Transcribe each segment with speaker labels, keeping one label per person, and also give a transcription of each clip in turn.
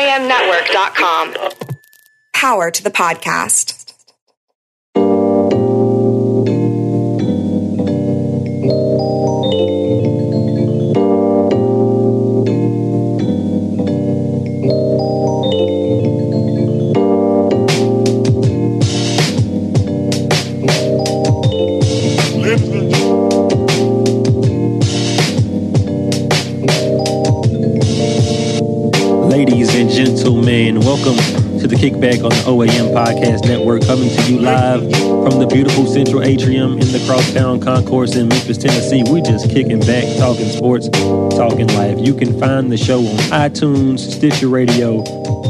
Speaker 1: theoamnetwork.com.
Speaker 2: Power to the podcast.
Speaker 3: Listen.
Speaker 4: Ladies and gentlemen, welcome to the Kickback on the OAM Podcast Network, coming to you live from the beautiful Central Atrium in the Crosstown Concourse in Memphis, Tennessee. We just kicking back, talking sports, talking life. You can find the show on iTunes, Stitcher Radio,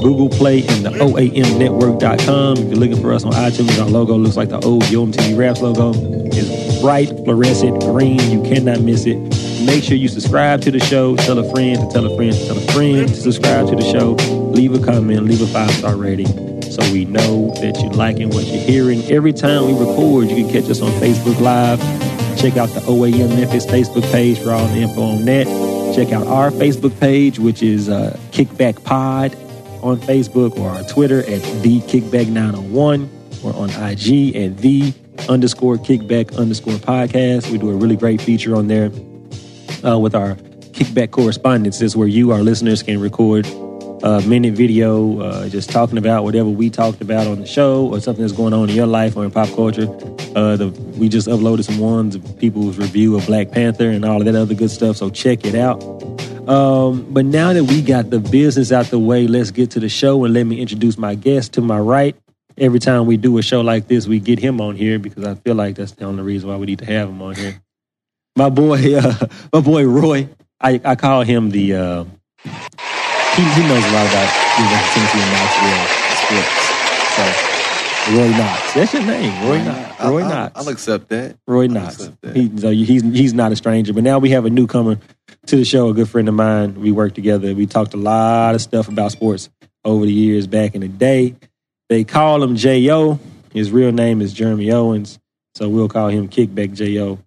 Speaker 4: Google Play, and the OAMnetwork.com. If you're looking for us on iTunes, our logo looks like the old Yo MTV Raps logo. It's bright, fluorescent, green. You cannot miss it. Make sure you subscribe to the show. Tell a friend to tell a friend to tell a friend to subscribe to the show. Leave a comment, leave a five star rating so we know that you're liking what you're hearing. Every time we record, you can catch us on Facebook Live. Check out the OAM Memphis Facebook page for all the info on that. Check out our Facebook page, which is uh, Kickback Pod on Facebook or our Twitter at The Kickback 901 or on IG at The underscore Kickback underscore podcast. We do a really great feature on there uh, with our kickback correspondence is where you, our listeners, can record a minute video uh, just talking about whatever we talked about on the show or something that's going on in your life or in pop culture. Uh, the, we just uploaded some ones of people's review of Black Panther and all of that other good stuff, so check it out. Um, but now that we got the business out the way, let's get to the show and let me introduce my guest to my right. Every time we do a show like this, we get him on here because I feel like that's the only reason why we need to have him on here my boy, uh, my boy Roy. I, I call him the. Uh, he, he knows a lot about you know, Tennessee and Knoxville sports. So Roy Knox, that's your name, Roy Knox. Roy
Speaker 5: I,
Speaker 4: Knox.
Speaker 5: I'll accept that.
Speaker 4: Roy
Speaker 5: I'll
Speaker 4: Knox.
Speaker 5: accept that.
Speaker 4: He, so he's he's not a stranger. But now we have a newcomer to the show, a good friend of mine. We worked together. We talked a lot of stuff about sports over the years back in the day. They call him J.O. His real name is Jeremy Owens. So we'll call him Kickback J.O.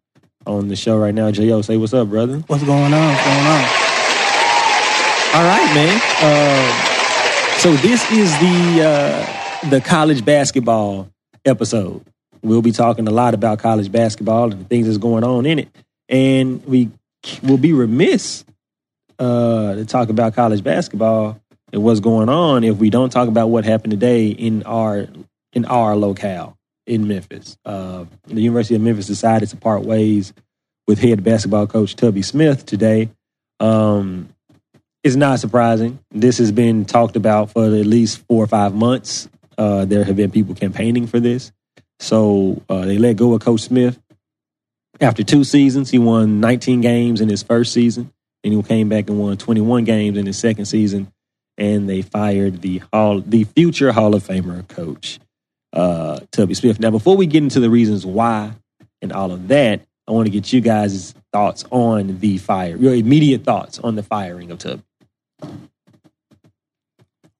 Speaker 4: on the show right now. J.O., say what's up, brother.
Speaker 6: What's going on? What's going on?
Speaker 4: All right, man. Um, so this is the uh, the college basketball episode. We'll be talking a lot about college basketball and the things that's going on in it, and we will be remiss uh, to talk about college basketball and what's going on if we don't talk about what happened today in our in our locale in Memphis. Uh, the University of Memphis decided to part ways with head basketball coach Tubby Smith today. Um, it's not surprising. This has been talked about for at least four or five months. Uh, there have been people campaigning for this. So uh, they let go of Coach Smith. After two seasons, he won 19 games in his first season, and he came back and won 21 games in his second season. And they fired the hall, the future Hall of Famer coach, uh, Tubby Smith. Now, before we get into the reasons why and all of that, I want to get you guys' thoughts on the fire, your immediate thoughts on the firing of Tubby.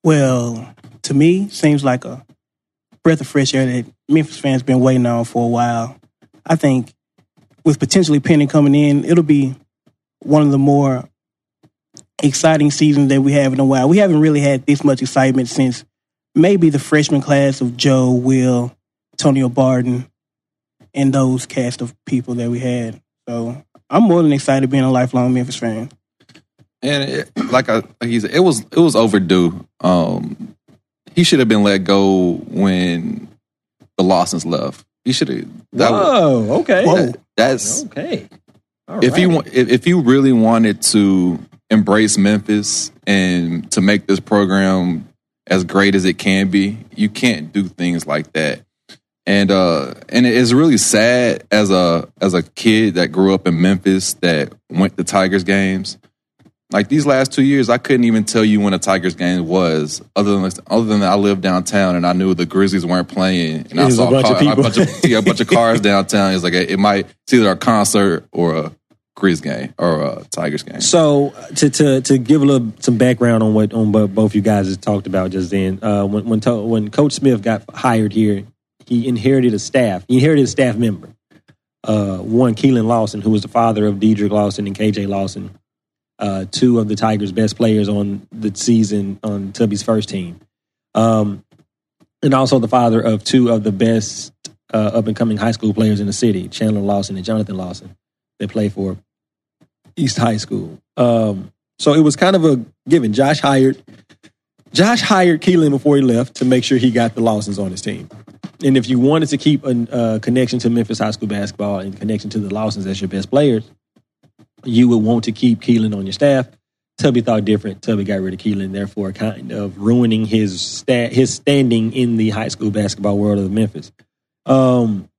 Speaker 6: Well, to me, seems like a breath of fresh air that Memphis fans been waiting on for a while. I think with potentially Penny coming in, it'll be one of the more exciting seasons that we have in a while. We haven't really had this much excitement since maybe the freshman class of Joe, Will, Tonio Barden, and those cast of people that we had. So I'm more than excited being a lifelong Memphis fan.
Speaker 5: And it, like I, like he said, it was it was overdue. Um, he should have been let go when the Lawsons left. He should have. That was,
Speaker 4: Whoa, Oh, okay.
Speaker 5: that- that's
Speaker 4: Okay. All
Speaker 5: if you
Speaker 4: right.
Speaker 5: wa- if, if you really wanted to embrace Memphis and to make this program as great as it can be, you can't do things like that. And uh and it's really sad as a as a kid that grew up in Memphis that went to Tigers games. Like these last two years, I couldn't even tell you when a Tigers game was, other than other than I lived downtown and I knew the Grizzlies weren't playing, and I
Speaker 4: There's a
Speaker 5: saw
Speaker 4: bunch of
Speaker 5: car-
Speaker 4: people.
Speaker 5: bunch of see a bunch of cars downtown. It's like it might it's either a concert or a Grizz game or a Tigers game.
Speaker 4: So to to to give a little some background on what on what both you guys has talked about just then. Uh, when when to, when Coach Smith got hired here, he inherited a staff. He inherited a staff member. Uh, one Keelan Lawson, who was the father of Dedrick Lawson and KJ Lawson, uh, two of the Tigers' best players on the season on Tubby's first team, um, and also the father of two of the best uh, up and coming high school players in the city, Chandler Lawson and Jonathan Lawson, that play for East High School. Um, so it was kind of a given. Josh hired Josh hired Keelan before he left to make sure he got the Lawsons on his team. And if you wanted to keep a uh, connection to Memphis high school basketball and connection to the Lawsons as your best players, you would want to keep Keelan on your staff. Tubby thought different. Tubby got rid of Keelan, therefore kind of ruining his sta- his standing in the high school basketball world of Memphis. Um,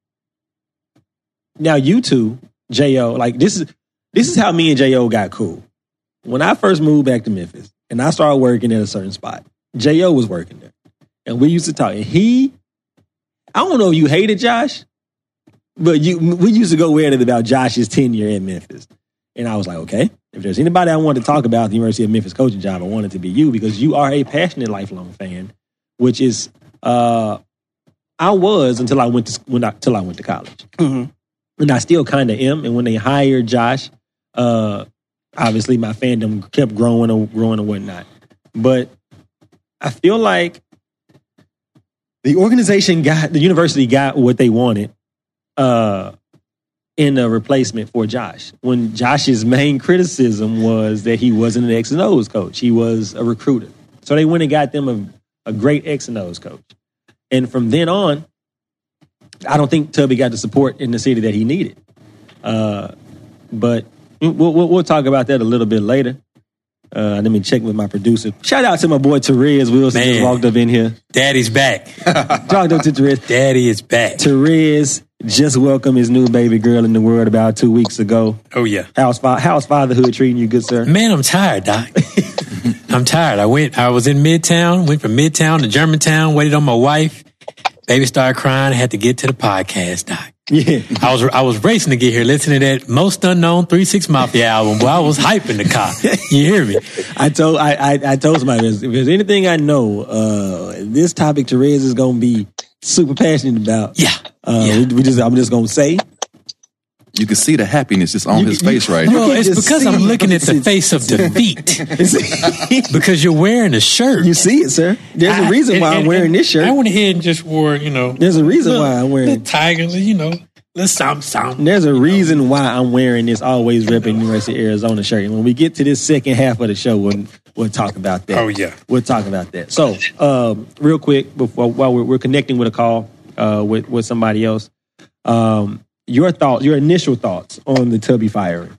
Speaker 4: now you two, Jo, like this is this is how me and Jo got cool. When I first moved back to Memphis and I started working at a certain spot, Jo was working there, and we used to talk. And he, I don't know if you hated Josh, but you we used to go at it about Josh's tenure in Memphis. And I was like, okay, if there's anybody I wanted to talk about the University of Memphis coaching job, I want it to be you because you are a passionate lifelong fan, which is uh, I was until I went to when I, till I went to college,
Speaker 6: Mhm.
Speaker 4: and I still kind of am. And when they hired Josh, uh, obviously my fandom kept growing and growing and whatnot. But I feel like the organization got the university got what they wanted. Uh, in a replacement for Josh. When Josh's main criticism was that he wasn't an X and O's coach, he was a recruiter. So they went and got them a, a great X and O's coach. And from then on, I don't think Tubby got the support in the city that he needed. Uh, but we'll, we'll, we'll talk about that a little bit later. Uh, let me check with my producer. Shout out to my boy Therese Wilson
Speaker 1: Man.
Speaker 4: just walked up in here.
Speaker 1: Daddy's back.
Speaker 4: Talked up to Therese.
Speaker 1: Daddy is back.
Speaker 4: Therese just welcomed his new baby girl in the world about two weeks ago.
Speaker 1: Oh yeah.
Speaker 4: How's, fa- how's fatherhood treating you, good sir?
Speaker 1: Man, I'm tired, Doc. I'm tired. I went. I was in Midtown. Went from Midtown to Germantown. Waited on my wife. Baby started crying. Had to get to the podcast, Doc.
Speaker 4: Yeah.
Speaker 1: I was I was racing to get here, listening to that most unknown Three Six Mafia album. Boy, I was hyping the car. You hear me?
Speaker 4: I told I, I, I told somebody this. If there's anything I know, uh, this topic Therese is gonna be super passionate about.
Speaker 1: Yeah.
Speaker 4: Uh,
Speaker 1: yeah.
Speaker 4: we, we just I'm just gonna say
Speaker 5: You can see the happiness just on his face right now.
Speaker 1: Well,
Speaker 4: can
Speaker 1: it's
Speaker 4: just
Speaker 1: because
Speaker 4: see-
Speaker 1: I'm looking at the
Speaker 4: it's-
Speaker 1: face of defeat
Speaker 4: you
Speaker 1: because you're wearing a shirt.
Speaker 4: see it, sir. There's a
Speaker 1: I-
Speaker 4: reason
Speaker 1: and-
Speaker 4: why I'm
Speaker 1: and-
Speaker 4: wearing
Speaker 1: and
Speaker 4: this
Speaker 1: I
Speaker 4: shirt.
Speaker 1: went ahead and just wore, you know,
Speaker 4: There's a reason why I'm
Speaker 1: the
Speaker 4: wearing
Speaker 1: tigers, you know, the some some.
Speaker 4: there's a reason why I'm wearing this always repping University of Arizona shirt. And when we get to this second half of the show, we'll we'll talk about that.
Speaker 1: Oh, yeah.
Speaker 4: we'll talk about that. So, um, real quick, before while we're, we're connecting with a call uh, with with somebody else, um, your thoughts, your initial thoughts on the Tubby firing,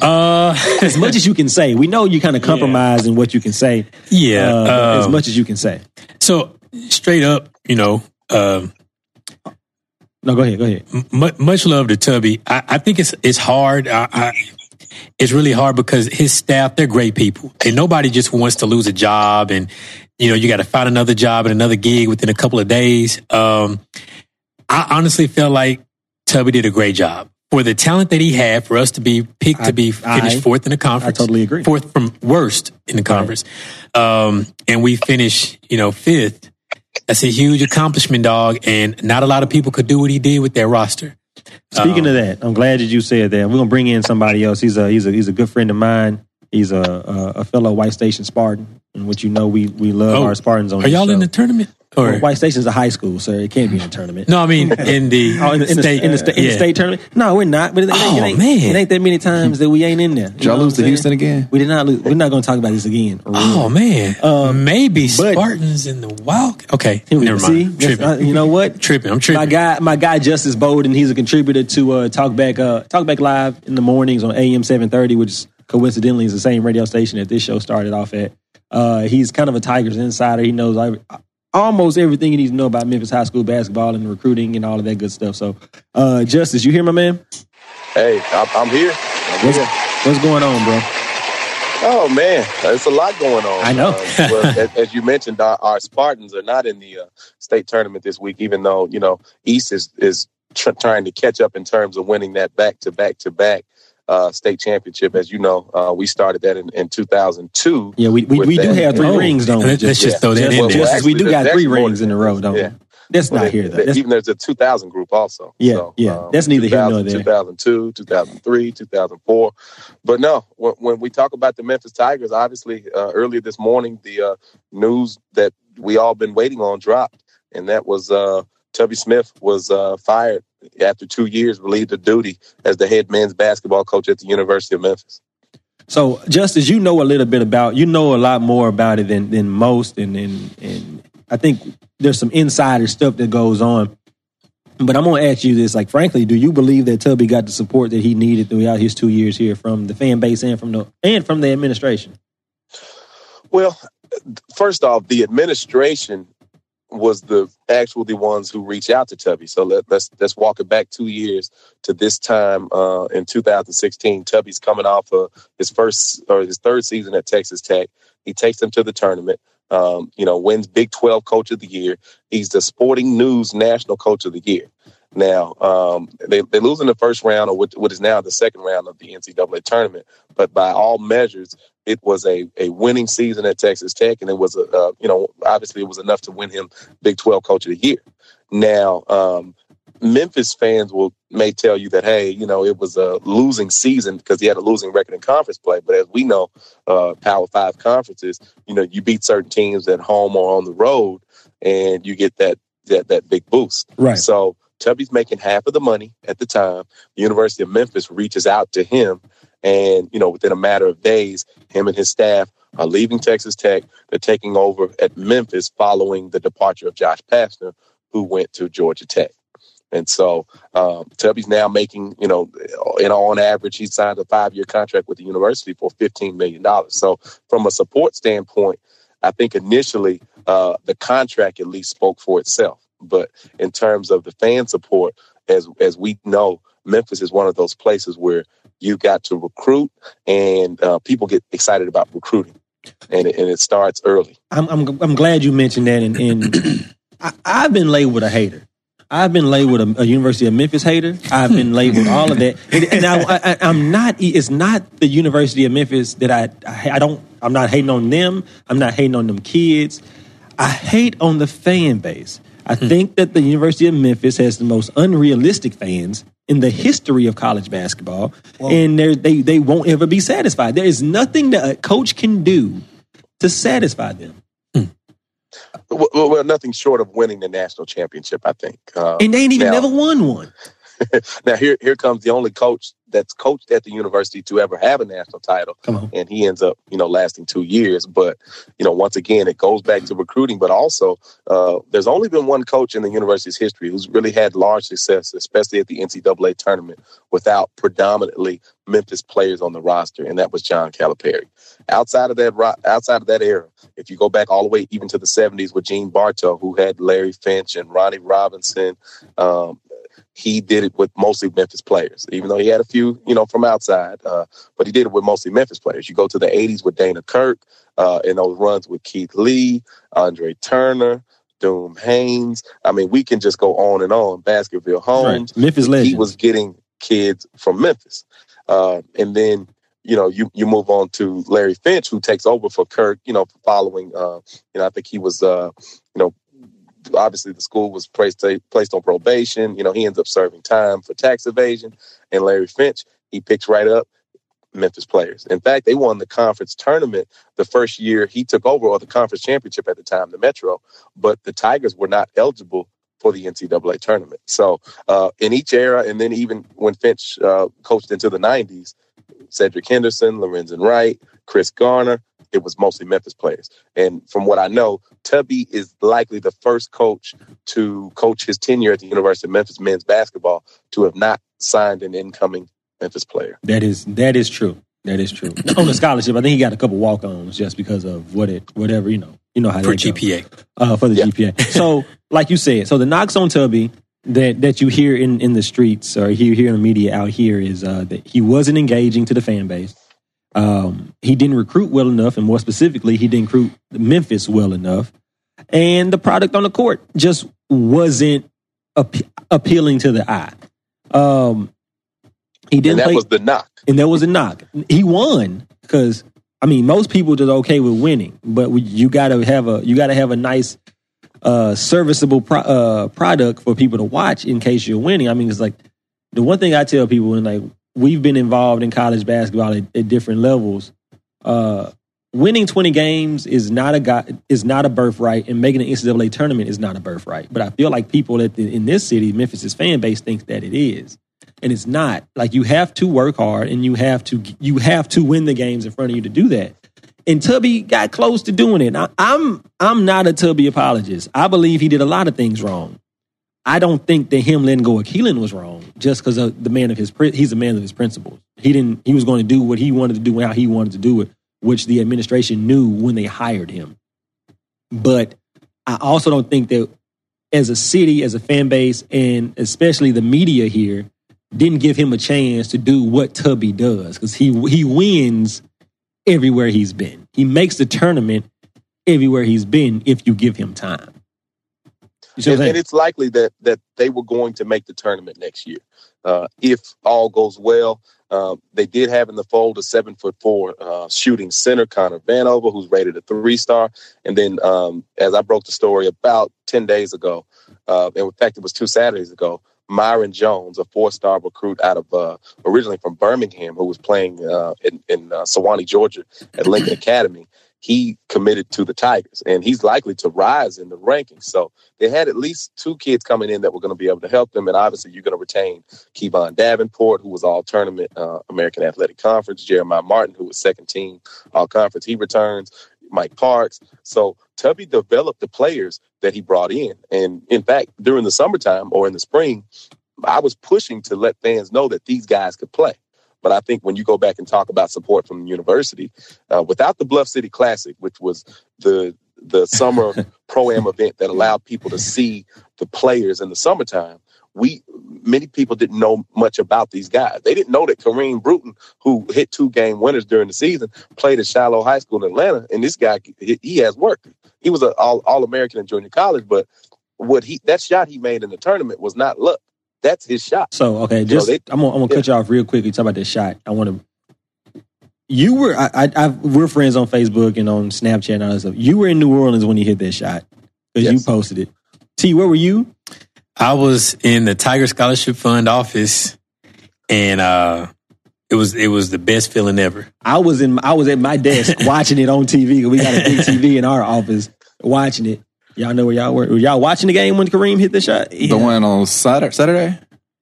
Speaker 1: Uh,
Speaker 4: as much as you can say. We know you kind of compromise in what you can say,
Speaker 1: yeah.
Speaker 4: uh, but as
Speaker 1: um,
Speaker 4: much as you can say.
Speaker 1: so straight up, you know, um,
Speaker 4: No, go ahead, go ahead.
Speaker 1: mu- much love to Tubby. I, I think it's it's hard. I, I, it's really hard because his staff they're great people, and nobody just wants to lose a job. And you know, you got to find another job and another gig within a couple of days. Um, I honestly feel like Tubby did a great job for the talent that he had for us to be picked
Speaker 4: I-
Speaker 1: to be finished
Speaker 4: I-
Speaker 1: fourth in the conference.
Speaker 4: totally agree.
Speaker 1: Fourth from worst in the conference, um, and we finished you know fifth. That's a huge accomplishment, dog, and not a lot of people could do what he did with their roster.
Speaker 4: Speaking of
Speaker 1: Um,
Speaker 4: that, I'm glad that you said that. We're gonna bring in somebody else. He's a he's a he's a good friend of mine. He's a a, a fellow White Station Spartan, and which you know we we love
Speaker 1: Oh,
Speaker 4: our Spartans on.
Speaker 1: Are
Speaker 4: this
Speaker 1: y'all in
Speaker 4: show.
Speaker 1: the tournament? Or
Speaker 4: Well, White Station's a high school, sir. It can't be in a tournament.
Speaker 1: no, I mean in the
Speaker 4: Oh, in the, in the,
Speaker 1: state.
Speaker 4: in the, sta- in the
Speaker 1: yeah.
Speaker 4: state tournament? No, we're not. But it, ain't-
Speaker 1: Oh,
Speaker 4: it ain't,
Speaker 1: man.
Speaker 4: it ain't that many times that we ain't in there.
Speaker 5: Did y'all lose to Houston again?
Speaker 4: We did not lose. We're not going to talk about this again.
Speaker 1: Oh man,
Speaker 4: Um,
Speaker 1: maybe
Speaker 4: but-
Speaker 1: Spartans in the wild. Okay,
Speaker 4: Here we
Speaker 1: never
Speaker 4: go.
Speaker 1: mind.
Speaker 4: See, That's-
Speaker 1: Tripping.
Speaker 4: uh, you know what?
Speaker 1: Tripping. I'm tripping.
Speaker 4: My guy, my guy Justice Bowden, he's a contributor to uh, Talkback uh, Talkback Live in the mornings on AM 7:30, which coincidentally is the same radio station that this show started off at. Uh, he's kind of a Tigers insider. He knows every, almost everything he needs to know about Memphis high school basketball and recruiting and all of that good stuff. So, uh, Justice, you hear my man?
Speaker 3: Hey, I'm, I'm here. I'm
Speaker 4: What's,
Speaker 3: here.
Speaker 4: what's going on, bro?
Speaker 3: Oh man, it's a lot going on.
Speaker 4: I know.
Speaker 3: Uh, well, as, as you mentioned, our, our Spartans are not in the uh, state tournament this week, even though you know East is is tr- trying to catch up in terms of winning that back to back to back uh, state championship. As you know, uh, we started that in, in 2002.
Speaker 4: Yeah, we we,
Speaker 3: With
Speaker 4: we do
Speaker 3: that-
Speaker 4: have three
Speaker 1: Oh,
Speaker 4: rings, don't we?
Speaker 1: Let's
Speaker 4: Justice?
Speaker 1: just throw that
Speaker 3: Yeah.
Speaker 1: in
Speaker 3: Well,
Speaker 1: there.
Speaker 3: well,
Speaker 4: Justice, we do
Speaker 3: actually,
Speaker 4: got
Speaker 3: that's
Speaker 4: three
Speaker 3: more
Speaker 4: rings
Speaker 3: than-
Speaker 4: in a row, don't we?
Speaker 3: yeah.
Speaker 4: That's
Speaker 3: Well,
Speaker 4: not
Speaker 3: they-
Speaker 4: here though.
Speaker 3: they-
Speaker 4: That's,
Speaker 3: even there's a 2000 group also. um,
Speaker 4: Yeah, yeah. That's neither here nor
Speaker 3: 2000,
Speaker 4: there.
Speaker 3: 2002, 2003, 2004. But no, when, when we talk about the Memphis Tigers, obviously uh, earlier this morning, the uh, news that we all been waiting on dropped, and that was uh, Tubby Smith was uh, fired after two years, relieved of duty as the head men's basketball coach at the University of Memphis.
Speaker 4: so just as you know a little bit about, you know a lot more about it than than most, and and and I think there's some insider stuff that goes on. But I'm gonna ask you this, like frankly, do you believe that Tubby got the support that he needed throughout his two years here from the fan base and from the and from the administration?
Speaker 3: Well, first off, the administration was the actual the ones who reached out to Tubby. So let, let's let's walk it back two years to this time uh, in 2016. Tubby's coming off of his first or his third season at Texas Tech. He takes them to the tournament. Um, you know, wins Big 12 Coach of the Year. He's the Sporting News National Coach of the Year. Now um, they they lose in the first round, or what, what is now the second round of the NCAA tournament. But by all measures, it was a, a winning season at Texas Tech, and it was a uh, you know obviously it was enough to win him Big Twelve Coach of the Year. Now, um, Memphis fans will may tell you that hey, you know it was a losing season because he had a losing record in conference play. But as we know, uh, Power Five conferences, you know you beat certain teams at home or on the road, and you get that that that big boost.
Speaker 4: Right.
Speaker 3: So Tubby's making half of the money at the time. The University of Memphis reaches out to him, and you know within a matter of days, him and his staff are leaving Texas Tech. They're taking over at Memphis following the departure of Josh Pastner, who went to Georgia Tech. And so um, Tubby's now making, you know, you know, on average, he signed a five-year contract with the university for fifteen million dollars. So from a support standpoint, I think initially uh, the contract at least spoke for itself. But in terms of the fan support, as as we know, Memphis is one of those places where you got to recruit, and uh, people get excited about recruiting, and it, and it starts early.
Speaker 4: I'm I'm, I'm glad you mentioned that. And, and I, I've been labeled a hater. I've been labeled a, a University of Memphis hater. I've been labeled all of that. And, and I, I, I'm not. It's not the University of Memphis that I, I I don't. I'm not hating on them. I'm not hating on them kids. I hate on the fan base. I think that the University of Memphis has the most unrealistic fans in the history of college basketball, and they're- they they won't ever be satisfied. There is nothing that a coach can do to satisfy them.
Speaker 3: Well, well, well, nothing short of winning the national championship, I think. Uh,
Speaker 4: And they ain't even
Speaker 3: Now-
Speaker 4: never won one.
Speaker 3: now here here comes the only coach that's coached at the university to ever have a national title
Speaker 4: Come on.
Speaker 3: and he ends up you know lasting two years but you know once again it goes back to recruiting but also uh, there's only been one coach in the university's history who's really had large success especially at the ncaa tournament without predominantly memphis players on the roster and that was john calipari outside of that ro- outside of that era if you go back all the way even to the 70s with gene bartow who had larry finch and ronnie robinson um, he did it with mostly Memphis players, even though he had a few, you know, from outside. Uh, but he did it with mostly Memphis players. You go to the '80s with Dana Kirk, uh, and those runs with Keith Lee, Andre Turner, Doom Haynes. I mean, we can just go on and on. Baskerville Holmes.
Speaker 4: Memphis legend.
Speaker 3: He was getting kids from Memphis, uh, and then you know you you move on to Larry Finch, who takes over for Kirk. You know, following uh, you know I think he was uh, you know obviously the school was placed placed on probation. You know, he ends up serving time for tax evasion, and Larry Finch he picks right up. Memphis players. In fact, they won the conference tournament the first year he took over, or the conference championship at the time, the Metro. But the Tigers were not eligible for the NCAA tournament. So uh, in each era, and then even when Finch uh, coached into the 90s, Cedric Henderson, Lorenzen Wright, Chris Garner, it was mostly Memphis players. And from what I know, Tubby is likely the first coach to coach his tenure at the University of Memphis men's basketball to have not signed an incoming Memphis player.
Speaker 4: that is that is true. That is true. On the scholarship, I think he got a couple walk ons just because of what it whatever you know you know how
Speaker 1: for
Speaker 4: that go.
Speaker 1: GPA.
Speaker 4: uh, for the
Speaker 3: Yeah.
Speaker 4: GPA. So like you said, so the knocks on Tubby that that you hear in in the streets or hear hear in the media out here is uh, that he wasn't engaging to the fan base. Um, he didn't recruit well enough, and more specifically, he didn't recruit Memphis well enough. and the product on the court just wasn't ap- appealing to the eye. Um, he didn't
Speaker 3: And that
Speaker 4: play,
Speaker 3: was the knock.
Speaker 4: and that was a knock. He won because I mean most people just okay with winning, but we, you got to have a you got to have a nice uh, serviceable pro- uh, product for people to watch in case you're winning. I mean, it's like the one thing I tell people, and like we've been involved in college basketball at, at different levels. Uh, winning 20 games is not a guy, is not a birthright, and making an NCAA tournament is not a birthright. But I feel like people at the, in this city, Memphis's fan base, thinks that it is, and it's not. Like you have to work hard, and you have to you have to win the games in front of you to do that. And Tubby got close to doing it. I, I'm I'm not a Tubby apologist. I believe he did a lot of things wrong. I don't think that him letting go of Keelan was wrong, just because the man of his pri- he's a man of his principles. He didn't he was going to do what he wanted to do and how he wanted to do it, which the administration knew when they hired him. But I also don't think that as a city, as a fan base, and especially the media here, didn't give him a chance to do what Tubby does because he he wins everywhere he's been. He makes the tournament everywhere he's been if you give him time. You see what I'm
Speaker 3: and,
Speaker 4: saying?
Speaker 3: and it's likely that that they were going to make the tournament next year, uh, if all goes well. Um, they did have in the fold a seven foot four uh, shooting center, Connor Vanover, who's rated a three star. And then, um, as I broke the story about ten days ago, uh, and in fact, it was two Saturdays ago. Myron Jones, a four star recruit out of uh, originally from Birmingham, who was playing uh, in, in uh, Sewanee, Georgia, at Lincoln Academy. He committed to the Tigers, and he's likely to rise in the rankings. So they had at least two kids coming in that were going to be able to help them. And obviously, you're going to retain Kevon Davenport, who was all tournament uh, American Athletic Conference, Jeremiah Martin, who was second team all conference. He returns, Mike Parks. So Tubby developed the players that he brought in. And in fact, during the summertime or in the spring, I was pushing to let fans know that these guys could play. But I think when you go back and talk about support from the university, uh, without the Bluff City Classic, which was the the summer pro am event that allowed people to see the players in the summertime. We many people didn't know much about these guys. They didn't know that Kareem Bruton, who hit two game winners during the season, played at Shiloh High School in Atlanta, and this guy he he has work. He was an all all American in junior college, but what he that shot he made in the tournament was not luck. That's his shot.
Speaker 4: So okay, just
Speaker 3: they-
Speaker 4: I'm gonna, I'm gonna cut you off real quick. You talk about this shot. I want to. You were I, I I've, we're friends on Facebook and on Snapchat and all that stuff. You were in New Orleans when you hit that shot because you
Speaker 3: Yes.
Speaker 4: posted it. T, where were you?
Speaker 1: I was in the Tiger Scholarship Fund office, and uh, it was it was the best feeling ever.
Speaker 4: I was in I was at my desk watching it on TV. 'cause We got a big TV in our office watching it. Y'all know where y'all were. Were y'all watching the game when Kareem hit the shot?
Speaker 5: The one on Saturday. Saturday?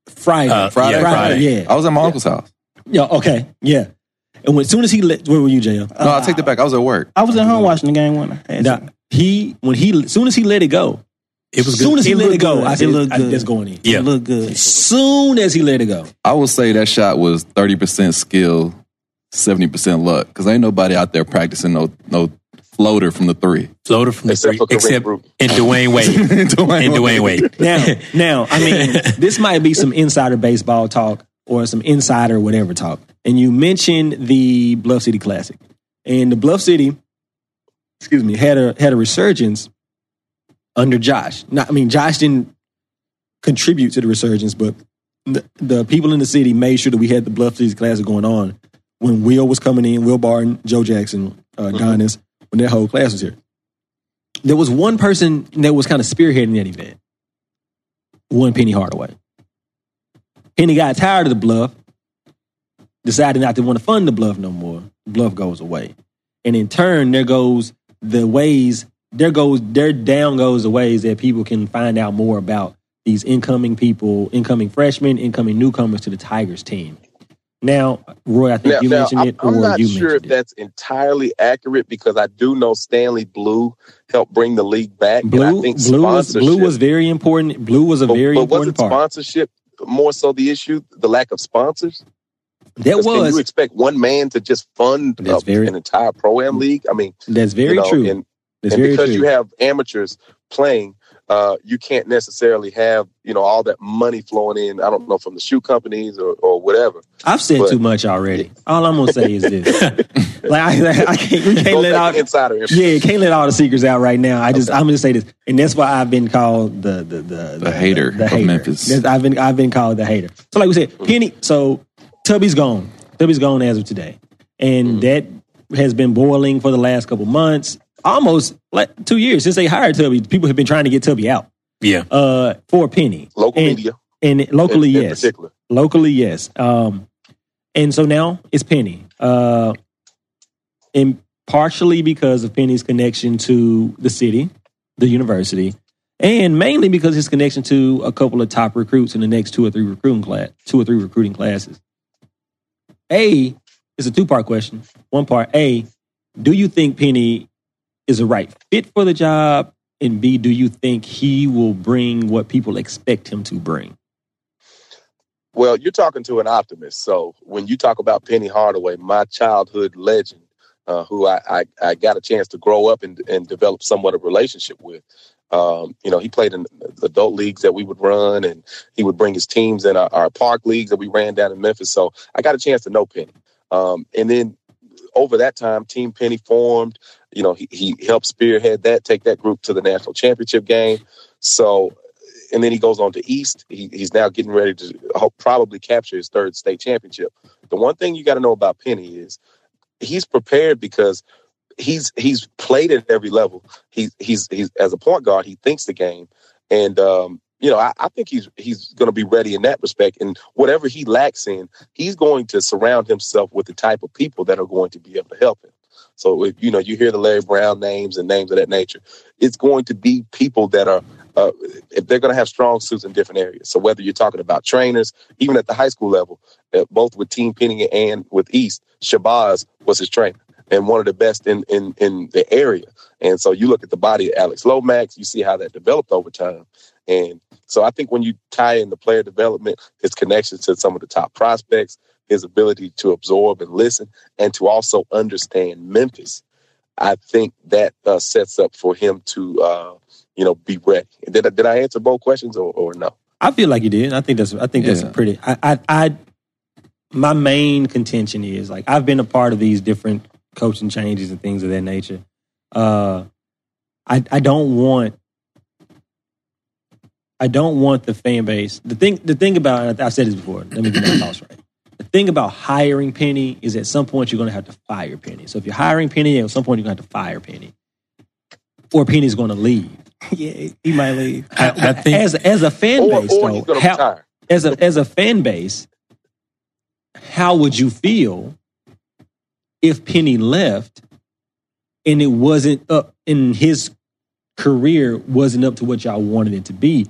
Speaker 4: Friday,
Speaker 1: Uh,
Speaker 5: Friday?
Speaker 1: yeah, Friday.
Speaker 4: yeah.
Speaker 5: I was at my uncle's house.
Speaker 4: Yeah, okay, yeah. And when, as soon as he left, where were you, JL?
Speaker 3: Uh,
Speaker 5: No, I take that back. I was at work.
Speaker 6: I was at home watching the game when I had
Speaker 4: Nah, he when he as soon as he let it go,
Speaker 1: It was
Speaker 4: as soon
Speaker 1: good.
Speaker 4: as he
Speaker 6: It
Speaker 4: let it
Speaker 6: looked
Speaker 4: go,
Speaker 6: good.
Speaker 4: I said,
Speaker 6: It looked
Speaker 4: I-
Speaker 6: good.
Speaker 4: "That's going in."
Speaker 1: yeah.
Speaker 6: It looked good.
Speaker 4: soon as he let it go.
Speaker 5: I would say that shot was thirty percent skill, seventy percent luck. Because ain't nobody out there practicing no no floater from the three.
Speaker 1: floater from the
Speaker 3: Except
Speaker 1: three,
Speaker 3: for Kareem
Speaker 1: except
Speaker 3: Bruton.
Speaker 1: in Dwayne Wade.
Speaker 5: Dwayne
Speaker 1: In Dwayne
Speaker 5: Wade.
Speaker 1: Wade.
Speaker 4: Now, now, I mean, this might be some insider baseball talk or some insider whatever talk. And you mentioned the Bluff City Classic, and the Bluff City, excuse me, had a had a resurgence under Josh. Not, I mean, Josh didn't contribute to the resurgence, but the, the people in the city made sure that we had the Bluff City Classic going on when Will was coming in, Will Barton, Joe Jackson, uh,
Speaker 6: Mm-hmm.
Speaker 4: Donis, when that whole class was here. There was one person that was kind of spearheading that event one Penny Hardaway. Penny got tired of the bluff, decided not to want to fund the bluff no more. Bluff goes away. And in turn, there goes the ways, there goes, there down goes the ways that people can find out more about these incoming people, incoming freshmen, incoming newcomers to the Tigers team. Now, Roy, I think you mentioned
Speaker 3: I'm,
Speaker 4: it,
Speaker 3: I'm
Speaker 4: or
Speaker 3: not
Speaker 4: you
Speaker 3: sure if
Speaker 4: mentioned it.
Speaker 3: that's entirely accurate because I do know Stanley Blue helped bring the league back. and I
Speaker 4: Blue,
Speaker 3: think
Speaker 4: blue was blue
Speaker 3: sponsorship-
Speaker 4: was very important. Blue was a
Speaker 3: but-
Speaker 4: very
Speaker 3: but
Speaker 4: important
Speaker 3: wasn't
Speaker 4: part.
Speaker 3: sponsorship more so the issue, the lack of sponsors?
Speaker 4: that
Speaker 3: 'Cause Can
Speaker 4: was
Speaker 3: you expect one man to just fund
Speaker 4: That's
Speaker 3: uh,
Speaker 4: very-
Speaker 3: an entire pro am league? I mean,
Speaker 4: that's
Speaker 3: you
Speaker 4: very
Speaker 3: know,
Speaker 4: true.
Speaker 3: and-
Speaker 4: that's
Speaker 3: and
Speaker 4: very
Speaker 3: because
Speaker 4: true.
Speaker 3: you have amateurs playing, uh, you can't necessarily have you know all that money flowing in. I don't know from the shoe companies or, or whatever.
Speaker 4: I've said
Speaker 3: But-
Speaker 4: too much already. All I'm gonna say is this: like I, I can't, we can't
Speaker 3: Go
Speaker 4: let
Speaker 3: back
Speaker 4: all
Speaker 3: to insider info.
Speaker 4: yeah, can't let all the secrets out right now. I just I'm gonna say this, and that's why I've been called the the the,
Speaker 5: The hater
Speaker 4: the
Speaker 5: of
Speaker 4: hater.
Speaker 5: Memphis.
Speaker 4: That's- I've been I've been called the hater. So like we said, Penny. So Tubby's gone.
Speaker 5: Mm-hmm.
Speaker 4: Tubby's gone as of today, and that has been boiling for the last couple months. almost like two years since they hired Tubby. People have been trying to get Tubby out
Speaker 1: Yeah.
Speaker 4: uh, for a penny.
Speaker 3: Local
Speaker 4: And-
Speaker 3: media,
Speaker 4: And locally,
Speaker 3: in, in
Speaker 4: yes.
Speaker 3: particular.
Speaker 4: Locally, yes. Um, and so now it's Penny. Uh, and partially because of Penny's connection to the city, the university, and mainly because his connection to a couple of top recruits in the next two or three recruiting class, two or three recruiting classes. A is a two part question. One part, A, do you think Penny is a right fit for the job? And B, do you think he will bring what people expect him to bring?
Speaker 3: Well, you're talking to an optimist. So when you talk about Penny Hardaway, my childhood legend, uh, who I, I, I got a chance to grow up and, and develop somewhat of a relationship with, um, you know, he played in the adult leagues that we would run, and he would bring his teams in our, our park leagues that we ran down in Memphis. So I got a chance to know Penny. Um, and then over that time, Team Penny formed. You know, he, he helped spearhead that, take that group to the national championship game. So and then he goes on to East. He, he's now getting ready to ho- probably capture his third state championship. The one thing you got to know about Penny is he's prepared because he's he's played at every level. He's he's he's as a point guard, he thinks the game, and um, you know I, I think he's he's going to be ready in that respect. And whatever he lacks in, he's going to surround himself with the type of people that are going to be able to help him. So if you know you hear the Larry Brown names and names of that nature, it's going to be people that are uh, if they're going to have strong suits in different areas. So whether you're talking about trainers, even at the high school level, uh, both with Team Penny and with East, Shabazz was his trainer and one of the best in, in, in the area. And so you look at the body of Alex Lomax, you see how that developed over time. And so I think when you tie in the player development, his connections to some of the top prospects, his ability to absorb and listen, and to also understand Memphis, I think that uh, sets up for him to uh, you know, be ready. Did I, did I answer both questions or, or no?
Speaker 4: I feel like you did. I think that's. I think that's a
Speaker 5: Yeah.
Speaker 4: pretty. I, I. I. My main contention is like I've been a part of these different coaching changes and things of that nature. Uh, I. I don't want. I don't want the fan base. The thing. The thing about. and I- I've said this before. Let me get my thoughts right. The thing about hiring Penny is at some point you're going to have to fire Penny. So if you're hiring Penny, at some point you're going to have to fire Penny, or Penny's going to leave.
Speaker 6: yeah, he might leave.
Speaker 1: I, I think
Speaker 4: as as a fan
Speaker 3: Or,
Speaker 4: base,
Speaker 3: or
Speaker 4: though,
Speaker 3: he's going to
Speaker 4: how-
Speaker 3: retire.
Speaker 4: as a as a fan base, how would you feel if Penny left and it wasn't up and his career wasn't up to what y'all wanted it to be?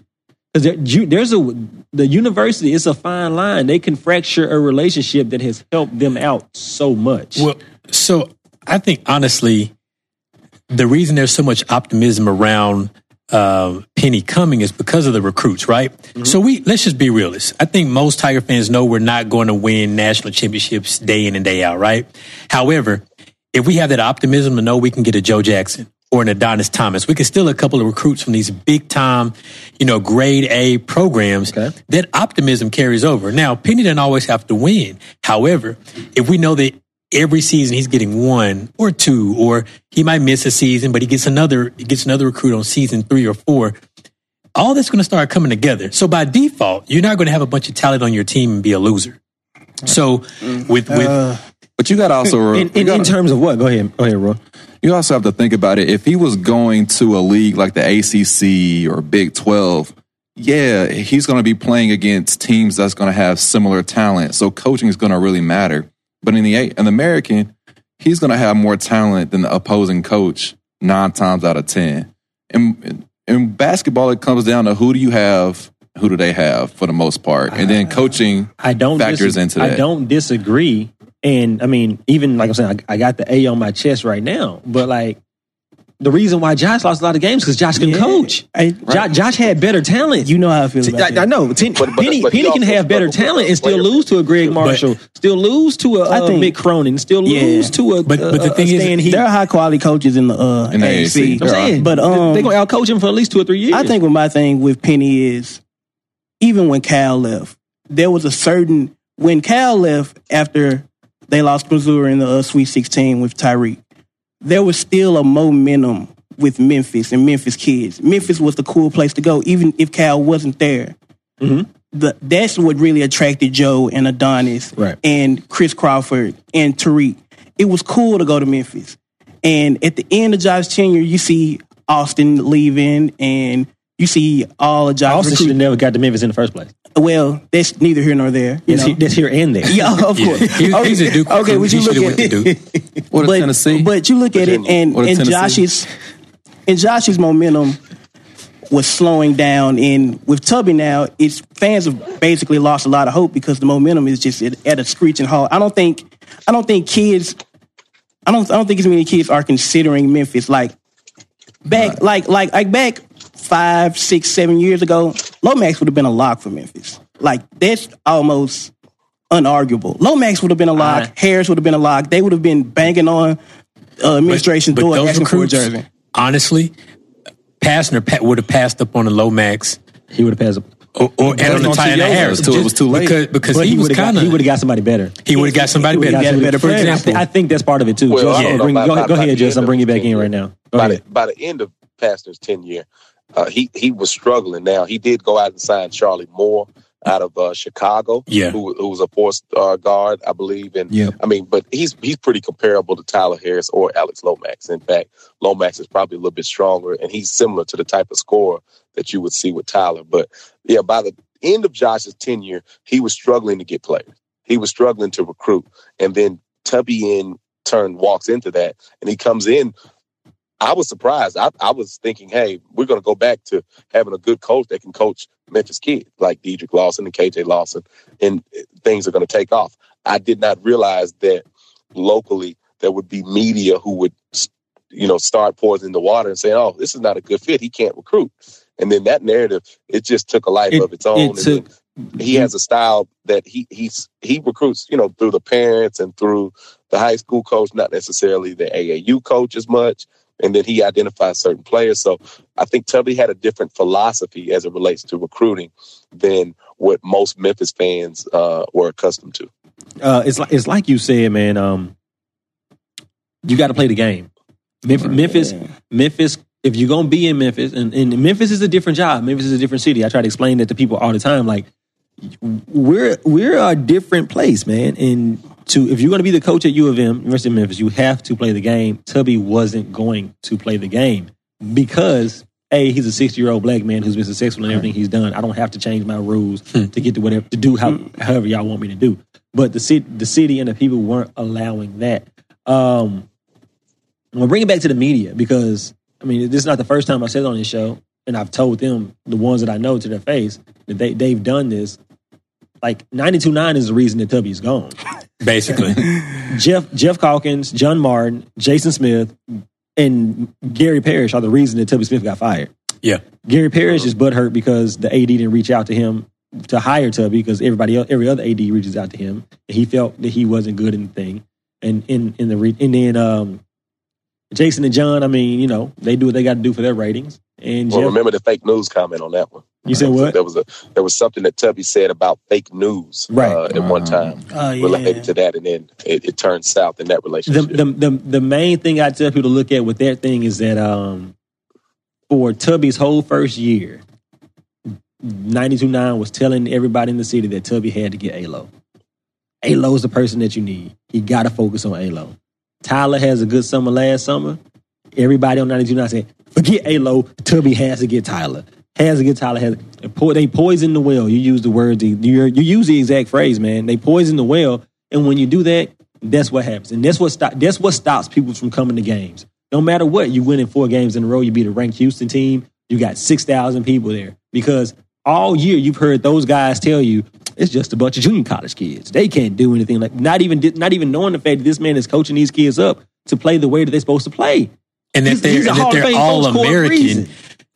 Speaker 4: Because there, you- there's a the university is a fine line. They can fracture a relationship that has helped them out so much.
Speaker 1: Well, so I think honestly, the reason there's so much optimism around uh, Penny coming is because of the recruits, right?
Speaker 4: Mm-hmm.
Speaker 1: So we let's just be realists. I think most Tiger fans know we're not going to win national championships day in and day out, right? However, if we have that optimism to know we can get a Joe Jackson or an Adonis Thomas, we can steal a couple of recruits from these big time, you know, grade A programs.
Speaker 4: Okay.
Speaker 1: That optimism carries over. Now, Penny doesn't always have to win. However, if we know that every season he's getting one or two, or he might miss a season, but he gets another, he gets another recruit on season three or four, all that's going to start coming together. So by default, you're not going to have a bunch of talent on your team and be a loser. So with with
Speaker 6: Uh,
Speaker 5: But you got to also
Speaker 4: in,
Speaker 5: you
Speaker 4: in, in
Speaker 5: gotta-
Speaker 4: terms of what? Go ahead, go ahead, Roy.
Speaker 5: you also have to think about it. If he was going to a league like the ACC or Big 12, yeah, he's going to be playing against teams that's going to have similar talent. So coaching is going to really matter. But in the A- in the American, he's going to have more talent than the opposing coach nine times out of ten. And in basketball, it comes down to who do you have, who do they have for the most part, and then coaching.
Speaker 4: I don't
Speaker 5: factors
Speaker 4: dis-
Speaker 5: into
Speaker 4: I
Speaker 5: that.
Speaker 4: don't disagree, and I mean, even like I'm saying, I, I got the A on my chest right now. But like, the reason why Josh lost a lot of games because Josh couldn't
Speaker 6: yeah.
Speaker 4: coach.
Speaker 6: I,
Speaker 4: Jo- Josh, had better talent.
Speaker 6: You know how I feel about
Speaker 4: I, I
Speaker 6: that.
Speaker 4: know. Ten,
Speaker 3: But- but-
Speaker 4: Penny,
Speaker 3: but he
Speaker 4: Penny can
Speaker 3: also
Speaker 4: have better
Speaker 3: struggled with
Speaker 4: talent and still
Speaker 3: player
Speaker 4: lose to a Greg Marshall, still lose to a
Speaker 6: I
Speaker 4: uh,
Speaker 6: think-
Speaker 4: Mick Cronin, still
Speaker 6: Yeah.
Speaker 4: lose to a.
Speaker 1: But- but the
Speaker 4: a- a
Speaker 1: thing is,
Speaker 4: Stan Heap.
Speaker 6: There are high quality coaches in the uh,
Speaker 5: In the
Speaker 6: AAC.
Speaker 5: AAC.
Speaker 4: I'm saying,
Speaker 6: but um,
Speaker 4: they're gonna outcoach him for at least two or three years.
Speaker 6: I think what my thing with Penny is, even when Cal left, there was a certain when Cal left after they lost Missouri in the uh, Sweet 16 with Tyreek, there was still a momentum with Memphis and Memphis kids. Memphis was the cool place to go, even if Cal wasn't there.
Speaker 4: Mhm.
Speaker 6: The, that's what really attracted Joe and Adonis
Speaker 4: Right.
Speaker 6: and Chris Crawford and Tariq. It was cool to go to Memphis. And at the end of Josh's tenure, you see Austin leaving, and you see all of Josh's
Speaker 4: Austin should have
Speaker 6: recruit-
Speaker 4: never got to Memphis in the first place.
Speaker 6: Well, that's neither here nor there. You
Speaker 4: That's,
Speaker 6: know?
Speaker 4: he- that's here and there.
Speaker 6: yeah, of
Speaker 1: Yeah.
Speaker 6: course.
Speaker 1: He- he's a Duke
Speaker 6: Okay,
Speaker 1: recruit.
Speaker 6: would you
Speaker 1: He should've
Speaker 6: look
Speaker 1: went
Speaker 6: at
Speaker 1: to Duke.
Speaker 5: What
Speaker 6: but,
Speaker 5: a Tennessee.
Speaker 6: But you look at it, and
Speaker 5: What a
Speaker 6: and
Speaker 5: Tennessee.
Speaker 6: Josh's and Josh's momentum was slowing down. And with Tubby now, it's fans have basically lost a lot of hope because the momentum is just at, at a screeching halt. I don't think I don't think kids. I don't I don't think as many kids are considering Memphis like back like like like back five six seven years ago. Lomax would have been a lock for Memphis. Like that's almost unarguable. Lomax would have been a lock.
Speaker 4: Alright.
Speaker 6: Harris would have been a lock. They would have been banging on uh, administration door asking for a jersey.
Speaker 1: honestly, Passner pa- would have passed up on the Lomax
Speaker 4: He would have passed. him.
Speaker 1: or, or and on the
Speaker 5: on two
Speaker 1: Titan
Speaker 5: years.
Speaker 1: Harris.
Speaker 5: It was too- it was too late.
Speaker 1: because, because
Speaker 4: But
Speaker 1: he, was
Speaker 4: would've got-
Speaker 1: kind of
Speaker 4: He would have got somebody better.
Speaker 1: he would have got somebody
Speaker 6: would've
Speaker 1: better.
Speaker 6: got somebody
Speaker 1: For
Speaker 6: better.
Speaker 4: I
Speaker 1: example,
Speaker 4: think, I think that's part of it too.
Speaker 3: Well,
Speaker 4: Josh,
Speaker 3: I don't
Speaker 4: I'll
Speaker 3: know
Speaker 4: bring-
Speaker 3: about-
Speaker 4: go, ahead-
Speaker 3: about-
Speaker 4: go ahead,
Speaker 3: about
Speaker 4: Jess.
Speaker 3: the
Speaker 4: I'm
Speaker 3: end
Speaker 4: bringing you
Speaker 3: of
Speaker 4: back
Speaker 3: the
Speaker 4: in
Speaker 3: team.
Speaker 4: right now. Go
Speaker 3: by
Speaker 4: ahead.
Speaker 3: the, by the end of Pastner's tenure, uh, he he was struggling. Now he did go out and sign Charlie Moore out of uh, Chicago,
Speaker 1: Yeah.
Speaker 3: who, who was a four star guard, I believe. And
Speaker 5: Yep.
Speaker 3: I mean, but he's he's pretty comparable to Tyler Harris or Alex Lomax. In fact, Lomax is probably a little bit stronger, and he's similar to the type of scorer that you would see with Tyler. But yeah, by the end of Josh's tenure, he was struggling to get players. He was struggling to recruit, and then Tubby in turn walks into that, and he comes in I was surprised. I, I was thinking, hey, we're going to go back to having a good coach that can coach Memphis kids like Dedrick Lawson and KJ Lawson, and things are going to take off. I did not realize that locally there would be media who would, you know, start poisoning the water and saying, oh, this is not a good fit. He can't recruit. And then that narrative, it just took a life
Speaker 5: It-
Speaker 3: of its own.
Speaker 5: it
Speaker 3: and
Speaker 5: took-
Speaker 3: then he has a style that he he's he recruits, you know, through the parents and through the high school coach, not necessarily the AAU coach as much and then he identifies certain players. So I think Tubby had a different philosophy as it relates to recruiting than what most Memphis fans uh, were accustomed to.
Speaker 4: uh, it's like it's like you said, man. Um, you got to play the game. Memphis, Memphis, Memphis. If you're gonna be in Memphis, and, and Memphis is a different job. Memphis is a different city. I try to explain that to people all the time. Like we're we're a different place, man. And to if you're gonna be the coach at U of M, University of Memphis, you have to play the game. Tubby wasn't going to play the game because. A, he's a 60 year old black man who's been successful in everything he's done. I don't have to change my rules to get to whatever to do how, however y'all want me to do but the city, the city and the people weren't allowing that. Um, I'm gonna bring it back to the media because I mean this is not the first time I said it on this show, and I've told them the ones that I know to their face that they they've done this. Like 92.9 is the reason that Tubby's gone.
Speaker 1: basically.
Speaker 4: Jeff Jeff Calkins, John Martin, Jason Smith, and Gary Parrish are the reason that Tubby Smith got fired.
Speaker 1: Yeah.
Speaker 4: Gary Parrish is butthurt because the AD didn't reach out to him to hire Tubby because everybody else, every other AD reaches out to him. And he felt that he wasn't good in the thing, and in in the re- and then um, Jason and John. I mean, you know, they do what they got to do for their ratings. And
Speaker 3: Well,
Speaker 4: Jeff,
Speaker 3: remember the fake news comment on that one.
Speaker 4: you said what?
Speaker 3: There was a there was something that Tubby said about fake news
Speaker 4: Right.
Speaker 3: uh, at one
Speaker 5: Wow.
Speaker 3: time
Speaker 6: Oh
Speaker 3: related
Speaker 6: yeah.
Speaker 3: to that, and then it, it turned south in that
Speaker 4: the,
Speaker 3: relationship.
Speaker 4: the the the main thing I tell people to look at with that thing is that um for Tubby's whole first year, 92.9 was telling everybody in the city that Tubby had to get ALO. ALO is the person that you need. You got to focus on ALO. Tyler has a good summer last summer. Everybody on 92.9 said, forget ALO. Tubby has to get Tyler. Has to get Tyler. Has po- they poison the well. You use the word. the- You you use the exact phrase, man. They poison the well, and when you do that, that's what happens, and that's what stop, that's what stops people from coming to games. No matter what, you win in four games in a row. You beat a ranked Houston team. You got six thousand people there because all year you've heard those guys tell you it's just a bunch of junior college kids. They can't do anything like not even not even knowing the fact that this man is coaching these kids up to play the way that they're supposed to play.
Speaker 1: and that
Speaker 4: He's-
Speaker 1: they're,
Speaker 4: he's a
Speaker 1: and
Speaker 4: Hall
Speaker 1: that
Speaker 4: of
Speaker 1: they're
Speaker 4: Fame
Speaker 1: all
Speaker 4: coach for a
Speaker 1: American
Speaker 4: reason.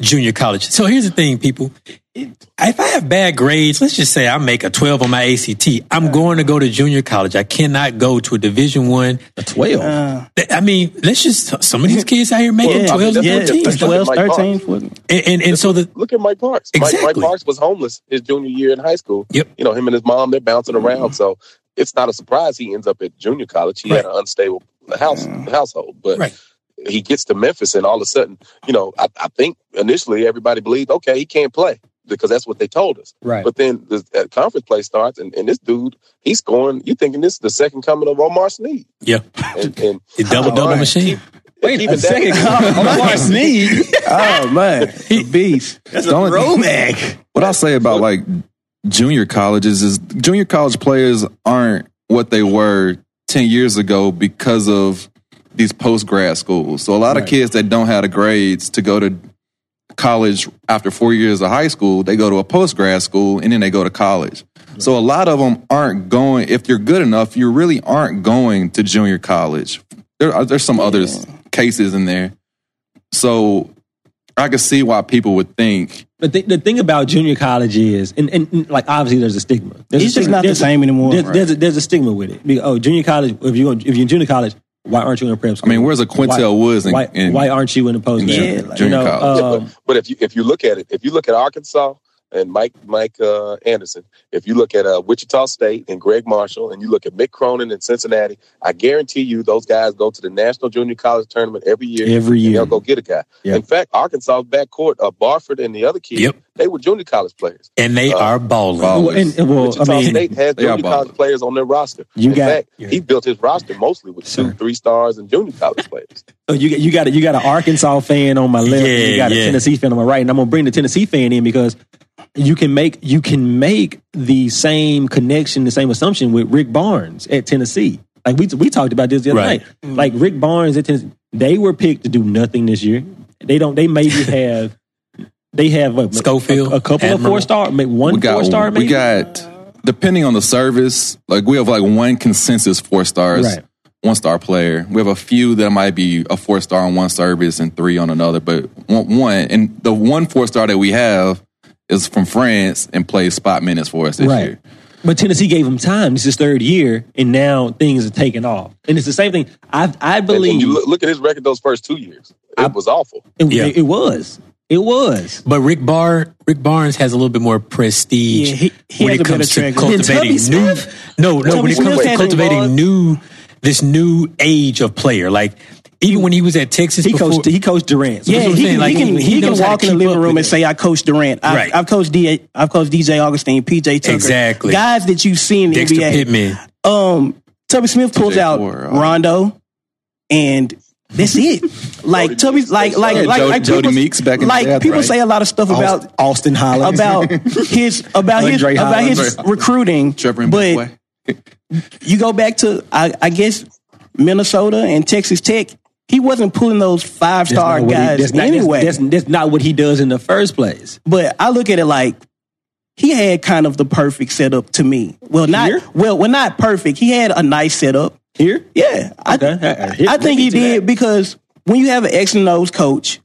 Speaker 1: junior college. So here's the thing, people. If I have bad grades, let's just say I make a 12 on my ACT, I'm going to go to junior college. I cannot go to a Division One.
Speaker 4: A twelve.
Speaker 6: Uh,
Speaker 1: I. I mean, let's just some of these kids out here making
Speaker 6: Yeah.
Speaker 1: 12
Speaker 3: Yeah.
Speaker 1: and 13.
Speaker 3: That's what
Speaker 6: 12,
Speaker 3: Mike Barnes-
Speaker 6: 13, 14.
Speaker 1: And, and, and so the
Speaker 3: Look at Mike Parks. Mike,
Speaker 1: Exactly.
Speaker 3: Mike Parks was homeless his junior year in high school.
Speaker 1: Yep. Mm-hmm.
Speaker 3: You know, him and his mom, they're bouncing around. So it's not a surprise he ends up at junior college. He had an unstable house household. But
Speaker 1: Mm. Right.
Speaker 3: he gets to Memphis and all of a sudden, you know, I, I think initially everybody believed, okay, he can't play because that's what they told us.
Speaker 4: Right.
Speaker 3: But then the uh, conference play starts and, and this dude, he's scoring. You thinking this is the second coming of Omar Sneed.
Speaker 1: yeah,
Speaker 3: And, and
Speaker 1: the double double
Speaker 3: Barnes
Speaker 1: machine.
Speaker 3: keep-
Speaker 1: Wait
Speaker 3: Even
Speaker 1: a
Speaker 3: that-
Speaker 1: second.
Speaker 7: Omar Sneed.
Speaker 6: Oh man, the beef.
Speaker 7: That's
Speaker 5: The
Speaker 7: a
Speaker 5: only thing-
Speaker 7: throwback.
Speaker 5: What I say about like junior colleges is junior college players aren't what they were 10 years ago because of these post grad schools. So a lot of kids that don't have the grades to go to college after four years of high school, they go to a post grad school and then they go to college. So a lot of them aren't going, if you're good enough, you really aren't going to junior college. There are, there's some other s- cases in there. So I can see why people would think
Speaker 4: But the, the thing about junior college is, and, and, and, like obviously there's a stigma. There's
Speaker 6: It's
Speaker 4: a
Speaker 6: just
Speaker 4: stigma.
Speaker 6: not the
Speaker 4: There's a-
Speaker 6: same anymore.
Speaker 4: There's, there's, a, there's a stigma with it. Because, oh, junior college. If you if you're in junior college, why aren't you in a prep school?
Speaker 5: mean, where's a Quintel
Speaker 4: why,
Speaker 5: Woods in-
Speaker 4: why,
Speaker 5: in-
Speaker 4: why aren't you in a post?
Speaker 5: in
Speaker 4: grad?
Speaker 5: junior- junior college?
Speaker 4: um,
Speaker 3: but, but if you if you look at it, if you look at Arkansas and Mike Mike uh, Anderson, if you look at uh, Wichita State and Greg Marshall, and you look at Mick Cronin in Cincinnati, I guarantee you those guys go to the National Junior College Tournament every year.
Speaker 4: every
Speaker 3: and
Speaker 4: year.
Speaker 3: they'll go get a guy.
Speaker 4: Yeah.
Speaker 3: In fact, Arkansas backcourt, uh, Barford and the other kid,
Speaker 1: Yep.
Speaker 3: they were junior college players.
Speaker 1: And they
Speaker 3: Uh,
Speaker 1: are balling.
Speaker 5: Ball.
Speaker 4: Well, and, and, well,
Speaker 3: Wichita
Speaker 4: I mean,
Speaker 3: State has
Speaker 5: they are
Speaker 3: junior college
Speaker 5: ballers.
Speaker 3: players on their roster.
Speaker 4: You
Speaker 3: in
Speaker 4: got-
Speaker 3: fact,
Speaker 1: yeah.
Speaker 3: he built his roster mostly with
Speaker 4: Sure.
Speaker 3: two, three stars and junior college players.
Speaker 4: So you got- you got a, you got an Arkansas fan on my left, and you
Speaker 1: Yeah,
Speaker 4: got a
Speaker 1: yeah.
Speaker 4: Tennessee fan on my right, and I'm gonna bring the Tennessee fan in because you can make you can make the same connection, the same assumption with Rick Barnes at Tennessee. Like we we talked about this the other
Speaker 1: Right.
Speaker 4: night. Like Rick Barnes at Tennessee, they were picked to do nothing this year. They don't. They maybe have. They have what,
Speaker 1: Schofield,
Speaker 4: a, a couple
Speaker 1: Admiral.
Speaker 4: of four star, maybe one
Speaker 5: we got
Speaker 4: four star, maybe
Speaker 5: we got depending on the service, like we have like one consensus four stars,
Speaker 4: Right.
Speaker 5: one star player. We have a few that might be a four star on one service and three on another, but one, one and the one four star that we have is from France and plays spot minutes for us this
Speaker 4: Right.
Speaker 5: year.
Speaker 4: But Tennessee gave him time. This is third year, and now things are taking off. And it's the same thing. I I
Speaker 3: and
Speaker 4: believe
Speaker 3: when you look, look at his record those first two years, it was awful.
Speaker 4: It,
Speaker 1: Yeah.
Speaker 4: it was. It was.
Speaker 1: But Rick Barr, Rick Barnes has a little bit more prestige
Speaker 6: Yeah, he- he
Speaker 1: when
Speaker 6: has
Speaker 1: it
Speaker 6: a better
Speaker 1: comes to
Speaker 6: track record.
Speaker 1: cultivating
Speaker 4: Than Tubby
Speaker 1: new. No, no, when
Speaker 6: Tubby
Speaker 1: it comes
Speaker 6: Smith
Speaker 1: to
Speaker 6: had
Speaker 1: cultivating
Speaker 6: involved.
Speaker 1: new, this new age of player. Like even when he was at Texas,
Speaker 4: He
Speaker 1: before,
Speaker 4: coached. He coached Durant. So
Speaker 1: Yeah,
Speaker 4: that's
Speaker 6: Yeah,
Speaker 4: what
Speaker 6: he,
Speaker 4: I'm saying.
Speaker 6: can,
Speaker 1: like,
Speaker 6: he can
Speaker 1: he-
Speaker 6: he,
Speaker 1: he
Speaker 6: can
Speaker 1: knows how
Speaker 6: walk
Speaker 1: to
Speaker 6: in the
Speaker 1: keep
Speaker 6: living
Speaker 1: up
Speaker 6: room
Speaker 1: with
Speaker 6: and
Speaker 1: it.
Speaker 6: say, "I coached Durant. I've,
Speaker 1: Right.
Speaker 6: I've coached D. I've coached DJ Augustine, PJ Tucker,
Speaker 1: Exactly.
Speaker 6: guys that you've seen in the
Speaker 1: Dexter
Speaker 6: NBA.
Speaker 1: Pittman.
Speaker 6: Um, Tubby Smith pulls
Speaker 5: J.
Speaker 6: out
Speaker 5: Cora, all
Speaker 6: Rondo, and that's it. like Tubby,
Speaker 3: Jody Meeks.
Speaker 6: like like
Speaker 5: Yeah,
Speaker 6: like,
Speaker 5: Jody-
Speaker 6: like
Speaker 5: Jody
Speaker 6: people-
Speaker 5: Meeks back in the
Speaker 6: like
Speaker 5: day,
Speaker 6: people
Speaker 5: right.
Speaker 6: say a lot of stuff about
Speaker 7: Austin Holland.
Speaker 6: about his about his
Speaker 4: Andre
Speaker 6: about
Speaker 4: Holland.
Speaker 6: his recruiting,
Speaker 5: Trevor and
Speaker 6: but you go back to I, I guess Minnesota and Texas Tech. He wasn't pulling those five
Speaker 4: That's
Speaker 6: star
Speaker 4: not what he-
Speaker 6: guys
Speaker 4: that's not- that's-
Speaker 6: anyway.
Speaker 4: that's, that's not what he does in the first place.
Speaker 6: but I look at it like he had kind of the perfect setup to me. Well, not
Speaker 4: Here?
Speaker 6: well, well, not perfect. He had a nice setup.
Speaker 4: Here,
Speaker 6: Yeah, I,
Speaker 4: Okay. Uh, uh, hit-
Speaker 6: I
Speaker 4: hit
Speaker 6: think he
Speaker 4: me to
Speaker 6: did
Speaker 4: that.
Speaker 6: because when you have an X and O's coach,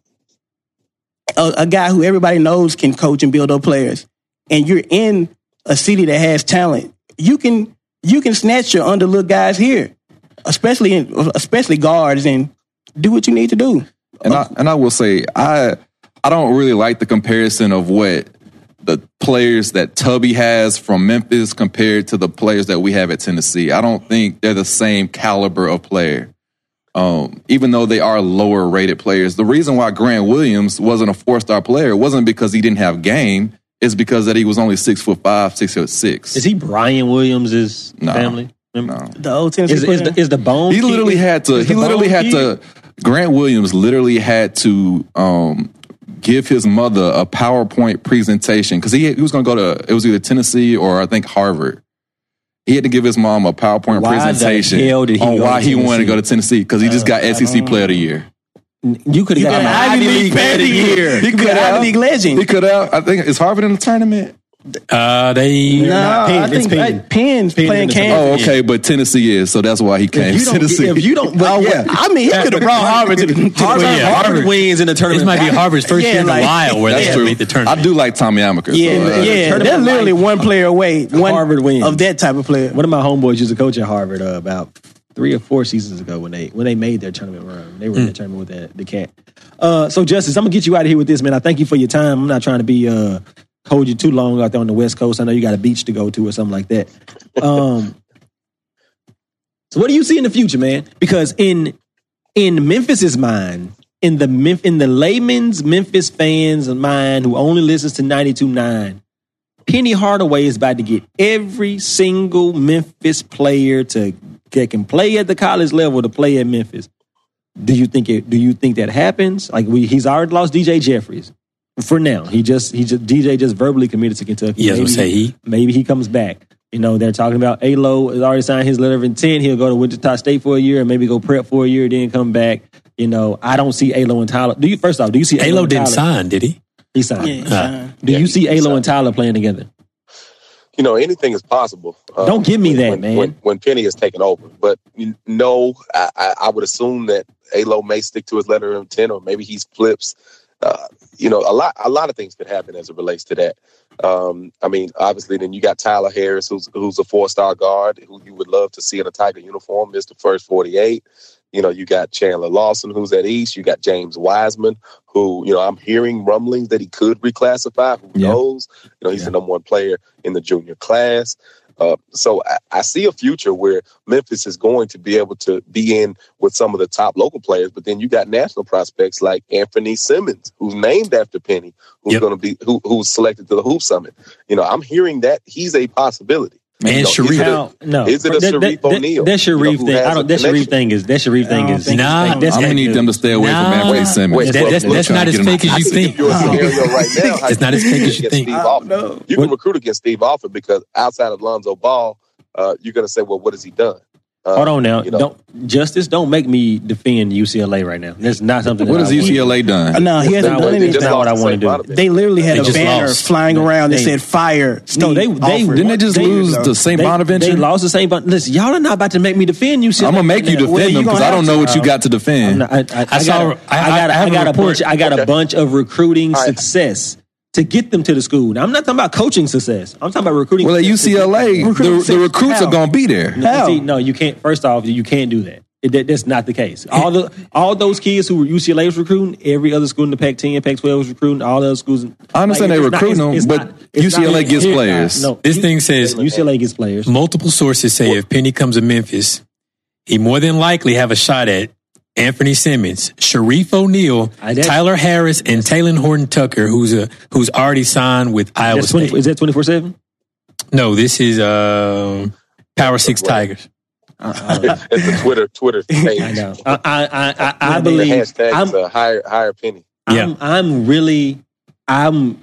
Speaker 6: a, a guy who everybody knows can coach and build up players, and you're in a city that has talent, you can you can snatch your underlooked guys here, especially in, especially guards, and do what you need to do.
Speaker 5: and I and I will say I I don't really like the comparison of what the players that Tubby has from Memphis compared to the players that we have at Tennessee. I don't think they're the same caliber of player. Um, even though they are lower rated players, the reason why Grant Williams wasn't a four star player wasn't because he didn't have game. It's because that he was only six foot five, six foot six.
Speaker 4: Is he Brian Williams'
Speaker 5: No.
Speaker 4: family?
Speaker 5: No.
Speaker 6: The old Tennessee
Speaker 4: Is, is,
Speaker 6: player.
Speaker 4: the, is the bone?
Speaker 5: He
Speaker 4: kid-
Speaker 5: literally had to.
Speaker 4: is the
Speaker 5: He literally
Speaker 4: bone
Speaker 5: had
Speaker 4: kid-
Speaker 5: to. Grant Williams literally had to um, give his mother a PowerPoint presentation because he, he was going to go to it was either Tennessee or I think Harvard. He had to give his mom a PowerPoint
Speaker 4: Why the
Speaker 5: presentation
Speaker 4: hell did he
Speaker 5: on
Speaker 4: go
Speaker 5: why
Speaker 4: to
Speaker 5: he wanted to
Speaker 4: Tennessee? Uh,
Speaker 5: go to Tennessee because he just got SEC Player of the Year.
Speaker 4: You could have got
Speaker 6: got
Speaker 4: an
Speaker 6: an
Speaker 4: Ivy
Speaker 6: Ivy
Speaker 4: League
Speaker 6: League
Speaker 4: fan of the
Speaker 6: fan of the
Speaker 4: year.
Speaker 6: year.
Speaker 5: He
Speaker 6: could
Speaker 5: could
Speaker 6: Ivy
Speaker 5: have.
Speaker 6: League legend.
Speaker 5: He could have. I think is Harvard in the tournament.
Speaker 1: Uh, they
Speaker 6: no,
Speaker 4: Penn,
Speaker 6: I
Speaker 4: it's
Speaker 6: think
Speaker 4: Penn.
Speaker 6: like, Penn's
Speaker 4: Penn
Speaker 6: playing
Speaker 4: and-
Speaker 6: Kansas.
Speaker 5: Oh, okay, but Tennessee is so that's why he came
Speaker 4: you
Speaker 5: to
Speaker 4: don't-
Speaker 5: Tennessee.
Speaker 4: if you don't- but
Speaker 5: oh, yeah.
Speaker 6: I mean, he could have brought Harvard to the, to the
Speaker 7: Harvard,
Speaker 1: Well, yeah,
Speaker 7: Harvard
Speaker 1: Harvard.
Speaker 7: wins in the
Speaker 1: This
Speaker 7: tournament.
Speaker 1: might be Harvard's first
Speaker 6: Yeah,
Speaker 1: year in
Speaker 6: like-
Speaker 1: a while where they
Speaker 5: That's
Speaker 1: have
Speaker 5: true.
Speaker 1: made the
Speaker 5: I
Speaker 1: tournament.
Speaker 5: do like Tommy Amaker. so,
Speaker 6: Yeah,
Speaker 5: uh,
Speaker 6: yeah,
Speaker 4: tournament
Speaker 6: they're
Speaker 4: of
Speaker 6: literally one player away. One
Speaker 4: Harvard wins.
Speaker 6: of that type of player.
Speaker 4: One of my homeboys used to coach at Harvard uh, about three or four seasons ago when they when they made their tournament run. They were in the tournament with the, the cat. Uh, so Justice, I'm gonna get you out of here with this, man. I thank you for your time. I'm not trying to be uh, hold you too long out there on the West Coast. I know you got a beach to go to or something like that. Um, so what do you see in the future, man? Because in in Memphis's mind, in the Memph- in the layman's Memphis fans' mind who only listens to 92.9, Penny Hardaway is about to get every single Memphis player to that can play at the college level to play at Memphis. Do you think it? Do you think that happens? Like we, he's already lost DJ Jeffries for now. He just he just DJ just verbally committed to Kentucky.
Speaker 1: Yes, I
Speaker 4: Maybe-
Speaker 1: say he.
Speaker 4: maybe he comes back. You know, they're talking about Alo has already signed his letter of intent. He'll go to Wichita State for a year and maybe go prep for a year, then come back. You know, I don't see Alo and Tyler. Do you first off? Do you see
Speaker 1: Alo
Speaker 4: and
Speaker 1: didn't
Speaker 4: Tyler?
Speaker 1: sign, did he?
Speaker 4: He signed.
Speaker 6: Yeah,
Speaker 1: Uh,
Speaker 4: Do
Speaker 3: Yeah,
Speaker 4: you
Speaker 3: he
Speaker 4: see Alo
Speaker 3: signed.
Speaker 4: and Tyler playing together?
Speaker 3: you know, anything is possible. uh,
Speaker 4: Don't give me
Speaker 3: when-
Speaker 4: that,
Speaker 3: when,
Speaker 4: man.
Speaker 3: When, when Penny is taken over, but you- no, I, I, I would assume that Alo may stick to his letter of intent, or maybe he flips. Uh, you know, a lot, a lot of things could happen as it relates to that. Um, I mean, obviously, then you got Tyler Harris, who's who's a four star guard, who you would love to see in a Tiger uniform, Mister First Forty Eight. You know, you got Chandler Lawson, who's at East. You got James Wiseman, who you know I'm hearing rumblings that he could reclassify. Who
Speaker 4: Yeah.
Speaker 3: knows? You know, he's the number one player in the junior class. Uh, so I, I see a future where Memphis is going to be able to be in with some of the top local players, but then you got national prospects like Anthony Simmons, who's named after Penny, who's
Speaker 1: Yep.
Speaker 3: going to be who, who's selected to the Hoop Summit. You know, I'm hearing that he's a possibility.
Speaker 1: and
Speaker 3: No,
Speaker 1: Sharif.
Speaker 3: he's a-
Speaker 4: How- no,
Speaker 3: is it a
Speaker 4: That- that-
Speaker 3: Sharif O'Neal,
Speaker 4: That, that Sharif
Speaker 3: you know, who
Speaker 4: thing.
Speaker 3: has
Speaker 4: I
Speaker 3: a
Speaker 4: don't. That Sharif
Speaker 3: connection?
Speaker 4: thing is that Sharif
Speaker 6: I
Speaker 4: thing
Speaker 6: don't
Speaker 4: is.
Speaker 6: think
Speaker 1: Nah,
Speaker 6: it's-
Speaker 1: I'm
Speaker 4: that's
Speaker 5: I'm gonna need them to stay away
Speaker 1: Nah.
Speaker 5: from Anthony Simmons.
Speaker 3: Wait,
Speaker 5: That's
Speaker 3: wait,
Speaker 5: what
Speaker 3: wait,
Speaker 5: I'm
Speaker 3: that's
Speaker 5: trying
Speaker 1: not
Speaker 5: to
Speaker 1: as
Speaker 5: get him
Speaker 1: fake as
Speaker 5: out.
Speaker 1: you
Speaker 3: I can
Speaker 1: think.
Speaker 3: give you a
Speaker 6: I don't
Speaker 3: scenario
Speaker 6: know.
Speaker 3: right now. how
Speaker 1: It's
Speaker 3: you
Speaker 1: not as fake
Speaker 3: can
Speaker 1: as
Speaker 3: recruit
Speaker 1: you
Speaker 3: against
Speaker 1: think.
Speaker 3: Steve
Speaker 6: I
Speaker 3: Ballmer.
Speaker 6: don't know.
Speaker 3: You can recruit against Steve Alford because outside of Lonzo Ball, uh, you're going to say, well, what has he done? Uh,
Speaker 4: Hold on now.
Speaker 3: you know.
Speaker 4: Don't justice. Don't make me defend UCLA right now. That's not something.
Speaker 5: What
Speaker 4: that
Speaker 5: has
Speaker 4: I want.
Speaker 5: UCLA
Speaker 6: Uh,
Speaker 5: done?
Speaker 6: No, he hasn't
Speaker 3: That's not
Speaker 6: done
Speaker 3: what- they
Speaker 4: That's
Speaker 3: just
Speaker 4: not
Speaker 6: anything.
Speaker 3: lost
Speaker 4: what I
Speaker 3: to
Speaker 4: wanna
Speaker 3: St.
Speaker 4: do.
Speaker 3: Bonavent.
Speaker 6: They literally had
Speaker 1: They
Speaker 6: a
Speaker 1: just
Speaker 6: banner
Speaker 1: lost.
Speaker 6: flying around that
Speaker 4: They-
Speaker 6: said "Fire."
Speaker 4: No, they-
Speaker 6: Steve
Speaker 4: they-
Speaker 6: Alford."
Speaker 5: Didn't they just
Speaker 6: They-
Speaker 5: lose to St.
Speaker 4: They- They
Speaker 5: Bonaventure?
Speaker 4: lost the St. Bon. Listen, y'all are not about to make me defend UCLA.
Speaker 5: I'm gonna make
Speaker 4: right
Speaker 5: you
Speaker 4: now.
Speaker 6: Well,
Speaker 5: defend
Speaker 6: you
Speaker 5: them because
Speaker 6: gonna
Speaker 5: I don't
Speaker 6: have
Speaker 5: know
Speaker 6: to,
Speaker 5: what you
Speaker 6: bro.
Speaker 5: got to
Speaker 4: I'm
Speaker 5: defend.
Speaker 4: not- I, I, I,
Speaker 1: saw-
Speaker 4: got, a- I,
Speaker 1: I-
Speaker 4: got, a-
Speaker 1: I
Speaker 4: I,
Speaker 1: have a
Speaker 4: got a
Speaker 1: report.
Speaker 4: bunch. I got a
Speaker 3: Okay.
Speaker 4: bunch of recruiting
Speaker 3: All right.
Speaker 4: success to get them to the school. Now, I'm not talking about coaching success. I'm talking about recruiting.
Speaker 5: Well, at
Speaker 4: success to get
Speaker 5: UCLA,
Speaker 6: Recruits
Speaker 5: the, the
Speaker 6: is
Speaker 5: recruits
Speaker 6: hell.
Speaker 5: are gonna be there.
Speaker 4: No,
Speaker 6: How?
Speaker 4: see, no, you can't. First off, you can't do that. It- that- That's not the case. All the all those kids who were UCLA was recruiting, every other school in the Pac-10, Pac-12 was recruiting. All the other schools.
Speaker 5: I understand they recruiting them, but UCLA gets players.
Speaker 1: This thing says-
Speaker 4: UCLA gets players.
Speaker 1: Multiple sources say if Penny comes to Memphis, he more than likely have a shot at Anthony Simmons, Sharif O'Neal,
Speaker 4: I- that-
Speaker 1: Tyler Harris, and Taylon Horton Tucker, who's a who's already signed with Iowa
Speaker 4: That's 20,
Speaker 1: State.
Speaker 4: is that twenty four seven?
Speaker 1: No, this is um Power Six
Speaker 3: Right.
Speaker 1: Tigers.
Speaker 3: It's the Twitter Twitter page.
Speaker 4: I know. I I I, I, I
Speaker 3: The
Speaker 4: believe
Speaker 3: hashtag
Speaker 4: I'm
Speaker 3: is a higher higher penny.
Speaker 1: Yeah.
Speaker 4: I'm I'm really I'm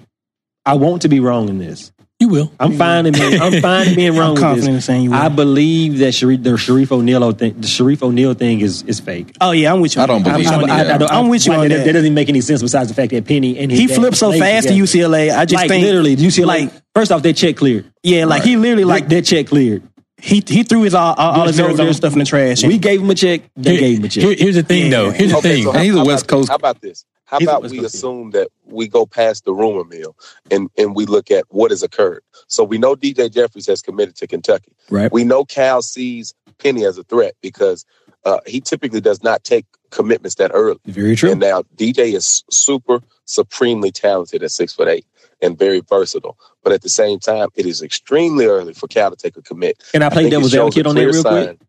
Speaker 4: I want to be wrong in this.
Speaker 1: You will.
Speaker 4: I'm fine in being I'm fine in being wrong
Speaker 6: Mm. I'm
Speaker 4: with
Speaker 6: confident in
Speaker 4: this.
Speaker 6: saying you.
Speaker 4: I
Speaker 6: will.
Speaker 4: believe that Sharif, the Sharif O'Neal thing, the Sharif O'Neal thing is is fake.
Speaker 6: Oh yeah, I'm with you.
Speaker 5: I don't
Speaker 4: I'm,
Speaker 5: believe
Speaker 4: I'm,
Speaker 5: it.
Speaker 4: I, I don't,
Speaker 6: I'm with you
Speaker 4: like,
Speaker 6: on
Speaker 4: that,
Speaker 6: that.
Speaker 4: that doesn't make any sense besides the fact that Penny and his
Speaker 6: He
Speaker 4: dad
Speaker 6: flipped so
Speaker 4: played
Speaker 6: fast to
Speaker 4: together.
Speaker 6: UCLA. I just
Speaker 4: Like
Speaker 6: think
Speaker 4: literally, UCLA.
Speaker 6: Like
Speaker 4: first off, they check cleared.
Speaker 6: yeah, like he literally like
Speaker 4: Like that check cleared.
Speaker 6: he he threw his all, all, all his
Speaker 4: There's no-
Speaker 6: Arizona
Speaker 4: there's-
Speaker 6: stuff in the trash.
Speaker 4: We gave him a check. They gave him a check.
Speaker 1: Here- here's the thing,
Speaker 6: Yeah.
Speaker 1: though. Here's the thing.
Speaker 5: so- And he's a
Speaker 3: about
Speaker 5: West
Speaker 3: this?
Speaker 5: Coast-
Speaker 3: How about this? How
Speaker 4: He's a
Speaker 3: about
Speaker 4: West
Speaker 3: we
Speaker 4: Coast kid.
Speaker 3: assume that we go past the rumor mill and, and we look at what has occurred? So we know DJ Jeffries has committed to Kentucky.
Speaker 4: Right.
Speaker 3: We know Cal sees Penny as a threat because uh, he typically does not take commitments that early.
Speaker 4: Very true.
Speaker 3: And now DJ is super supremely talented at six foot eight and very versatile. But at the same time, it is extremely early for Cal to take a commit.
Speaker 4: Can I play
Speaker 3: think it
Speaker 4: devil's
Speaker 3: shows a
Speaker 4: advocate on that
Speaker 3: clear
Speaker 4: real quick?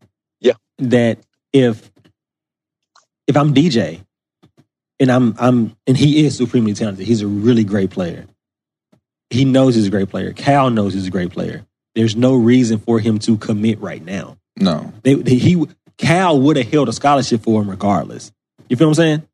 Speaker 3: sign.
Speaker 4: that if if I'm DJ and I'm I'm and he is supremely talented, he's a really great player. He knows he's a great player. Cal knows he's a great player. There's no reason for him to commit right now.
Speaker 5: No,
Speaker 4: They, they- he Cal would have held a scholarship for him regardless. You feel what I'm saying?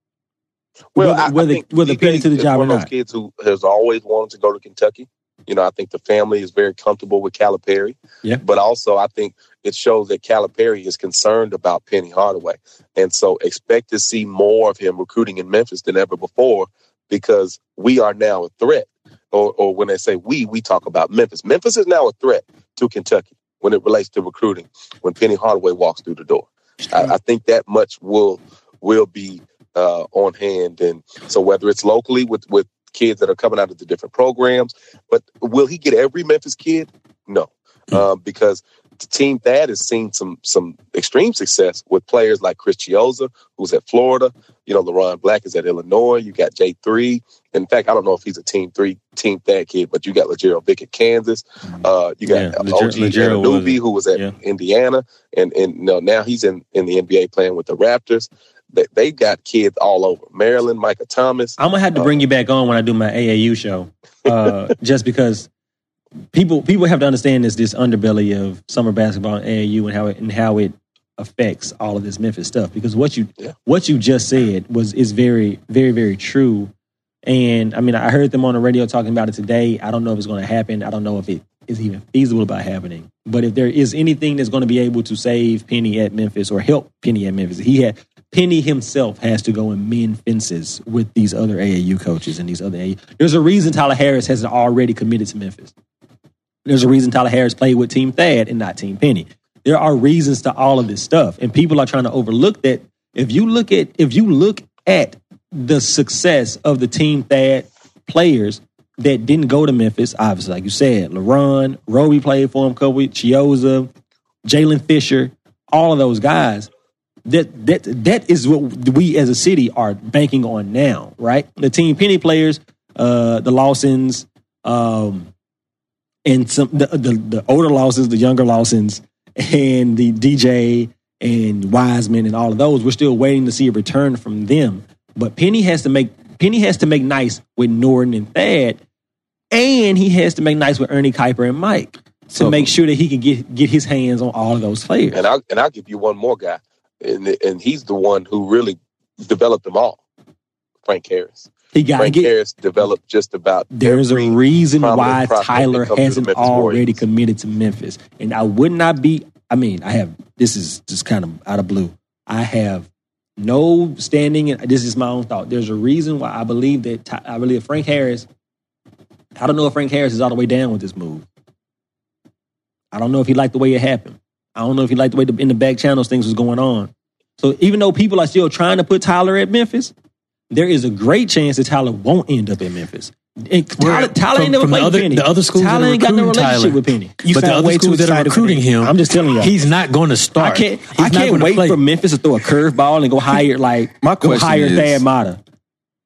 Speaker 3: Well,
Speaker 4: Whether-
Speaker 3: I,
Speaker 4: whether-
Speaker 3: I think
Speaker 4: whether
Speaker 3: DK
Speaker 4: Penny to the
Speaker 3: is
Speaker 4: job
Speaker 3: one
Speaker 4: or
Speaker 3: of those
Speaker 4: not.
Speaker 3: kids who has always wanted to go to Kentucky. You know, I think the family is very comfortable with Calipari.
Speaker 4: Yeah.
Speaker 3: But also, I think it shows that Calipari is concerned about Penny Hardaway, and so expect to see more of him recruiting in Memphis than ever before because we are now a threat. Or, or when they say we, we talk about Memphis. Memphis is now a threat to Kentucky when it relates to recruiting. When Penny Hardaway walks through the door, I, I think that much will will be uh, on hand. And so whether it's locally with with kids that are coming out of the different programs, but will he get every Memphis kid? No,
Speaker 4: Hmm.
Speaker 3: uh, because the team that has seen some some extreme success with players like Chris Chioza, who's at Florida. You know, LaRon Black is at Illinois. You got J three. In fact, I don't know if he's a team three, team that kid, but you got LeGerald Vick at Kansas. Uh, you got
Speaker 4: Hmm. Yeah,
Speaker 3: OG
Speaker 4: Leger- Legero was
Speaker 3: Ananubi, who was at
Speaker 4: yeah.
Speaker 3: Indiana, and and you know, now he's in in the NBA playing with the Raptors. They they got kids all over Maryland. Micah Thomas.
Speaker 4: I'm gonna have to bring you back on when I do my AAU show, uh, just because people people have to understand this this underbelly of summer basketball and AAU and how it and how it affects all of this Memphis stuff because what you
Speaker 3: Yeah.
Speaker 4: what you just said was is very very very true. And I mean, I heard them on the radio talking about it today. I don't know if it's going to happen. I don't know if it is even feasible about happening. But if there is anything that's going to be able to save Penny at Memphis or help Penny at Memphis, he had Penny himself has to go and mend fences with these other AAU coaches and these other. AAU. There's a reason Tyler Harris hasn't already committed to Memphis. There's a reason Tyler Harris played with Team Thad and not Team Penny. There are reasons to all of this stuff, and people are trying to overlook that. If you look at if you look at the success of the Team Thad players that didn't go to Memphis, obviously, like you said, LaRon, Roby played for him, Kobe, Chioza, Jalen Fisher, all of those guys. That that that is what we as a city are banking on now, right? The Team Penny players, uh, the Lawsons, um, and some the, the the older Lawsons, the younger Lawsons, and the DJ and Wiseman and all of those, we're still waiting to see a return from them. But Penny has to make Penny has to make nice with Norton and Thad, and he has to make nice with Ernie Kuiper and Mike to
Speaker 5: So-
Speaker 4: make sure that he can get get his hands on all of those players.
Speaker 3: And I'll and I'll give you one more guy, and and he's the one who really developed them all. Frank Harris.
Speaker 4: he got to
Speaker 3: Frank
Speaker 4: get.
Speaker 3: Harris developed just about.
Speaker 4: There's a
Speaker 3: every-
Speaker 4: reason
Speaker 3: prominent
Speaker 4: why
Speaker 3: prospect that
Speaker 4: Tyler
Speaker 3: comes to the
Speaker 4: hasn't
Speaker 3: Memphis
Speaker 4: already
Speaker 3: Warriors.
Speaker 4: committed to Memphis, and I would not be. I mean, I have. This is just kind of out of blue. I have no standing, and this is my own thought. There's a reason why I believe that. Ty- I believe Frank Harris. I don't know if Frank Harris is all the way down with this move. I don't know if he liked the way it happened. I don't know if he liked the way the, in the back channels things was going on. So even though people are still trying to put Tyler at Memphis, there is a great chance that Tyler won't end up in Memphis. And Tyler,
Speaker 1: Where-
Speaker 4: Tyler ain't
Speaker 1: from-
Speaker 4: never
Speaker 1: from the
Speaker 4: played
Speaker 1: other-
Speaker 4: Penny.
Speaker 1: the other schools that
Speaker 4: Tyler
Speaker 1: are
Speaker 4: ain't got no
Speaker 1: recruiting
Speaker 4: relationship
Speaker 1: Tyler.
Speaker 4: with Penny.
Speaker 6: You
Speaker 1: but the
Speaker 6: sound
Speaker 1: other
Speaker 6: way too
Speaker 1: schools that are
Speaker 6: excited for
Speaker 1: recruiting
Speaker 6: that.
Speaker 1: him,
Speaker 4: I'm just telling y'all.
Speaker 1: he's not going to start.
Speaker 4: I can't.
Speaker 1: He's
Speaker 4: I
Speaker 1: not
Speaker 4: can't
Speaker 1: gonna
Speaker 4: wait
Speaker 1: play.
Speaker 4: for Memphis to throw a curveball and go hire like
Speaker 5: My
Speaker 4: go
Speaker 5: question
Speaker 4: hire
Speaker 5: is-
Speaker 4: Thad Mata.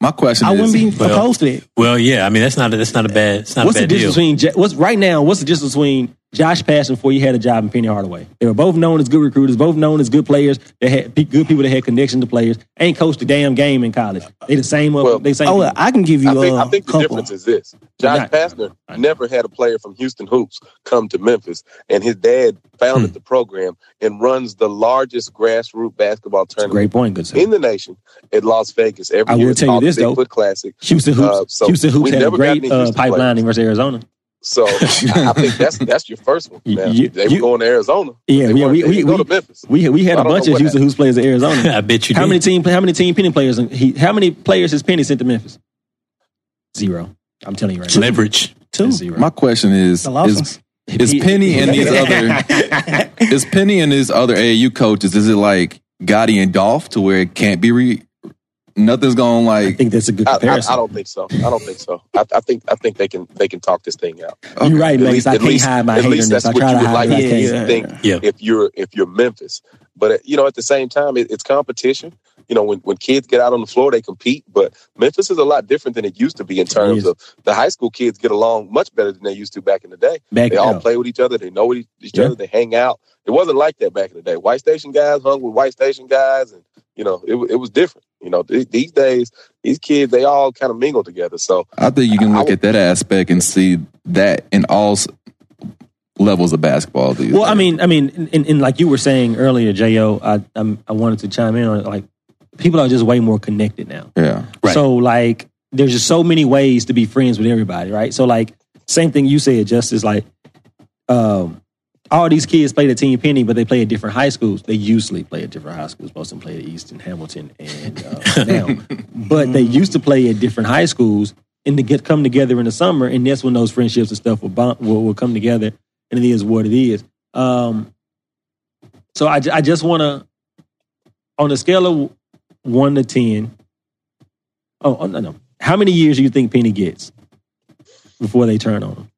Speaker 5: My question
Speaker 6: I
Speaker 5: is,
Speaker 6: wouldn't be
Speaker 1: Well,
Speaker 6: opposed to that.
Speaker 1: Well, yeah, I mean that's not a, that's not a bad it's not
Speaker 4: What's
Speaker 1: a
Speaker 4: the
Speaker 1: bad deal.
Speaker 4: difference between between Ja- what's right now? What's the difference between Josh Passon before he had a job and Penny Hardaway? They were both known as good recruiters, both known as good players. They had pe- good people that had connection to players. Ain't coached a damn game in college. They the same. up.
Speaker 3: Well,
Speaker 4: they same.
Speaker 6: Oh,
Speaker 4: people.
Speaker 6: well, I can give you
Speaker 3: I think,
Speaker 6: uh,
Speaker 3: I think the
Speaker 6: couple.
Speaker 3: difference is this: Josh
Speaker 4: Not-
Speaker 3: Pastner never had a player from Houston hoops come to Memphis, and his dad
Speaker 4: Hmm.
Speaker 3: founded the program and runs the largest grassroots basketball
Speaker 4: That's a
Speaker 3: tournament
Speaker 4: great point, good sir.
Speaker 3: in the nation at Las Vegas every
Speaker 4: I will
Speaker 3: year. It's
Speaker 4: tell you
Speaker 3: called the
Speaker 4: this, though.
Speaker 3: Bigfoot Classic.
Speaker 4: Houston Hoops.
Speaker 3: Uh, so
Speaker 4: Houston Hoops
Speaker 3: we
Speaker 4: had a
Speaker 3: never got
Speaker 4: great
Speaker 3: any
Speaker 4: uh,
Speaker 3: Houston
Speaker 4: pipeline
Speaker 3: players.
Speaker 4: in versus Arizona.
Speaker 3: So I I think that's that's your first one.
Speaker 4: You-
Speaker 3: Now,
Speaker 4: you-
Speaker 3: they
Speaker 4: you-
Speaker 3: were going to Arizona.
Speaker 4: Yeah, yeah,
Speaker 3: They weren't-
Speaker 4: we-
Speaker 3: they
Speaker 4: we-
Speaker 3: didn't go
Speaker 4: we-
Speaker 3: to Memphis.
Speaker 4: We we had
Speaker 3: I
Speaker 4: a
Speaker 3: don't know
Speaker 4: bunch of
Speaker 3: what
Speaker 4: Houston Hoops players in Arizona.
Speaker 1: I bet you
Speaker 4: how
Speaker 1: did.
Speaker 4: many team how many team Penny players? He, how many players has Penny sent to Memphis? Zero. I'm telling you right now.
Speaker 1: leverage?
Speaker 6: too.
Speaker 4: Zero.
Speaker 5: my question is,
Speaker 6: The
Speaker 5: is,
Speaker 6: Lawsons.
Speaker 5: is Penny and these other is Penny and his other AAU coaches? Is it like Gotti and Dolph to where it can't be re? Nothing's going
Speaker 4: I
Speaker 5: like.
Speaker 4: think that's a good
Speaker 3: I, I,
Speaker 4: comparison.
Speaker 3: I don't think so. I don't think so. I, I think I think they can they can talk this thing out.
Speaker 5: okay.
Speaker 4: You're right,
Speaker 3: At
Speaker 4: Max.
Speaker 3: least-
Speaker 4: I
Speaker 3: at
Speaker 4: can't
Speaker 3: least-
Speaker 4: hide my
Speaker 3: at least
Speaker 4: haterness.
Speaker 3: that's
Speaker 4: I
Speaker 3: what
Speaker 4: try
Speaker 3: you
Speaker 4: to
Speaker 3: would
Speaker 4: hide
Speaker 3: like
Speaker 4: it. I
Speaker 3: to
Speaker 4: can't.
Speaker 3: see. think
Speaker 1: Yeah.
Speaker 3: if you're if you're Memphis. But uh, you know, at the same time, it, it's competition. You know, when, when kids get out on the floor, they compete. But Memphis is a lot different than it used to be in terms
Speaker 4: is.
Speaker 3: of the high school kids get along much better than they used to back in the day.
Speaker 4: Back
Speaker 3: They all
Speaker 4: out.
Speaker 3: play with each other. They know each each
Speaker 4: Yeah.
Speaker 3: other. They hang out. It wasn't like that back in the day. White station guys hung with white station guys, and you know, it wa- it was different. You know, th- these days, these kids they all kind of mingle together. So
Speaker 5: I think you can
Speaker 3: I- I
Speaker 5: look
Speaker 3: would-
Speaker 5: at that aspect and see that in all s- levels of basketball. these
Speaker 4: Well, I
Speaker 5: days.
Speaker 4: mean, I mean, and, and like you were saying earlier, Jo, I I'm, I wanted to chime in on it. Like people are just way more connected now.
Speaker 5: yeah,
Speaker 1: Right.
Speaker 4: So like there's just so many ways to be friends with everybody, right? So like same thing you said, Justice, like um all these kids played at Team Penny, but they play at different high schools. They usually play at different high schools. Most of them play at Easton, Hamilton, and uh, now. But they used to play at different high schools, and to get come together in the summer, and that's when those friendships and stuff will, bond, will will come together, and it is what it is. Um, so I ju- I just want to on a scale of one to ten, Oh, oh, no, no. How many years do you think Penny gets before they turn on him?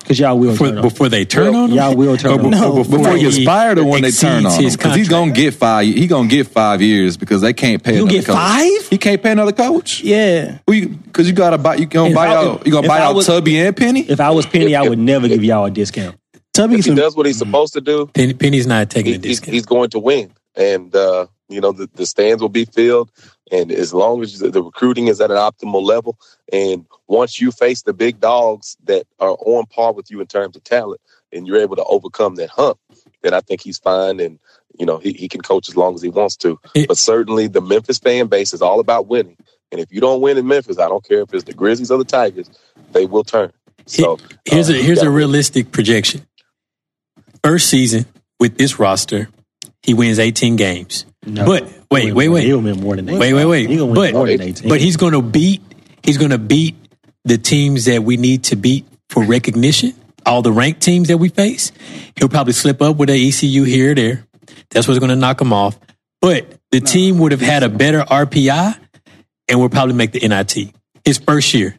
Speaker 4: Because y'all will
Speaker 1: Before,
Speaker 4: turn on him.
Speaker 1: before they turn on him,
Speaker 4: Y'all will turn
Speaker 1: Or
Speaker 4: on him.
Speaker 1: before-
Speaker 6: No,
Speaker 1: before
Speaker 5: before he gets fired or when they turn
Speaker 1: exceeds
Speaker 5: on him
Speaker 1: his
Speaker 5: because he's gonna get five. He gonna get five years because they can't pay.
Speaker 6: You
Speaker 5: another
Speaker 6: get
Speaker 5: coach.
Speaker 6: five?
Speaker 5: He can't pay another coach.
Speaker 6: Yeah.
Speaker 5: Because you gotta buy. You gonna
Speaker 4: If
Speaker 5: buy
Speaker 4: I-
Speaker 5: out. You gonna
Speaker 4: if
Speaker 5: buy
Speaker 4: I
Speaker 5: out
Speaker 4: was-
Speaker 5: Tubby and Penny.
Speaker 4: If I was Penny, I would never give y'all a discount.
Speaker 6: Tubby
Speaker 3: if
Speaker 6: gets
Speaker 3: he
Speaker 6: a
Speaker 3: does what he's supposed to do,
Speaker 1: Penny, Penny's not taking
Speaker 3: he,
Speaker 1: a
Speaker 3: he's,
Speaker 1: discount.
Speaker 3: he's going to win. And, uh, you know, the, the stands will be filled. And as long as the the recruiting is at an optimal level, and once you face the big dogs that are on par with you in terms of talent, and you're able to overcome that hump, that I think he's fine and you know he, he can coach as long as he wants to.
Speaker 1: It-
Speaker 3: But certainly the Memphis fan base is all about winning. And if you don't win in Memphis, I don't care if it's the Grizzlies or the Tigers, they will turn. So
Speaker 1: Here's a
Speaker 3: uh,
Speaker 1: here's
Speaker 3: yeah.
Speaker 1: a realistic projection. First season with this roster, he wins 18 games. But wait, wait, wait.
Speaker 4: He'll win more than that.
Speaker 1: Wait, wait, wait.
Speaker 4: He gonna win
Speaker 1: but,
Speaker 4: more than 18.
Speaker 1: but he's going to beat. He's going to beat the teams that we need to beat for recognition. All the ranked teams that we face, he'll probably slip up with a ECU here or there. That's what's going to knock him off. But the team would have had a better RPI, and will probably make the NIT his first year.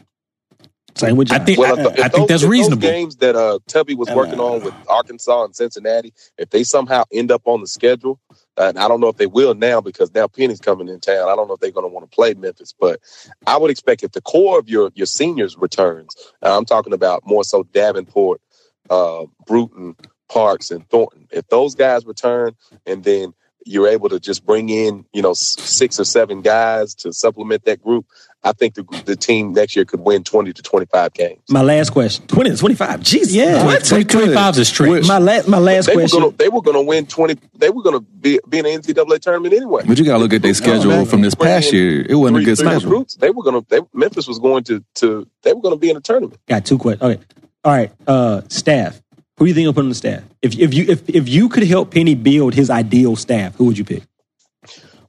Speaker 4: Same with
Speaker 1: I
Speaker 4: John.
Speaker 1: think. I,
Speaker 3: Well, if the- if
Speaker 1: I
Speaker 3: those-
Speaker 1: think that's
Speaker 3: if those
Speaker 1: reasonable.
Speaker 3: games that uh, Tubby was
Speaker 6: Uh,
Speaker 3: working on with Arkansas and Cincinnati, if they somehow end up on the schedule, and I don't know if they will now because now Penny's coming in town. I don't know if they're going to want to play Memphis, but I would expect if the core of your your seniors returns, and I'm talking about more so Davenport, uh, Bruton, Parks, and Thornton. If those guys return, and then you're able to just bring in you know s- six or seven guys to supplement that group. I think the, the team next year could win 20 to 25 games.
Speaker 4: My last question. 20 to 25. Jesus.
Speaker 7: Yeah.
Speaker 4: What?
Speaker 7: They could.
Speaker 1: 25 is straight.
Speaker 7: My last, my last
Speaker 3: they
Speaker 7: question.
Speaker 3: were gonna they were gonna win twenty. They were gonna be be in the NCAA tournament anyway.
Speaker 5: But you gotta look at their schedule
Speaker 7: man.
Speaker 5: from this past year. It wasn't a
Speaker 3: Three-
Speaker 5: good
Speaker 3: three different
Speaker 5: schedule.
Speaker 3: groups. They were gonna. They, Memphis was going to to. They were gonna be in the tournament.
Speaker 4: Got two questions. Okay. All right. Uh, staff. Who do you think will put on the staff? If, if you if, if you could help Penny build his ideal staff, who would you pick?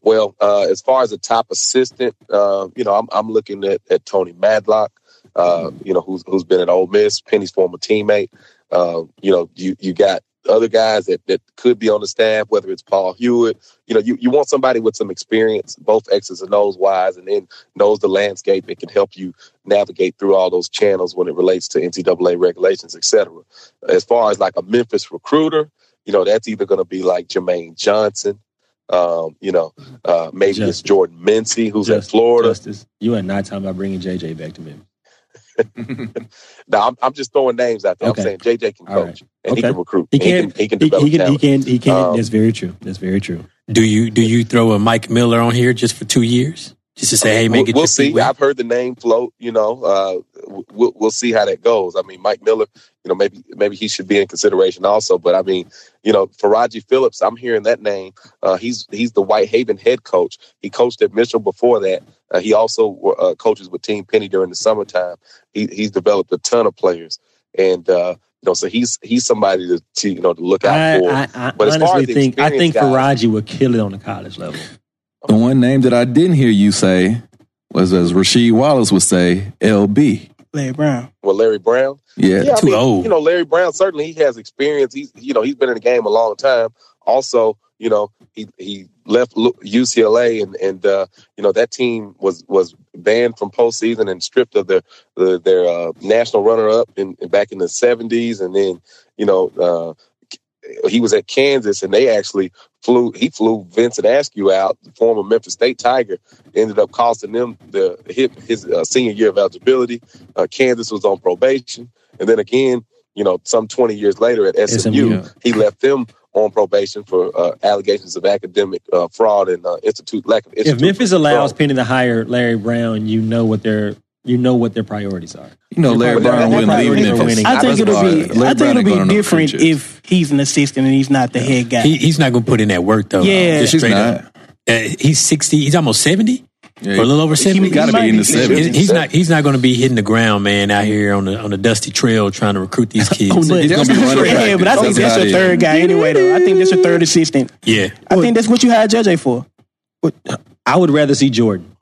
Speaker 3: Well, uh, as far as the top assistant, uh, you know, I'm I'm looking at, at Tony Madlock. Uh, you know, who's who's been at Ole Miss, Penny's former teammate. Uh, you know, you you got other guys that, that could be on the staff, whether it's Paul Hewitt. You know, you, you want somebody with some experience, both X's and O's wise, and then knows the landscape and can help you navigate through all those channels when it relates to NCAA regulations, et cetera. As far as like a Memphis recruiter, you know, that's either going to be like Jermaine Johnson. Um, you know, uh, maybe it's
Speaker 4: Justice.
Speaker 3: Jordan Mincy, who's
Speaker 4: Justice-
Speaker 3: at Florida.
Speaker 4: Justice, you are not talking about bringing JJ back to Memphis.
Speaker 3: No, I'm, I'm just throwing names out there.
Speaker 4: Okay.
Speaker 3: I'm saying JJ can
Speaker 4: All
Speaker 3: coach
Speaker 4: right.
Speaker 3: and he
Speaker 4: Okay.
Speaker 3: can recruit.
Speaker 4: He
Speaker 3: and
Speaker 4: can.
Speaker 3: He can,
Speaker 4: He,
Speaker 3: develop
Speaker 4: he can. He
Speaker 3: talent.
Speaker 4: can. He can.
Speaker 3: Um,
Speaker 4: that's very true. That's very true.
Speaker 1: do you do you throw a Mike Miller on here just for two years, just to say, hey, man,
Speaker 3: We'll-
Speaker 1: get
Speaker 3: we'll
Speaker 1: your feet
Speaker 3: see.
Speaker 1: wet?
Speaker 3: I've heard the name float. You know, uh, w- we'll we'll see how that goes. I mean, Mike Miller. You know, maybe maybe he should be in consideration also. But I mean, you know, Faraji Phillips. I'm hearing that name. Uh, he's he's the White Haven head coach. He coached at Mitchell before that. Uh, he also uh, coaches with Team Penny during the summertime. He, he's developed a ton of players, and uh, you know, so he's he's somebody to, to you know to look out
Speaker 4: I,
Speaker 3: for.
Speaker 4: I, I
Speaker 3: But as far
Speaker 4: honestly
Speaker 3: as the
Speaker 4: think I think
Speaker 3: experienced guys-
Speaker 4: Faraji would kill it on the college level.
Speaker 5: The one name that I didn't hear you say was, as Rasheed Wallace would say, LB.
Speaker 6: Larry Brown.
Speaker 3: well, Larry Brown.
Speaker 5: Yeah.
Speaker 1: too old.
Speaker 3: You know, Larry Brown certainly he has experience. He's you know he's been in the game a long time. Also, you know he he left Lu- UCLA and and uh, you know that team was was banned from postseason and stripped of their the, their uh, national runner up in, back in the seventies, and then you know. Uh, he was at Kansas, and they actually flew. He flew Vincent Askew out, the former Memphis State Tiger, ended up costing them the his, his uh, senior year of eligibility. Uh, Kansas was on probation, and then again, you know, some twenty years later at SMU,
Speaker 4: SMU.
Speaker 3: he left them on probation for uh, allegations of academic uh, fraud and uh, institute lack of.
Speaker 4: If
Speaker 3: institute
Speaker 4: Memphis
Speaker 3: control.
Speaker 4: allows Penny to hire Larry Brown, you know what their you know what their priorities are.
Speaker 5: You know, Larry
Speaker 4: But that- that
Speaker 5: Brown wouldn't
Speaker 4: probably
Speaker 5: leave
Speaker 4: is a
Speaker 5: Memphis.
Speaker 4: winning-
Speaker 6: I
Speaker 4: Nah,
Speaker 6: think
Speaker 5: that's
Speaker 6: it'll
Speaker 5: why
Speaker 6: be.
Speaker 5: Larry
Speaker 6: I
Speaker 5: Brown
Speaker 6: think
Speaker 5: ain't
Speaker 6: it'll
Speaker 5: going
Speaker 6: be
Speaker 5: to no
Speaker 6: different
Speaker 5: coaches.
Speaker 6: if he's an assistant and he's not the head guy.
Speaker 1: He, he's not going to put in that work though.
Speaker 6: Yeah.
Speaker 1: Just
Speaker 5: She's
Speaker 1: straight
Speaker 5: not.
Speaker 1: up. Uh, he's sixty. He's almost seventy.
Speaker 5: Yeah,
Speaker 1: or a little over seventy.
Speaker 5: He's got to be in the
Speaker 6: He-
Speaker 5: seventies.
Speaker 1: He's, he's not. He's not going to be hitting the ground, man, out here on the on the dusty trail trying to recruit
Speaker 7: Oh,
Speaker 1: these kids.
Speaker 5: He's gonna be running
Speaker 6: yeah,
Speaker 5: practice.
Speaker 6: but I think that's
Speaker 5: about
Speaker 6: your
Speaker 5: it.
Speaker 6: third guy anyway. Though I think that's your third assistant.
Speaker 1: yeah,
Speaker 6: I think that's what you hired JJ for.
Speaker 4: I would rather see Jordan.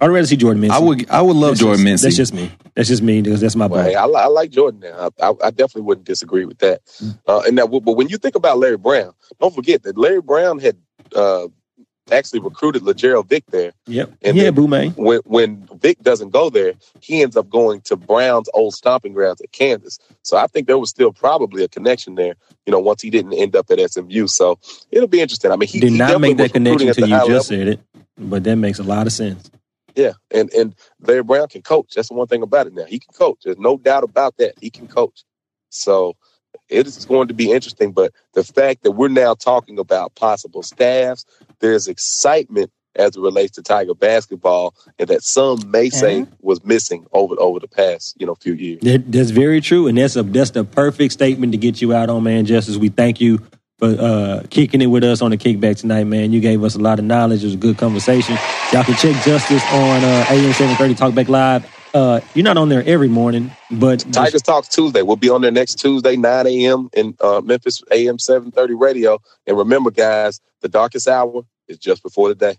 Speaker 4: I would rather see Jordan. Mincy.
Speaker 5: I would. I would love
Speaker 4: That's
Speaker 5: Jordan
Speaker 4: just-
Speaker 5: Mincy.
Speaker 4: That's just me. That's just me because that's my
Speaker 3: Well,
Speaker 4: boy.
Speaker 3: hey, I, li- I like Jordan now. I, I, I definitely wouldn't disagree with that.
Speaker 4: Mm.
Speaker 3: Uh, and now, but when you think about Larry Brown, don't forget that Larry Brown had uh, actually recruited LeGerald Vick there.
Speaker 4: Yep.
Speaker 3: And
Speaker 4: yeah,
Speaker 3: then-
Speaker 4: Boo May.
Speaker 3: When when Vick doesn't go there, he ends up going to Brown's old stomping grounds at Kansas. So I think there was still probably a connection there. You know, once he didn't end up at SMU, so it'll be interesting. I mean, he
Speaker 4: Did
Speaker 3: he
Speaker 4: not
Speaker 3: definitely
Speaker 4: make that
Speaker 3: was recruiting
Speaker 4: connection
Speaker 3: at the
Speaker 4: until you
Speaker 3: high
Speaker 4: just
Speaker 3: level.
Speaker 4: said it, but that makes a lot of sense.
Speaker 3: Yeah, and and Larry Brown can coach. That's the one thing about it. Now he can coach. There's no doubt about that. He can coach. So it is going to be interesting. But the fact that we're now talking about possible staffs, there's excitement as it relates to Tiger basketball, and that some may say was missing over over the past you know few
Speaker 4: Mm-hmm.
Speaker 3: years.
Speaker 4: That, that's very true, and that's a that's the perfect statement to get you out on, man. Justice, we thank you for uh, kicking it with us on the kickback tonight, man. You gave us a lot of knowledge. It was a good conversation. Y'all can check Justice on uh, AM seven thirty Talkback Live. Uh, you're not on there every morning, but
Speaker 3: Tigers Talks Tuesday. We'll be on there next Tuesday, 9 a.m. in uh, Memphis AM 730 radio. And remember, guys, the darkest hour is just before the day.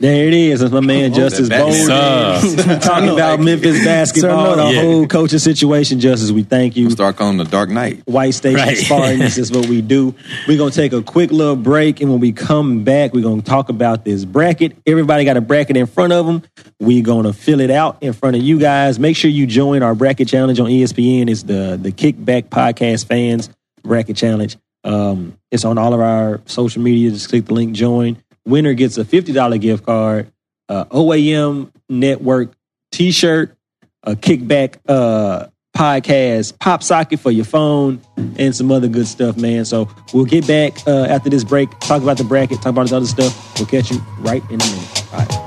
Speaker 4: there it is. It's my man Justice
Speaker 5: that
Speaker 4: Bowden talking about Memphis basketball, the
Speaker 6: Sir, no.
Speaker 1: Yeah.
Speaker 4: whole coaching situation. Justice, we thank you.
Speaker 5: Start calling the Dark Knight.
Speaker 4: White Station
Speaker 1: Right.
Speaker 4: Sparring. this is what we do. We're gonna take a quick little break, and when we come back, we're gonna talk about this bracket. Everybody got a bracket in front of them. We're gonna fill it out in front of you guys. Make sure you join our bracket challenge on E ESPN. It's the the Kickback Podcast fans bracket challenge. Um, it's on all of our social media. Just click the link, join. Winner gets a fifty dollar gift card, uh, OAM Network T shirt, a kickback uh, podcast pop socket for your phone and some other good stuff man so we'll get back uh, after this break talk about the bracket talk about this other stuff we'll catch you right in a minute all right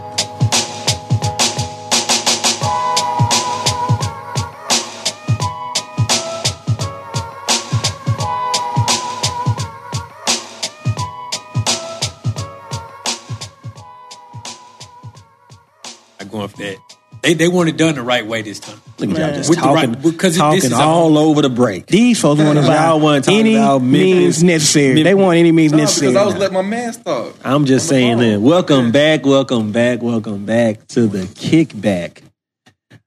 Speaker 1: I'm going for that. They they want it done the right way this time.
Speaker 7: Look at y'all just
Speaker 1: With the right-
Speaker 7: talking,
Speaker 1: because this
Speaker 7: talking
Speaker 1: is a-
Speaker 7: all over the break.
Speaker 6: These folks want to buy
Speaker 7: Y'all wasn't talking
Speaker 6: any
Speaker 7: about Memphis.
Speaker 6: means necessary. They
Speaker 7: Memphis.
Speaker 6: want any means necessary.
Speaker 5: because I was
Speaker 6: now.
Speaker 5: letting my man talk.
Speaker 4: i'm just saying that welcome back welcome back welcome back to the kickback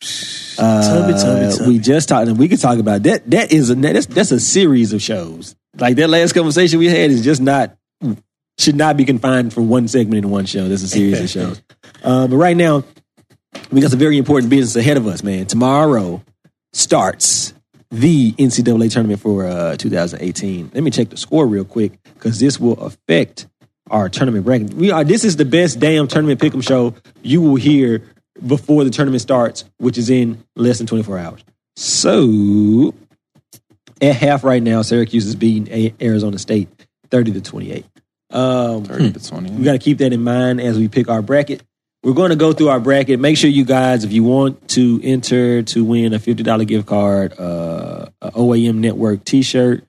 Speaker 6: Tubby,
Speaker 4: Uh,
Speaker 6: tubby, tubby.
Speaker 4: we just talked and we could talk about that that is a that's, that's a series of shows like that last conversation we had is just not should not be confined for one segment in one show that's a series of shows uh, but right now we got some very important business ahead of us man tomorrow starts the ncaa tournament for uh, 2018 let me check the score real quick because this will affect our tournament bracket we are this is the best damn tournament pick'em show you will hear before the tournament starts which is in less than 24 hours so at half right now syracuse is beating A- arizona state 30 to 28
Speaker 6: Hmm.
Speaker 4: um,
Speaker 5: Thirty to twenty.
Speaker 4: we got to keep that in mind as we pick our bracket. We're going to go through our bracket. Make sure you guys, if you want to enter to win a fifty dollar gift card, uh, a OAM Network T shirt,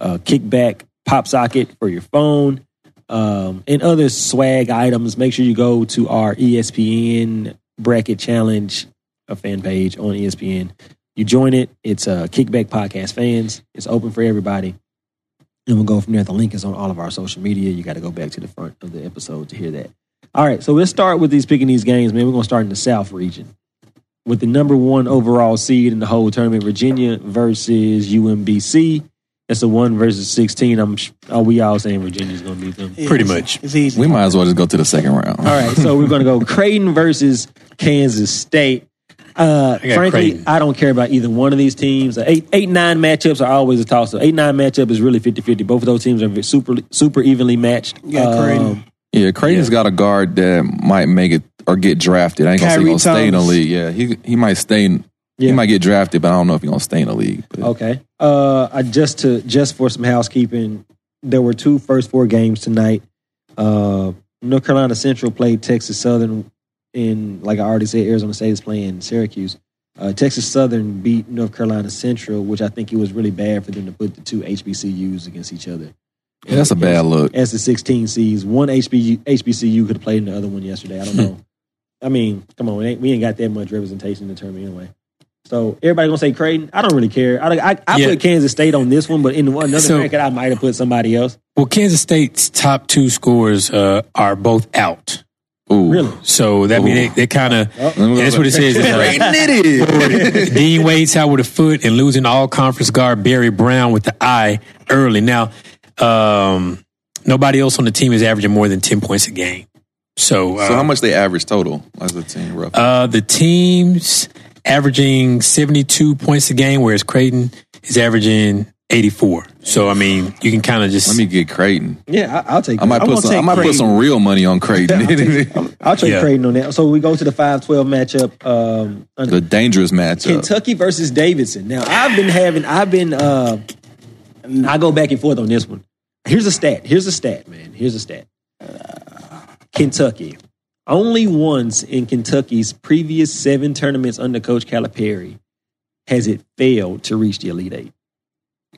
Speaker 4: a kickback pop socket for your phone, um, and other swag items, make sure you go to our E ESPN bracket challenge, a fan page on E ESPN. You join it. It's uh, Kickback Podcast fans. It's open for everybody. And we'll go from there. The link is on all of our social media. You got to go back to the front of the episode to hear that. All right, so let's start with these picking these games, man. We're going to start in the South region with the number one overall seed in the whole tournament, Virginia versus UMBC. That's a one versus sixteen. I'm. sh- Are we all saying Virginia's going to beat them?
Speaker 6: Yeah,
Speaker 1: Pretty
Speaker 6: it's-
Speaker 1: much.
Speaker 6: It's easy.
Speaker 5: We might as well just go to the second round.
Speaker 4: All right, so we're going to go Creighton versus Kansas State. Uh,
Speaker 1: I got
Speaker 4: frankly,
Speaker 1: Creighton.
Speaker 4: I don't care about either one of these teams. The Eight, eight, nine matchups are always a toss up. Eight, nine matchup is really 50 50. Both of those teams are super, super evenly matched.
Speaker 6: Yeah,
Speaker 4: Um,
Speaker 6: Creighton.
Speaker 5: Yeah, Creighton's got a guard that might make it or get drafted. I ain't gonna say
Speaker 6: Kyrie
Speaker 5: he's gonna stay in the
Speaker 6: Thomas.
Speaker 5: league. Yeah, he he might stay. In,
Speaker 4: Yeah.
Speaker 5: He might get drafted, but I don't know if he's gonna stay in the league. But
Speaker 6: Oh,
Speaker 4: Okay. Uh, I just to just for some housekeeping, there were two first four games tonight. Uh, North Carolina Central played Texas Southern, and like I already said, Arizona State is playing Syracuse. Uh, Texas Southern beat North Carolina Central, which I think it was really bad for them to put the two HBCUs against each other.
Speaker 5: yeah, that's a bad look.
Speaker 4: As the 16 seeds, one HBU, HBCU could have played in the other one yesterday. I don't know. I mean, come on, we ain't, we ain't got that much representation in the tournament anyway. So everybody gonna say Creighton. I don't really care. I I, I
Speaker 1: Yeah.
Speaker 4: put Kansas State on this one, but in another
Speaker 1: So-
Speaker 4: bracket, I might have put somebody else.
Speaker 1: Well, Kansas State's top two scorers uh, are both out.
Speaker 5: Ooh.
Speaker 4: Really?
Speaker 1: So that mean they, they kind of that's what it says. It's, uh, Dean Wade's out with a foot and losing all conference guard Barry Brown with the eye early. Now, um, nobody else on the team is averaging more than ten points a game. So, uh,
Speaker 5: So how much they average total as a team? Rough.
Speaker 1: uh, the teams averaging seventy-two points a game, whereas Creighton is averaging eighty-four. So, I mean, you can kind of just
Speaker 5: Let me get Creighton.
Speaker 4: Yeah, I, I'll take.
Speaker 5: I might
Speaker 6: I'm
Speaker 5: put
Speaker 6: gonna
Speaker 5: some.
Speaker 6: take
Speaker 5: I might put
Speaker 6: Creighton.
Speaker 5: some real money on Creighton.
Speaker 4: I'll take
Speaker 1: Yeah.
Speaker 4: Creighton on that. So we go to the five twelve matchup. Um,
Speaker 5: the dangerous matchup.
Speaker 4: Kentucky versus Davidson. Now I've been having I've been uh I go back and forth on this one. Here's a stat. Here's a stat, man. Here's a stat. Kentucky. Only once in Kentucky's previous seven tournaments under Coach Calipari has it failed to reach the Elite Eight.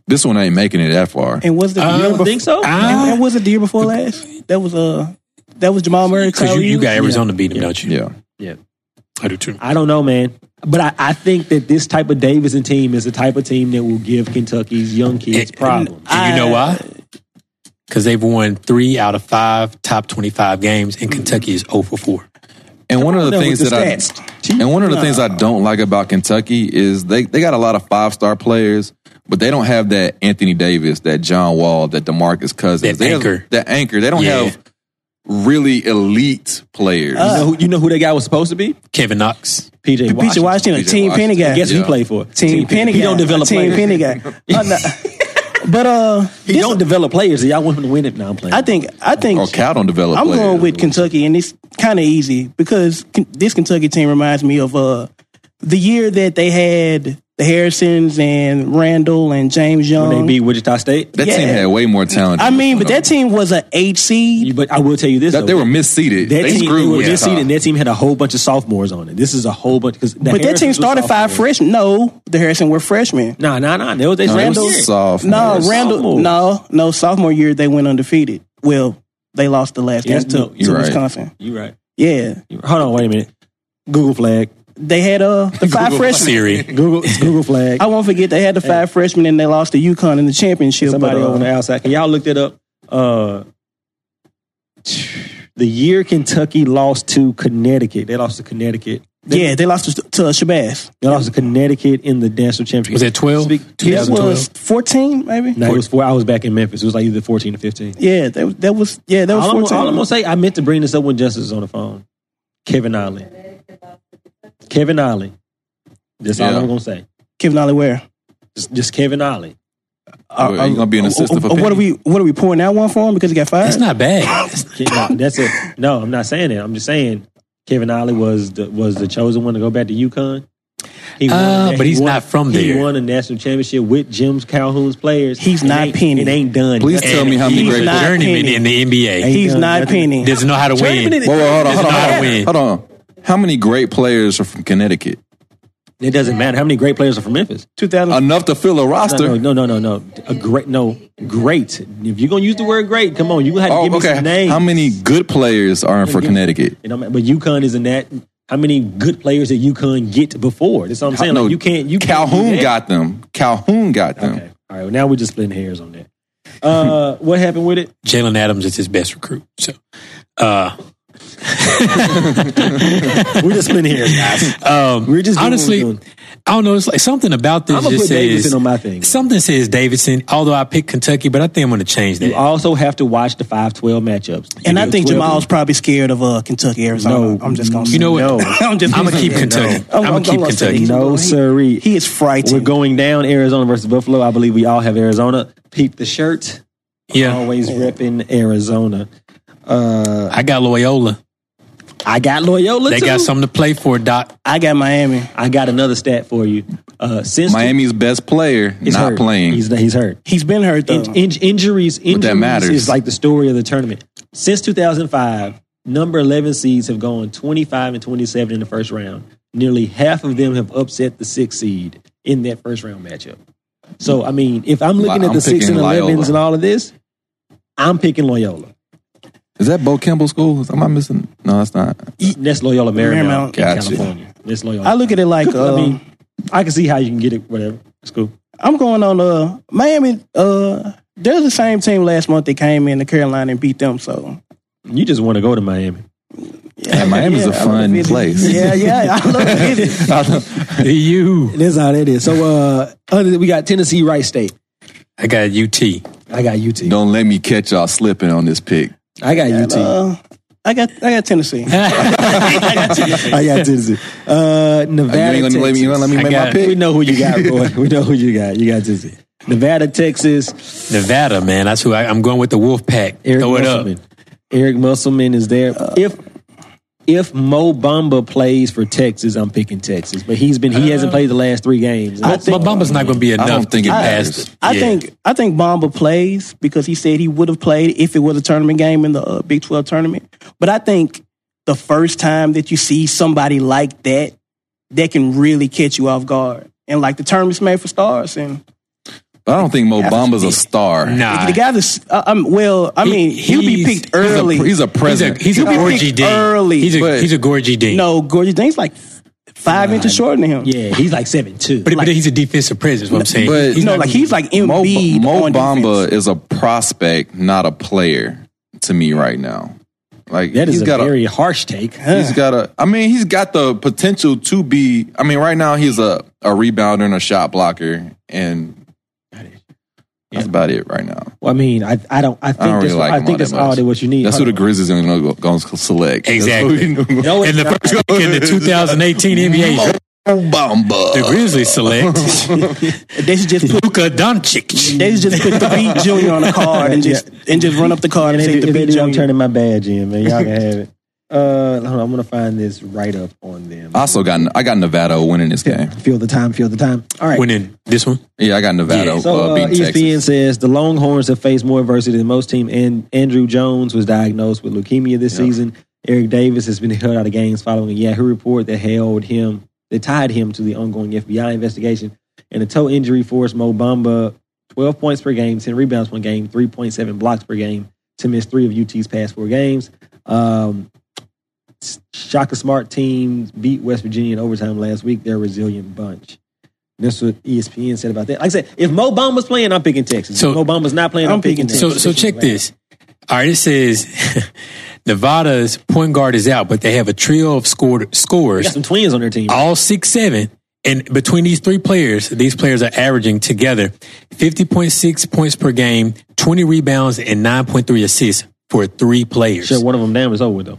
Speaker 5: This one ain't making it that far.
Speaker 6: And was the
Speaker 1: Uh,
Speaker 6: year
Speaker 1: I
Speaker 6: before?
Speaker 4: think so?
Speaker 6: and,
Speaker 1: Ah,
Speaker 6: and was it the year before last? That was uh, that was Jamal Murray.
Speaker 1: because you,
Speaker 6: Kyrie
Speaker 1: you got
Speaker 6: Irving?
Speaker 1: Arizona beating them, don't you?
Speaker 5: Yeah.
Speaker 1: I do too.
Speaker 4: I don't know, man. But I, I think that this type of Davidson team is the type of team that will give Kentucky's young kids
Speaker 1: And-
Speaker 4: problems.
Speaker 1: And you know why? Because they've won three out of five top twenty-five games, and Kentucky is zero for four.
Speaker 5: And one of the
Speaker 6: That was
Speaker 5: things
Speaker 6: the
Speaker 5: that I
Speaker 6: stats.
Speaker 5: and one of the things I don't like about Kentucky is they they got a lot of five star players, but they don't have that Anthony Davis, that John Wall, that Demarcus Cousins,
Speaker 1: That
Speaker 5: they have-
Speaker 1: anchor.
Speaker 5: that anchor. They don't
Speaker 1: Yeah.
Speaker 5: have really elite players.
Speaker 4: You know who, you know who that guy was supposed to be?
Speaker 1: Kevin Knox.
Speaker 4: PJ
Speaker 6: The Washington,
Speaker 4: Washington.
Speaker 6: Washington,
Speaker 5: PJ
Speaker 6: Team Penny
Speaker 5: Washington.
Speaker 6: guy.
Speaker 4: Guess who
Speaker 5: Yeah.
Speaker 4: he played for?
Speaker 6: Team Penny guy.
Speaker 4: He don't develop
Speaker 6: Team
Speaker 4: players.
Speaker 6: Penny guy.
Speaker 4: Uh,
Speaker 6: Oh, no. But uh,
Speaker 4: He don't develop players. Y'all want him to win it now. I'm playing.
Speaker 6: I think I think
Speaker 4: Oh,
Speaker 5: or Cal don't develop.
Speaker 6: I'm
Speaker 5: players.
Speaker 6: going with Kentucky, and it's kind of easy because Ken- this Kentucky team reminds me of uh the year that they had the Harrisons and Randall and James Young.
Speaker 4: when they beat Wichita State.
Speaker 5: that team
Speaker 6: yeah.
Speaker 5: had way more talent.
Speaker 6: I
Speaker 5: than
Speaker 6: mean,
Speaker 5: this
Speaker 6: but
Speaker 5: one,
Speaker 6: that team was an eight seed.
Speaker 4: But I will tell you this:
Speaker 5: though.
Speaker 4: though,
Speaker 5: That- they were misseeded.
Speaker 4: That
Speaker 5: They
Speaker 4: team,
Speaker 5: screwed
Speaker 4: they were
Speaker 5: with
Speaker 4: this
Speaker 5: Wichita.
Speaker 4: seed, and that team had a whole bunch of sophomores on it. This is a whole bunch because.
Speaker 6: But that team started five freshmen. No, the Harrison were freshmen.
Speaker 4: No, no, no. They were they
Speaker 5: No, they were
Speaker 4: Randall.
Speaker 5: soft.
Speaker 6: No,
Speaker 5: Yes.
Speaker 6: Randall.
Speaker 4: sophomore.
Speaker 6: No, no, sophomore year they went undefeated. Well, they lost the last
Speaker 4: Yeah,
Speaker 6: game to,
Speaker 4: you-
Speaker 5: you're
Speaker 6: to
Speaker 5: right.
Speaker 6: Wisconsin.
Speaker 4: You right.
Speaker 6: Yeah,
Speaker 4: You right. Hold on. Wait a minute. Google flag.
Speaker 6: they had uh the five freshmen.
Speaker 1: Siri.
Speaker 4: Google. It's Google flag.
Speaker 6: I won't forget they had the five freshmen and they lost to UConn in the championship.
Speaker 4: Somebody
Speaker 6: but, uh,
Speaker 4: over on the outside. Can y'all look that up? Uh, the year Kentucky lost to Connecticut, they lost to Connecticut. They,
Speaker 6: yeah, they lost to, to Shabazz.
Speaker 4: they lost to Connecticut in the national championship.
Speaker 1: Was that 12?
Speaker 4: Speak-
Speaker 6: It
Speaker 1: 2012?
Speaker 6: was fourteen, maybe.
Speaker 4: No, it was four. I was back in Memphis. It was like either fourteen or fifteen.
Speaker 6: Yeah, that, that was yeah that was
Speaker 4: All I'm,
Speaker 6: fourteen.
Speaker 4: all I'm gonna say, I meant to bring this up when Justice is on the phone. Kevin Ollie. Kevin Ollie. That's all
Speaker 5: Yeah.
Speaker 4: I'm gonna say.
Speaker 6: Kevin Ollie where?
Speaker 4: Just, just Kevin Ollie.
Speaker 5: Are
Speaker 4: uh,
Speaker 5: you gonna be an assistant for
Speaker 6: Oh, What are
Speaker 5: Penny?
Speaker 6: we what are we pouring out one for him because he got fired?
Speaker 1: That's not bad.
Speaker 4: Ke- no, that's it. No, I'm not saying it. I'm just saying Kevin Ollie was the, was the chosen one to go back to UConn. He
Speaker 1: Uh,
Speaker 4: a-
Speaker 1: but
Speaker 4: he
Speaker 1: he's not from
Speaker 4: he
Speaker 1: there.
Speaker 4: won a national championship with Jim Calhoun's players.
Speaker 6: He's
Speaker 4: It
Speaker 6: not
Speaker 4: ain't-
Speaker 6: Penny.
Speaker 4: It ain't done.
Speaker 5: Please
Speaker 4: Nothing.
Speaker 5: tell me how many
Speaker 6: He's
Speaker 1: He's
Speaker 5: great.
Speaker 1: a
Speaker 6: not
Speaker 1: journeyman
Speaker 6: Penny.
Speaker 1: in the NBA.
Speaker 6: He's
Speaker 4: done
Speaker 6: not
Speaker 4: nothing.
Speaker 6: penny.
Speaker 1: doesn't know how to
Speaker 4: Wait a
Speaker 1: win.
Speaker 4: minute.
Speaker 5: Whoa, whoa, hold on,
Speaker 1: Doesn't
Speaker 5: hold
Speaker 1: know
Speaker 5: on,
Speaker 1: how to
Speaker 5: hold
Speaker 1: win.
Speaker 5: on, hold on. How many great players are from Connecticut?
Speaker 4: It doesn't matter how many great players are from Memphis.
Speaker 6: Two thousand
Speaker 5: Enough to fill a
Speaker 4: No,
Speaker 5: roster.
Speaker 4: no, no, no, no, no. A great, no, great. If you're gonna use the word great, come on, you gonna have to
Speaker 5: Oh,
Speaker 4: give me
Speaker 5: okay.
Speaker 4: some names.
Speaker 5: How many good players are in for
Speaker 4: Yeah.
Speaker 5: Connecticut?
Speaker 4: You know, but UConn isn't that. How many good players that UConn get before? That's what I'm saying.
Speaker 5: No,
Speaker 4: Like, you can't. You
Speaker 5: Calhoun
Speaker 4: can't do that.
Speaker 5: got them. Calhoun got them.
Speaker 4: Okay. All right. Well, now we're just splitting hairs on that. Uh, what happened with it?
Speaker 1: Jalen Adams is his best recruit. So, uh,
Speaker 4: We're just splitting hairs, guys.
Speaker 1: um,
Speaker 4: We're just doing what
Speaker 1: honestly,
Speaker 4: we're doing.
Speaker 1: I don't know. It's like something about this
Speaker 4: I'm gonna
Speaker 1: just
Speaker 4: put
Speaker 1: says
Speaker 4: Davidson on my thing.
Speaker 1: something says Davidson. Although I picked Kentucky, but I think I'm going to change that.
Speaker 4: You also have to watch the five twelve matchups.
Speaker 6: and I
Speaker 4: do
Speaker 6: think
Speaker 4: 12.
Speaker 6: Jamal's probably scared of uh, Kentucky, Arizona.
Speaker 4: No.
Speaker 6: I'm just gonna
Speaker 4: You
Speaker 6: say
Speaker 1: know what?
Speaker 6: no. I'm just
Speaker 1: I'm gonna
Speaker 6: say
Speaker 1: keep
Speaker 6: that.
Speaker 1: Kentucky.
Speaker 6: No.
Speaker 1: I'm gonna keep
Speaker 6: say
Speaker 1: Kentucky.
Speaker 6: that.
Speaker 4: No,
Speaker 6: He-
Speaker 4: siree.
Speaker 6: He is frightened.
Speaker 4: We're going down Arizona versus Buffalo. I believe we all have Arizona. Peep the shirt.
Speaker 1: yeah,
Speaker 4: Always repping Arizona.
Speaker 1: I got Loyola.
Speaker 4: I got Loyola.
Speaker 1: They
Speaker 4: too.
Speaker 1: got something to play for. Doc,
Speaker 6: I got Miami.
Speaker 4: I got another stat for you. Uh, since
Speaker 5: Miami's best player
Speaker 4: he's
Speaker 5: not
Speaker 4: hurt.
Speaker 5: playing.
Speaker 4: he's he's hurt.
Speaker 6: He's been hurt though.
Speaker 4: In, in- injuries, injuries
Speaker 5: that matters.
Speaker 4: is like the story of the tournament. Since 2005, number 11 seeds have gone 25 and 27 in the first round. Nearly half of them have upset the sixth seed in that first round matchup. So, I mean, if I'm looking
Speaker 5: Li-
Speaker 4: at the
Speaker 5: I'm
Speaker 4: six and
Speaker 5: picking
Speaker 4: 11s
Speaker 5: Loyola.
Speaker 4: and all of this, I'm picking Loyola.
Speaker 5: Is that Bo Campbell School? Am I missing? No, that's not.
Speaker 4: E, That's Loyola Marymount,
Speaker 6: Marymount.
Speaker 4: in
Speaker 5: Gotcha.
Speaker 4: California. That's Loyola.
Speaker 6: I look at it like
Speaker 4: I
Speaker 6: um,
Speaker 4: mean, I can see how you can get it. Whatever, it's cool.
Speaker 6: I'm going on uh Miami. Uh, they're the same team last month. They came in to Carolina and beat them. So
Speaker 4: You just want to go to Miami.
Speaker 6: yeah,
Speaker 5: Miami's a
Speaker 6: I love
Speaker 5: fun
Speaker 6: it.
Speaker 5: place.
Speaker 6: Yeah, yeah, I love it.
Speaker 1: you.
Speaker 4: That's how that is. So, uh, other, we got Tennessee, Wright State.
Speaker 1: I got UT.
Speaker 4: I got UT.
Speaker 5: Don't let me catch y'all slipping on this pick.
Speaker 4: I got UT.
Speaker 6: Uh, I got I got Tennessee.
Speaker 4: I got Tennessee. Uh,
Speaker 5: You ain't
Speaker 4: Nevada,
Speaker 5: gonna let me, you ain't gonna let me
Speaker 1: I
Speaker 5: make
Speaker 1: got
Speaker 5: my
Speaker 1: it.
Speaker 4: Texas. We
Speaker 5: pick.
Speaker 4: know who you got, boy. we know who you got. You got Tennessee. Nevada, Texas.
Speaker 1: Nevada, man. That's who I, I'm going with. The Wolfpack.
Speaker 4: Eric
Speaker 1: Throw it up.
Speaker 4: Musselman. Eric Musselman is there. if if Mo Bamba plays for Texas, I'm picking Texas. But he's been
Speaker 5: Uh-huh.
Speaker 4: he hasn't played the last three games.
Speaker 1: But Bumba's not going to be enough.
Speaker 5: don't think
Speaker 1: to
Speaker 5: it
Speaker 1: get
Speaker 5: matters.
Speaker 1: past it.
Speaker 6: I
Speaker 1: Yeah.
Speaker 6: think I think Bomba plays because he said he would have played if it was a tournament game in the uh, Big Twelve tournament. But I think the first time that you see somebody like that, that can really catch you off guard. And like the tournament's made for stars, and
Speaker 5: But I don't think Mo Bamba's a star.
Speaker 1: Nah.
Speaker 6: The guy that's, uh, um, well, I
Speaker 1: He-
Speaker 6: mean, he'll be
Speaker 1: he's-
Speaker 6: picked
Speaker 1: he's
Speaker 5: He's a-
Speaker 6: early.
Speaker 5: He's a
Speaker 1: He's a
Speaker 5: president.
Speaker 1: he's a
Speaker 6: He'll be
Speaker 1: gorgy
Speaker 6: picked
Speaker 1: dean.
Speaker 6: early.
Speaker 1: He's a
Speaker 5: But-
Speaker 1: he's a gorgy dean.
Speaker 6: no, Gorgeous Dane's like five inches shorter than him.
Speaker 4: Yeah, he's like seven two.
Speaker 1: but, but he's a defensive presence. Is what I'm saying.
Speaker 5: but-
Speaker 1: he's
Speaker 6: no,
Speaker 1: not-
Speaker 6: like he's like
Speaker 5: Mo,
Speaker 6: Embiid
Speaker 5: Mo
Speaker 6: on
Speaker 5: Bamba
Speaker 6: defense.
Speaker 5: is a prospect, not a player, to me right now. Like
Speaker 4: that is
Speaker 5: he's
Speaker 4: a
Speaker 5: got
Speaker 4: very harsh take.
Speaker 5: a, he's got a. I mean, he's got the potential to be. I mean, right now he's a a rebounder and a shot blocker, and that's about it right now.
Speaker 4: Well, I mean, I I don't I think
Speaker 5: really
Speaker 4: that's,
Speaker 5: like
Speaker 4: I
Speaker 5: him all
Speaker 4: think that's
Speaker 5: that
Speaker 4: all
Speaker 5: much.
Speaker 4: that what you need.
Speaker 5: That's who
Speaker 4: Hold
Speaker 5: the
Speaker 4: on.
Speaker 5: Grizzlies are going to select.
Speaker 1: Exactly.
Speaker 5: Mo
Speaker 1: in the first pick in the 2018 NBA, draft, the
Speaker 5: Bamba.
Speaker 1: Grizzlies select
Speaker 6: They should just put
Speaker 1: Luka Doncic.
Speaker 6: they should just put the beat junior on the card and just and just run up the card
Speaker 4: And
Speaker 6: and,
Speaker 4: they
Speaker 6: take
Speaker 4: do,
Speaker 6: the
Speaker 4: if they
Speaker 6: beat
Speaker 4: do, I'm
Speaker 6: junior.
Speaker 4: turning my badge in, man. Y'all can have it. Uh, hold on, I'm gonna find this right up on them.
Speaker 5: I also got I got Nevada winning this game.
Speaker 4: Feel the time, feel the time. All right.
Speaker 1: Winning this one.
Speaker 5: Yeah, I got Nevada
Speaker 4: So
Speaker 5: uh,
Speaker 4: uh,
Speaker 5: beating
Speaker 4: ESPN
Speaker 5: Texas.
Speaker 4: says the Longhorns have faced more adversity than most teams. And Andrew Jones was diagnosed with leukemia this season. Eric Davis has been held out of games following a Yahoo report that held him, that tied him to the ongoing FBI investigation. And the toe injury forced Mo Bamba 12 points per game, 10 rebounds per game, 3.7 blocks per game to miss three of UT's past four games. Um, Shaka Smart teams beat West Virginia in overtime last week. They're a resilient bunch. That's what E ESPN said about that. Like I said, if Mo Bamba's playing, I'm picking Texas.
Speaker 1: So-
Speaker 4: if Mo Bamba's not playing, I'm,
Speaker 6: I'm
Speaker 4: picking,
Speaker 6: picking
Speaker 1: So
Speaker 4: Texas.
Speaker 1: so check this. All right, it says Nevada's point guard is out, but they have a trio of scored
Speaker 4: They
Speaker 1: scorers,
Speaker 4: got some twins on their team.
Speaker 1: all six seven. And between these three players, these players are averaging together 50.6 points per game, 20 rebounds, and 9.3 assists for three players.
Speaker 4: Shut one of them down is over though.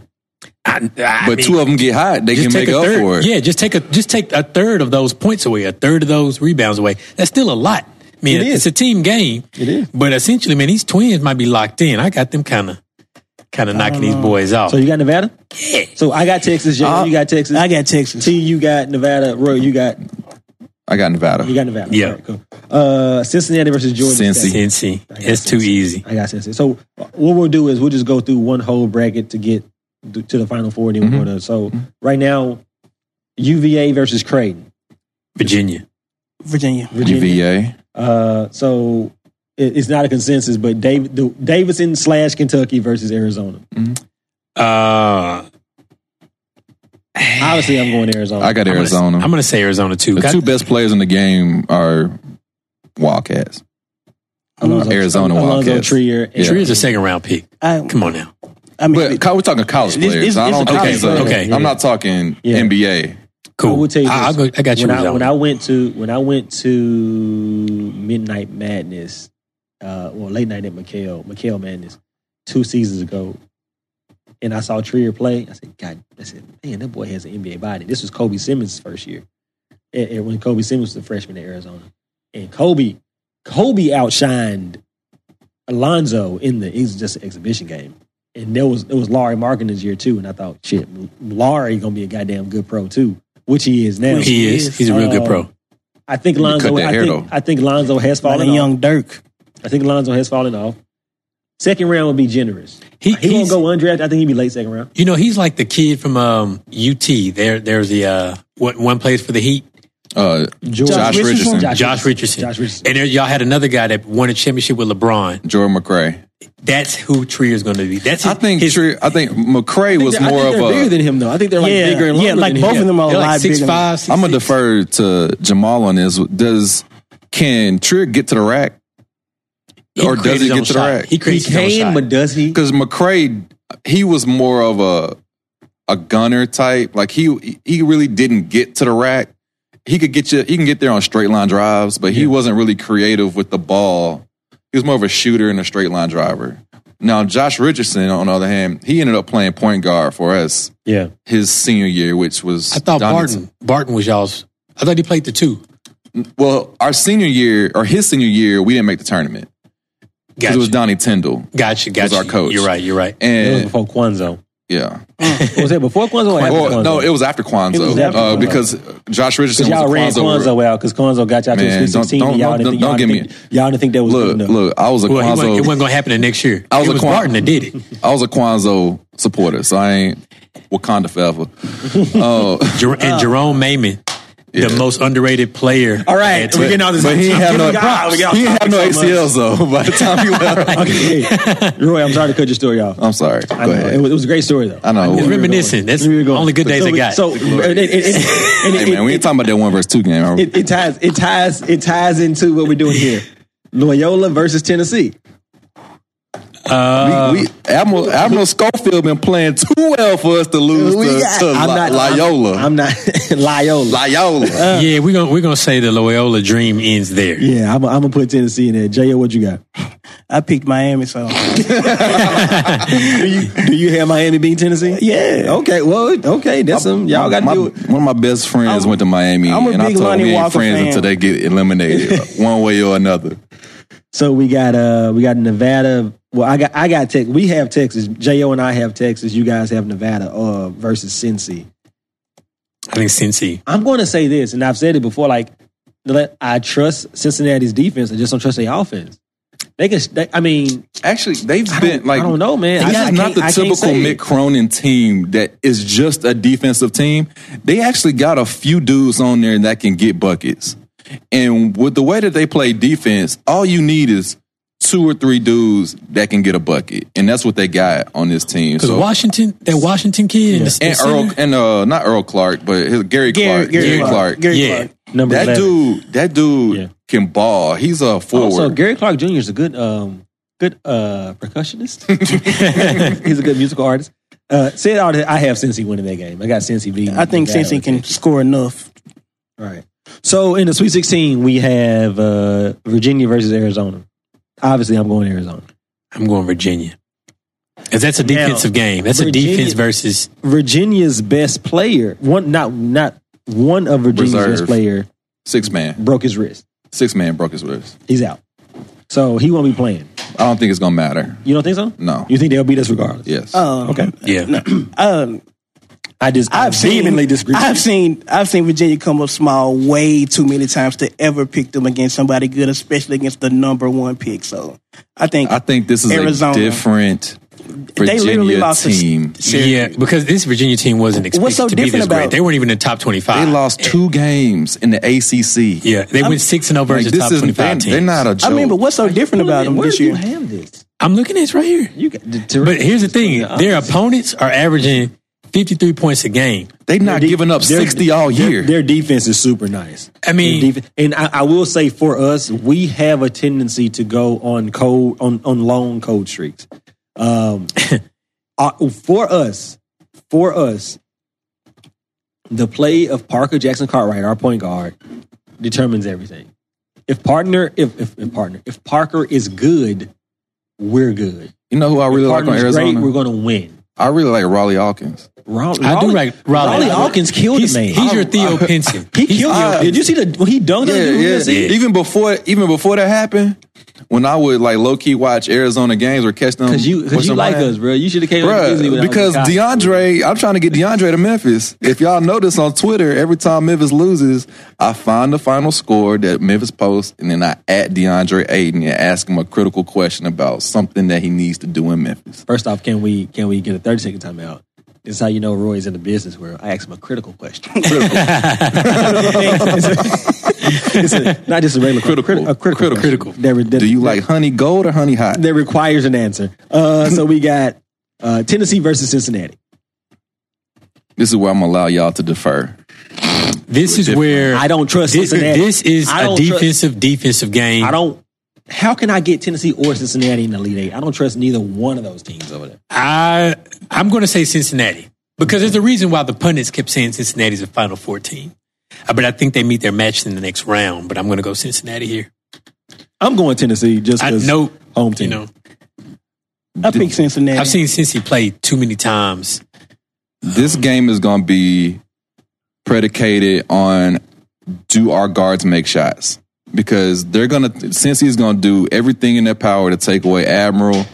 Speaker 1: I- I
Speaker 5: But
Speaker 1: mean-
Speaker 5: two of them get hot, they can make
Speaker 1: a
Speaker 5: up
Speaker 1: third.
Speaker 5: for it.
Speaker 1: Yeah, just take a just take a third of those points away, a third of those rebounds away. That's still a lot. I mean,
Speaker 4: It is.
Speaker 1: it's a team game.
Speaker 4: It is.
Speaker 1: But essentially, man, these twins might be locked in. I got them kind of kind of knocking these boys off.
Speaker 4: So you got Nevada. So I got Texas. Jay, you got Texas.
Speaker 6: I got Texas.
Speaker 4: T. You got Nevada. Roy, you got
Speaker 5: I got Nevada.
Speaker 4: you got Nevada.
Speaker 1: Yeah.
Speaker 4: All right, cool. Uh, Cincinnati versus Georgia.
Speaker 5: Cincy.
Speaker 4: State.
Speaker 1: Cincy, it's
Speaker 4: Cincy.
Speaker 1: too easy.
Speaker 4: I got Cincinnati. So uh, what we'll do is we'll just go through one whole bracket to get th- to the final four. Then
Speaker 5: Mm-hmm.
Speaker 4: we'll go to so right now UVA versus Creighton,
Speaker 1: Virginia,
Speaker 6: Virginia.
Speaker 4: Virginia.
Speaker 5: UVA.
Speaker 4: Uh, so it, it's not a consensus, but David the, Davidson slash Kentucky versus Arizona.
Speaker 1: uh,
Speaker 4: Obviously, Oh, I'm going Arizona.
Speaker 5: I got
Speaker 1: I'm gonna-
Speaker 5: Arizona.
Speaker 1: I'm gonna say Arizona too.
Speaker 5: the
Speaker 1: Got-
Speaker 5: two best players in the game are Wildcats.
Speaker 4: Alonzo-
Speaker 5: Arizona
Speaker 4: Alonzo
Speaker 5: Wildcats.
Speaker 4: Trier. and-
Speaker 5: Yeah.
Speaker 1: Trier's a second round pick.
Speaker 6: I,
Speaker 1: Come on now.
Speaker 6: I mean,
Speaker 5: But co- we're talking college
Speaker 6: It's-
Speaker 5: players.
Speaker 6: it's-
Speaker 5: I don't
Speaker 6: it's
Speaker 5: think
Speaker 1: okay,
Speaker 5: it's a,
Speaker 1: okay.
Speaker 5: I'm not talking
Speaker 4: Yeah.
Speaker 5: NBA.
Speaker 1: Cool.
Speaker 4: I will tell you
Speaker 1: I,
Speaker 4: this.
Speaker 1: will go, I got you.
Speaker 4: when I,
Speaker 1: Arizona.
Speaker 4: when I went to when I went to Midnight Madness, uh, or late night at McHale, McHale Madness, two seasons ago, and I saw Trier play. I said, God, I said, man, that boy has an NBA body. This was Kobe Simmons' first year, and, and when Kobe Simmons was a freshman at Arizona, and Kobe, Kobe outshined Alonzo in the it was just an exhibition game. And there was it was Laurie Markin's year too, and I thought, shit, Laurie gonna be a goddamn good pro too, which he is now.
Speaker 1: he is. He's a real good
Speaker 4: um,
Speaker 1: pro.
Speaker 4: I think
Speaker 5: You can cut
Speaker 4: Lonzo.
Speaker 5: that
Speaker 4: I
Speaker 5: hair,
Speaker 4: think, I think Lonzo has
Speaker 6: like a
Speaker 4: fallen off.
Speaker 6: young Dirk.
Speaker 4: I think Lonzo has fallen off. Second round would be generous.
Speaker 1: He-
Speaker 4: He, won't
Speaker 1: he's-
Speaker 4: go undrafted. I think he'd be late second round.
Speaker 1: You know, he's like the kid from um, UT. There, there's the uh, what one plays for the Heat.
Speaker 5: Uh, Josh,
Speaker 6: Richardson.
Speaker 5: Richardson,
Speaker 1: Josh, Richardson.
Speaker 4: Josh Richardson.
Speaker 1: And there, y'all had another guy that won a championship with LeBron.
Speaker 5: Jordan McRae.
Speaker 1: That's who Trier's going to be. That's his,
Speaker 5: I think
Speaker 1: his,
Speaker 5: Tri- I think McRae was more of a.
Speaker 4: than him though. I think they're
Speaker 6: yeah, yeah, like both of them are a
Speaker 1: they're
Speaker 6: lot
Speaker 1: like six
Speaker 6: bigger. than-
Speaker 1: five. Six,
Speaker 5: I'm gonna
Speaker 1: six.
Speaker 5: defer to Jamal on this. Does can Trier get to the rack,
Speaker 1: He
Speaker 5: or
Speaker 1: created
Speaker 5: does he
Speaker 1: his own
Speaker 5: get to the
Speaker 1: shot.
Speaker 5: rack?
Speaker 1: He creates his own shot.
Speaker 4: does he?
Speaker 5: because McCray he was more of a a gunner type. Like he he really didn't get to the rack. He could get you. He can get there on straight line drives, but he wasn't really creative with the ball. He was more of a shooter and a straight line driver. Now Josh Richardson, on the other hand, he ended up playing point guard for us
Speaker 4: Yeah.
Speaker 5: his senior year, which was
Speaker 1: I thought
Speaker 5: Donaldson.
Speaker 1: Barton. Barton was y'all's. I thought he played the two.
Speaker 5: Well, our senior year or his senior year, we didn't make the tournament because
Speaker 1: Gotcha.
Speaker 5: it was Donnie Tyndall
Speaker 1: gotcha. Gotcha.
Speaker 5: our coach.
Speaker 1: You're right. You're right.
Speaker 4: It was
Speaker 5: and
Speaker 4: before Quanzo.
Speaker 5: yeah.
Speaker 4: was that before Quanzo or after
Speaker 5: Well,
Speaker 4: Quanzo?
Speaker 5: no, it was after Kwanzaa
Speaker 6: was after
Speaker 5: uh,
Speaker 6: Kwanzaa.
Speaker 5: because Josh Richardson
Speaker 4: Because
Speaker 5: was
Speaker 4: y'all
Speaker 5: a
Speaker 4: ran
Speaker 5: Kwanzaa.
Speaker 4: Quanzo out because Quanzo got y'all to
Speaker 5: Man,
Speaker 4: a Sweet
Speaker 5: don't-
Speaker 4: 16.
Speaker 5: don't-
Speaker 4: and y'all
Speaker 5: don't-
Speaker 4: didn't think-
Speaker 5: don't
Speaker 4: y'all
Speaker 5: give
Speaker 4: didn't
Speaker 5: me-
Speaker 4: think- Y'all didn't think that was good
Speaker 5: Look,
Speaker 4: enough.
Speaker 5: look, I was a
Speaker 1: Well, he wasn't- it wasn't
Speaker 5: Kwanzaa.
Speaker 1: going to happen the next year.
Speaker 5: I was
Speaker 1: it
Speaker 5: a
Speaker 1: was
Speaker 5: Kwan-
Speaker 1: Barton that did it.
Speaker 5: I was a Kwanzaa supporter, so I ain't Wakanda forever. Oh,
Speaker 1: Jer- and Jerome Mayman
Speaker 5: Yeah.
Speaker 1: the most underrated player.
Speaker 7: All right,
Speaker 1: Yeah,
Speaker 7: we're getting all this.
Speaker 5: But he
Speaker 7: I'm
Speaker 5: ain't have
Speaker 7: giving
Speaker 5: no,
Speaker 7: y'all- we
Speaker 5: he
Speaker 7: got
Speaker 5: ain't have no
Speaker 7: topics so much.
Speaker 5: ACLs though. By the time he left,
Speaker 4: Okay, hey, Roy, I'm sorry to cut your story off.
Speaker 5: I'm sorry. Go
Speaker 4: I know.
Speaker 5: ahead.
Speaker 4: It, was, it was a great story though.
Speaker 5: I
Speaker 1: It's
Speaker 5: know.
Speaker 1: reminiscent. That's
Speaker 4: Here we
Speaker 1: the
Speaker 4: go.
Speaker 1: only good days
Speaker 4: so,
Speaker 1: I got.
Speaker 4: So it, it, it, it-
Speaker 5: Hey man, we ain't talking about that one versus two game. are we?
Speaker 4: it, it ties it ties it ties into what we're doing here. Loyola versus Tennessee.
Speaker 1: Uh,
Speaker 5: we, we Admiral, Admiral Schofield been playing too well for us to lose
Speaker 4: We
Speaker 5: to,
Speaker 4: got-
Speaker 5: to
Speaker 4: I'm
Speaker 5: Li-
Speaker 4: not- I'm-
Speaker 5: Loyola.
Speaker 4: I'm not Loyola.
Speaker 5: Loyola.
Speaker 1: yeah, we're gonna we're gonna say the Loyola dream ends there.
Speaker 4: yeah, I'm, I'm gonna put Tennessee in there. J.O., what you got?
Speaker 6: I picked Miami, so
Speaker 4: do you do you have Miami beating Tennessee?
Speaker 6: yeah.
Speaker 4: Okay, well, okay, that's some y'all got to
Speaker 5: my,
Speaker 4: do it.
Speaker 5: One of my best friends
Speaker 6: I'm-
Speaker 5: went to Miami,
Speaker 6: I'm a
Speaker 5: and I
Speaker 6: big
Speaker 5: told him
Speaker 6: Lonnie
Speaker 5: we ain't
Speaker 6: Walker
Speaker 5: friends
Speaker 6: fan.
Speaker 5: until they get eliminated, one way or another.
Speaker 4: So we got uh we got Nevada. Well, I got I got Texas. We have Texas. Jo and I have Texas. You guys have Nevada uh, versus Cincy.
Speaker 1: I think Cincy.
Speaker 4: I'm going to say this, and I've said it before. Like let- I trust Cincinnati's defense. I just don't trust their offense. They can. They, I mean,
Speaker 5: Actually, they've
Speaker 4: I
Speaker 5: been
Speaker 4: don't,
Speaker 5: like
Speaker 4: I don't know, man.
Speaker 5: This
Speaker 4: I, I
Speaker 5: is not
Speaker 4: can't-
Speaker 5: the
Speaker 4: I can't
Speaker 5: typical
Speaker 4: say.
Speaker 5: Mick Cronin team that is just a defensive team. They actually got a few dudes on there that can get buckets. And with the way that they play defense, all you need is two or three dudes that can get a bucket. And that's what they got on this team.
Speaker 1: Because
Speaker 5: So
Speaker 1: Washington, that Washington kid, and, the,
Speaker 5: and Earl and uh not Earl Clark, but his, Gary, Clark. Gary, Clark.
Speaker 6: Gary
Speaker 1: Yeah.
Speaker 6: Clark.
Speaker 4: Number
Speaker 5: That
Speaker 4: 11.
Speaker 5: dude that dude
Speaker 4: Yeah. Oh,
Speaker 5: can ball. He's a forward.
Speaker 4: Also, Gary Clark Jr. is a good um, good uh, percussionist. He's a good musical artist. Uh, said all that, I have Cincy winning that game. I got Cincy beating.
Speaker 6: I think
Speaker 4: Nevada
Speaker 6: Cincy
Speaker 4: with
Speaker 6: can
Speaker 4: it.
Speaker 6: score enough.
Speaker 4: All right. So in the Sweet 16, we have uh, Virginia versus Arizona. Obviously, I'm going Arizona.
Speaker 1: I'm going Virginia. Because that's a
Speaker 4: Now,
Speaker 1: defensive game. That's
Speaker 4: Virginia-
Speaker 1: a defense versus
Speaker 4: Virginia's best player, one not not one of Virginia's best
Speaker 5: Reserve.
Speaker 4: player
Speaker 5: six man.
Speaker 4: broke his wrist.
Speaker 5: Six man broke his wrist.
Speaker 4: He's out, so he won't be playing.
Speaker 5: I don't think it's gonna matter.
Speaker 4: You don't think so?
Speaker 5: No.
Speaker 4: You think they'll beat us regardless?
Speaker 5: Yes.
Speaker 6: Um,
Speaker 4: Okay.
Speaker 1: yeah.
Speaker 6: Um,
Speaker 4: I just I
Speaker 6: I've
Speaker 4: vehemently
Speaker 6: seen,
Speaker 4: disagree.
Speaker 6: I've seen I've seen Virginia come up small way too many times to ever pick them against somebody good, especially against the number one pick. So I think
Speaker 5: I think this is
Speaker 6: Arizona.
Speaker 5: a different Virginia
Speaker 6: literally lost to-
Speaker 5: team.
Speaker 1: Yeah, because this Virginia team wasn't expected
Speaker 6: What's so
Speaker 1: to be this
Speaker 6: different
Speaker 1: great.
Speaker 6: about-
Speaker 1: They weren't even in the top 25.
Speaker 5: they lost two games in the ACC.
Speaker 1: Yeah, they went 6 and 0
Speaker 5: like
Speaker 1: versus
Speaker 5: this
Speaker 1: top
Speaker 5: is
Speaker 1: 25
Speaker 5: they're,
Speaker 1: teams.
Speaker 5: they're not a joke.
Speaker 6: I mean, but what's so different
Speaker 4: Wait a
Speaker 6: about
Speaker 4: minute,
Speaker 6: them
Speaker 4: where
Speaker 6: this
Speaker 4: do
Speaker 6: year?
Speaker 4: you have this?
Speaker 1: I'm looking at this right here.
Speaker 4: You got the ter-
Speaker 1: But here's the thing their opponents are averaging 53 points a game.
Speaker 5: they're not
Speaker 4: Their de-
Speaker 5: giving up
Speaker 4: their-
Speaker 5: sixty all
Speaker 4: their-
Speaker 5: year.
Speaker 4: Their, defense is super nice.
Speaker 1: I mean-
Speaker 4: Their defen- and I, I will say for us, we have a tendency to go on cold on on long cold streaks. Um, uh, for us, for us, the play of Parker Jackson Cartwright, our point guard, determines everything. If partner, if if, if partner, if Parker is good, we're good.
Speaker 5: you know who I really like on
Speaker 4: Partner's great,
Speaker 5: Arizona?
Speaker 4: we're going to win.
Speaker 5: I really like Rawley Hawkins.
Speaker 4: Raleigh,
Speaker 1: I do like Raleigh.
Speaker 4: Raleigh Hawkins killed
Speaker 1: He's,
Speaker 4: a man.
Speaker 1: he's your Theo Pinson.
Speaker 4: He killed
Speaker 5: uh,
Speaker 4: him. Did you see the when he dunked
Speaker 5: Yeah,
Speaker 4: on him?
Speaker 5: yeah.
Speaker 4: You see it?
Speaker 5: Even before even before that happened, when I would like low key watch Arizona games or catch them
Speaker 4: Cause you, cause
Speaker 5: watch
Speaker 4: you
Speaker 5: them
Speaker 4: like
Speaker 5: run.
Speaker 4: us, bro. You should have came up with Disney
Speaker 5: Bruh,
Speaker 4: when I was
Speaker 5: because
Speaker 4: in college.
Speaker 5: DeAndre, I'm trying to get DeAndre to Memphis. If y'all notice on Twitter, every time Memphis loses, I find the final score that Memphis posts, and then I at DeAndre Aiden and ask him a critical question about something that he needs to do in Memphis.
Speaker 4: First off, can we can we get a thirty second timeout? This is how you know Roy's in the business world. I asked him a critical question. It's a- not just a regular critical,
Speaker 5: Critical.
Speaker 4: a critical,
Speaker 5: Critical.
Speaker 4: question That, re- that-
Speaker 5: Do you like honey gold or honey hot?
Speaker 4: that requires an answer? Uh, so we got uh, Tennessee versus Cincinnati.
Speaker 5: This is where I'm gonna allow y'all to defer.
Speaker 1: This is where
Speaker 4: I don't trust
Speaker 1: this,
Speaker 4: Cincinnati.
Speaker 1: this is
Speaker 4: I
Speaker 1: a
Speaker 4: don't trust-
Speaker 1: defensive defensive game.
Speaker 4: I don't. How can I get Tennessee or Cincinnati in the lead eight? I don't trust neither one of those teams over there.
Speaker 1: I I'm going to say Cincinnati because there's a reason why the pundits kept saying Cincinnati's a Final Four team. Uh, But I think they meet their match in the next round. But I'm going to go Cincinnati here.
Speaker 4: I'm going Tennessee just
Speaker 1: I
Speaker 4: because
Speaker 1: know,
Speaker 4: home team.
Speaker 1: you know,
Speaker 6: I picked Cincinnati.
Speaker 1: I've seen Cincy play too many times.
Speaker 5: This game is gonna be predicated on do our guards make shots because they're gonna since he's gonna do everything in their power to take away Admiral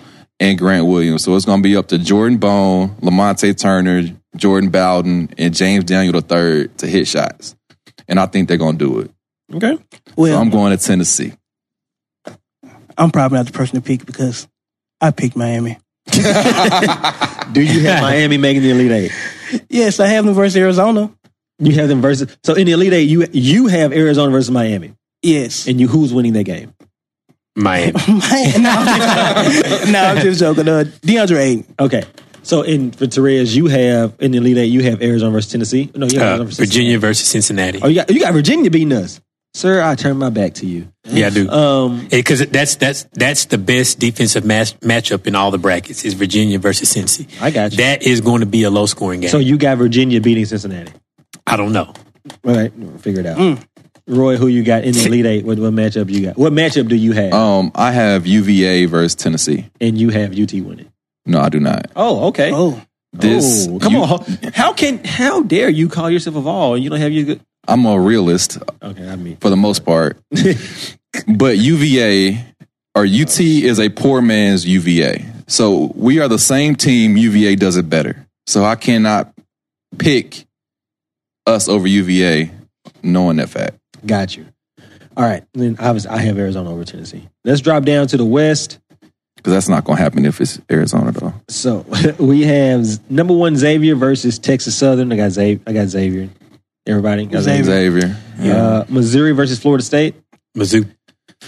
Speaker 5: and Grant Williams. So it's gonna be up to Jordan Bone, Lamonte Turner, Jordan Bowden, and James Daniel III to hit shots. And I think they're gonna do it.
Speaker 4: Okay.
Speaker 5: So
Speaker 6: well,
Speaker 5: I'm
Speaker 6: I'm,
Speaker 5: going to Tennessee.
Speaker 6: probably not the person to pick because I picked Miami.
Speaker 4: Do you have Miami making the Elite Eight?
Speaker 6: Yes, I have them versus Arizona.
Speaker 4: You have them versus. So in the Elite Eight, you you have Arizona versus Miami,
Speaker 6: Yes.
Speaker 4: and you who's winning that game?
Speaker 1: Miami.
Speaker 6: Man, no, I'm just joking. No, I'm just joking. Uh, DeAndre Ayton.
Speaker 4: Okay. So in for Therese, you have in the Elite Eight, you have Arizona versus Tennessee. No, you have Arizona
Speaker 1: Uh,
Speaker 4: versus
Speaker 1: Virginia
Speaker 4: Cincinnati.
Speaker 1: versus Cincinnati.
Speaker 4: Oh, you got you got Virginia beating us, sir. I turn my back to you.
Speaker 1: Yeah, I do.
Speaker 4: Um,
Speaker 1: Because that's that's that's the best defensive match, matchup in all the brackets is Virginia versus Cincy.
Speaker 4: I got you.
Speaker 1: That is going to be a low scoring game.
Speaker 4: so you got Virginia beating Cincinnati.
Speaker 1: I don't know.
Speaker 4: All right, we'll figure it out.
Speaker 1: Mm.
Speaker 4: Roy, who you got in the Elite Eight? What, what matchup you got? What matchup do you
Speaker 1: Uh,
Speaker 4: have?
Speaker 5: Um, I have UVA versus Tennessee.
Speaker 4: and you have UT winning.
Speaker 5: No, I do not.
Speaker 4: Oh, okay.
Speaker 6: Oh,
Speaker 5: This
Speaker 4: Oh, come
Speaker 5: you-
Speaker 4: on. How can how dare you call yourself a Vol and you don't have you? Good,
Speaker 5: I'm a realist
Speaker 4: okay, I mean,
Speaker 5: for the most part, but UVA or UT is a poor man's UVA. So we are the same team. UVA does it better. So I cannot pick us over UVA, knowing that fact.
Speaker 4: got you. All right, then obviously I have Arizona over Tennessee. Let's drop down to the West.
Speaker 5: Because that's not going to happen if it's Arizona, though.
Speaker 4: So we have z- number one Xavier versus Texas Southern. I got Xavier. I got Xavier. Everybody, got
Speaker 6: Xavier.
Speaker 5: Xavier.
Speaker 4: Uh, Missouri versus Florida State.
Speaker 1: Mizzou.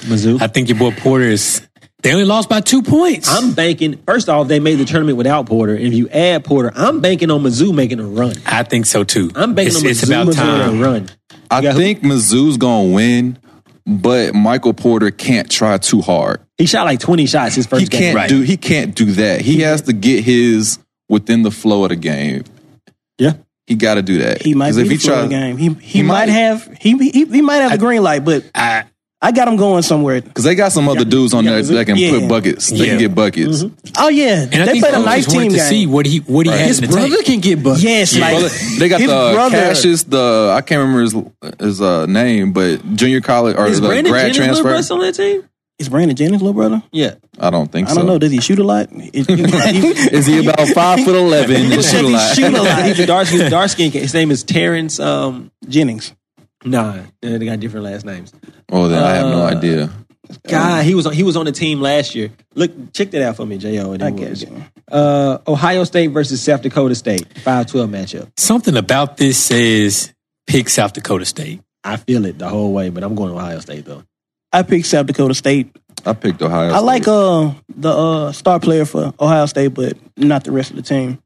Speaker 4: Mizzou.
Speaker 1: I think your boy Porter is. They only lost by two points.
Speaker 4: I'm banking. First off, they made the tournament without Porter. And if you add Porter, I'm banking on Mizzou making a run.
Speaker 1: I think so too.
Speaker 4: I'm banking
Speaker 1: it's,
Speaker 4: on Mizzou
Speaker 1: it's about
Speaker 4: making
Speaker 1: time.
Speaker 4: a run.
Speaker 5: I
Speaker 4: got who?
Speaker 5: think Mizzou's going to win, but Michael Porter can't try too hard.
Speaker 4: He shot like 20 shots his first
Speaker 5: he
Speaker 4: game.
Speaker 5: can't do he can't do that. He has to get his within the flow of the game.
Speaker 4: Yeah.
Speaker 5: He got to do that.
Speaker 6: he might
Speaker 5: 'Cause
Speaker 6: be the Florida game. He he, might,
Speaker 5: might.
Speaker 6: have he, he he might have the green light, but
Speaker 1: I,
Speaker 6: I got him going somewhere.
Speaker 5: Because they got some other dudes on there that can
Speaker 6: Yeah.
Speaker 5: put buckets. They
Speaker 1: Yeah.
Speaker 5: can get buckets.
Speaker 6: Oh yeah,
Speaker 1: and I
Speaker 6: they
Speaker 1: think
Speaker 6: played a
Speaker 1: folks
Speaker 6: nice
Speaker 1: just wanted
Speaker 6: team
Speaker 1: to
Speaker 6: game.
Speaker 1: see what he what he had
Speaker 7: His
Speaker 1: in the
Speaker 7: brother
Speaker 1: tank.
Speaker 7: can get bucked.
Speaker 6: yes, like
Speaker 5: Brother- they got
Speaker 6: his
Speaker 5: the uh,
Speaker 6: brother-
Speaker 5: Cassius, the I can't remember his his uh, name, but junior college or
Speaker 4: Is
Speaker 5: the
Speaker 4: Brandon
Speaker 5: grad
Speaker 4: Jennings little
Speaker 5: transfer.
Speaker 4: best on that team?
Speaker 6: Is Brandon Jennings little brother?
Speaker 4: Yeah.
Speaker 5: I don't think
Speaker 6: I don't
Speaker 5: so.
Speaker 6: know. Does he shoot a lot? Is,
Speaker 5: Is he about five foot eleven?
Speaker 6: He said he shoot a lot.
Speaker 4: He's a dark skin. Dark skin. kid. His name is Terrence. Um,
Speaker 6: Jennings?
Speaker 4: nah, they got different last names.
Speaker 5: Oh, then I have no
Speaker 4: Uh,
Speaker 5: idea.
Speaker 4: God, he was on, he was on the team last year. Look, check that out for me, Jo. and
Speaker 6: I
Speaker 4: it
Speaker 6: get
Speaker 4: was.
Speaker 6: it.
Speaker 4: Uh, Ohio State versus South Dakota State, 5-12 matchup.
Speaker 1: Something about this says pick South Dakota State.
Speaker 4: I feel it the whole way, but I'm going to Ohio State though.
Speaker 6: I picked South Dakota State.
Speaker 5: I picked Ohio.
Speaker 6: I like
Speaker 5: State.
Speaker 6: uh the uh star player for Ohio State, but not the rest of the team.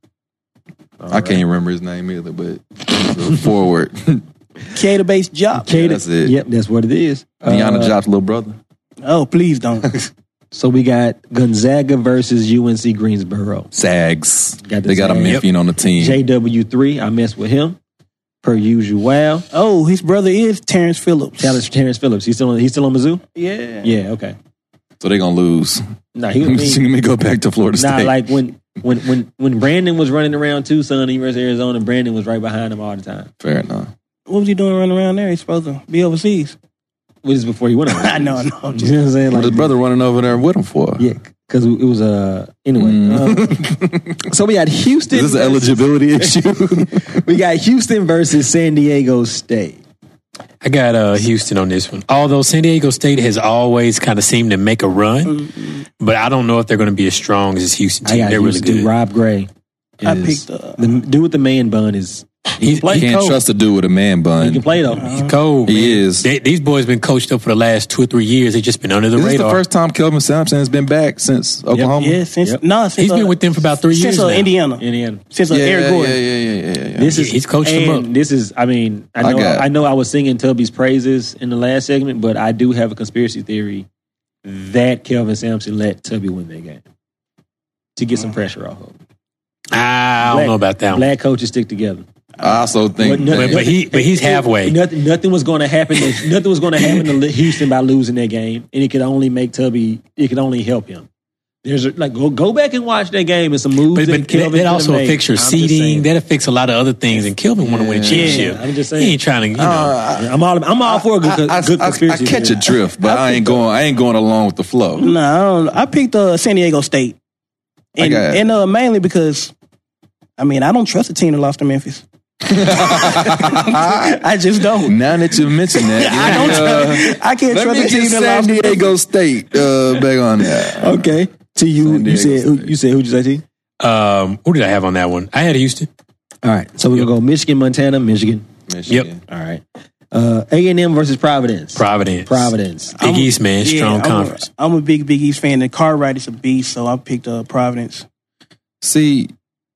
Speaker 5: I can't even remember his name either, but he's a forward.
Speaker 6: Kata based job.
Speaker 5: Yeah, that's it.
Speaker 4: Yep, that's what it is.
Speaker 5: Deanna
Speaker 4: Uh,
Speaker 5: Jobs' little brother.
Speaker 6: Oh, please don't.
Speaker 4: So we got Gonzaga versus UNC Greensboro.
Speaker 5: Sags.
Speaker 4: Got the
Speaker 5: they got a
Speaker 4: Zags.
Speaker 5: Memphian on the team.
Speaker 4: JW3, I mess with him per usual.
Speaker 6: Oh, his brother is Terrence Phillips.
Speaker 4: Terrence, Terrence Phillips, he's still on, he's still on Mizzou.
Speaker 6: Yeah.
Speaker 4: Yeah, okay.
Speaker 5: so they're gonna lose.
Speaker 4: Nah, he
Speaker 5: Let me,
Speaker 4: was
Speaker 5: see-
Speaker 4: he,
Speaker 5: let me go back to Florida
Speaker 4: nah,
Speaker 5: State.
Speaker 4: like when when when when Brandon was running around Tucson, he was Arizona. Brandon was right behind him all the time.
Speaker 5: Fair enough.
Speaker 6: What was he doing running around there? He's supposed to be overseas.
Speaker 4: Which is before he went. over.
Speaker 6: I know, I know. I'm
Speaker 4: You
Speaker 6: just-
Speaker 4: know what I'm saying?
Speaker 5: What
Speaker 4: Like
Speaker 5: his brother running over there with him for?
Speaker 4: Yeah, because it was uh anyway. uh, so we got Houston.
Speaker 5: Is this an
Speaker 4: versus-
Speaker 5: eligibility issue?
Speaker 4: We got Houston versus San Diego State.
Speaker 1: I got uh, Houston on this one. Although San Diego State has always kind of seemed to make a run,
Speaker 5: Mm-hmm.
Speaker 1: but I don't know if they're going to be as strong as this Houston
Speaker 4: I
Speaker 1: team.
Speaker 4: got
Speaker 1: They're
Speaker 4: Houston.
Speaker 1: really good.
Speaker 4: Rob Gray.
Speaker 6: I
Speaker 4: is-
Speaker 6: picked uh,
Speaker 4: the dude with the man bun is
Speaker 1: He's,
Speaker 5: you can't
Speaker 1: cold.
Speaker 5: trust a dude with a man
Speaker 4: he
Speaker 5: bun.
Speaker 4: can play though.
Speaker 1: He's cold.
Speaker 5: He
Speaker 1: man.
Speaker 5: is.
Speaker 1: They, these boys been coached up for the last two or three years. They just been under the
Speaker 5: This is the
Speaker 1: radar.
Speaker 5: first time Kelvin Sampson has been back since Oklahoma.
Speaker 6: yeah since
Speaker 4: Yep.
Speaker 6: no since
Speaker 1: He's been
Speaker 6: uh,
Speaker 1: with them for about three
Speaker 6: since
Speaker 1: years
Speaker 6: uh,
Speaker 1: now.
Speaker 6: Indiana
Speaker 4: Indiana.
Speaker 6: since uh,
Speaker 5: yeah,
Speaker 6: Eric
Speaker 5: yeah,
Speaker 6: Gordon.
Speaker 5: yeah, yeah, yeah, yeah, yeah.
Speaker 4: This is
Speaker 1: He's coached him
Speaker 4: and
Speaker 1: up.
Speaker 4: This is I mean I
Speaker 5: I
Speaker 4: know
Speaker 5: got-
Speaker 4: I, know I was singing Tubby's praises in the last segment, but I do have a conspiracy theory that Kelvin Sampson let Tubby win that game to get
Speaker 1: Mm.
Speaker 4: some pressure off of. him.
Speaker 1: I don't
Speaker 4: Black-
Speaker 1: know about that one.
Speaker 4: Black coaches stick together.
Speaker 5: I also think.
Speaker 4: no-
Speaker 5: that-
Speaker 1: But he- but he's halfway.
Speaker 4: Nothing, nothing was going to happen. nothing was going to happen to Li- Houston by losing that game, and it could only make Tubby. It could only help him. There's a, like go go back and watch that game and some moves.
Speaker 1: But,
Speaker 4: that
Speaker 1: but that,
Speaker 4: Kelvin
Speaker 1: that
Speaker 4: could've
Speaker 1: also
Speaker 4: made.
Speaker 1: affects your
Speaker 4: I'm just
Speaker 1: seeding.
Speaker 4: saying.
Speaker 1: That affects a lot of other things. And Kelvin want to win a championship.
Speaker 4: I'm just
Speaker 1: He
Speaker 4: saying.
Speaker 1: ain't trying to. You know,
Speaker 5: Uh,
Speaker 4: I'm all I'm all for a good,
Speaker 5: I, I,
Speaker 4: good
Speaker 5: I, I
Speaker 4: conspiracy.
Speaker 5: catch a
Speaker 4: theory.
Speaker 5: drift, but I, ain't going. I ain't going along with the flow.
Speaker 6: No, I don't. I picked uh, San Diego State,
Speaker 5: I
Speaker 6: and
Speaker 5: got-
Speaker 6: and uh, mainly because, I mean, I don't trust a team that lost to Memphis. I just don't.
Speaker 5: Now that you mention that,
Speaker 6: I don't.
Speaker 5: yeah,
Speaker 6: trust, I can't
Speaker 5: let
Speaker 6: trust
Speaker 5: me
Speaker 6: a team
Speaker 5: get
Speaker 6: that lost.
Speaker 5: San
Speaker 6: to Memphis.
Speaker 5: Diego State uh, back on that.
Speaker 4: Okay, to you.
Speaker 5: San
Speaker 4: You
Speaker 5: Diego
Speaker 4: said who,
Speaker 5: State.
Speaker 4: you said who'd you say to?
Speaker 1: um, who did I have on that one? I had Houston.
Speaker 4: All right, so we're gonna go Michigan, Montana, Michigan.
Speaker 5: Michigan.
Speaker 4: All right. Uh, A&M versus Providence.
Speaker 1: Providence.
Speaker 4: Providence.
Speaker 1: Big East, man. Strong
Speaker 6: I'm
Speaker 1: conference.
Speaker 6: A, I'm a big Big East fan. And Cartwright is a beast, so I picked uh, Providence.
Speaker 5: See,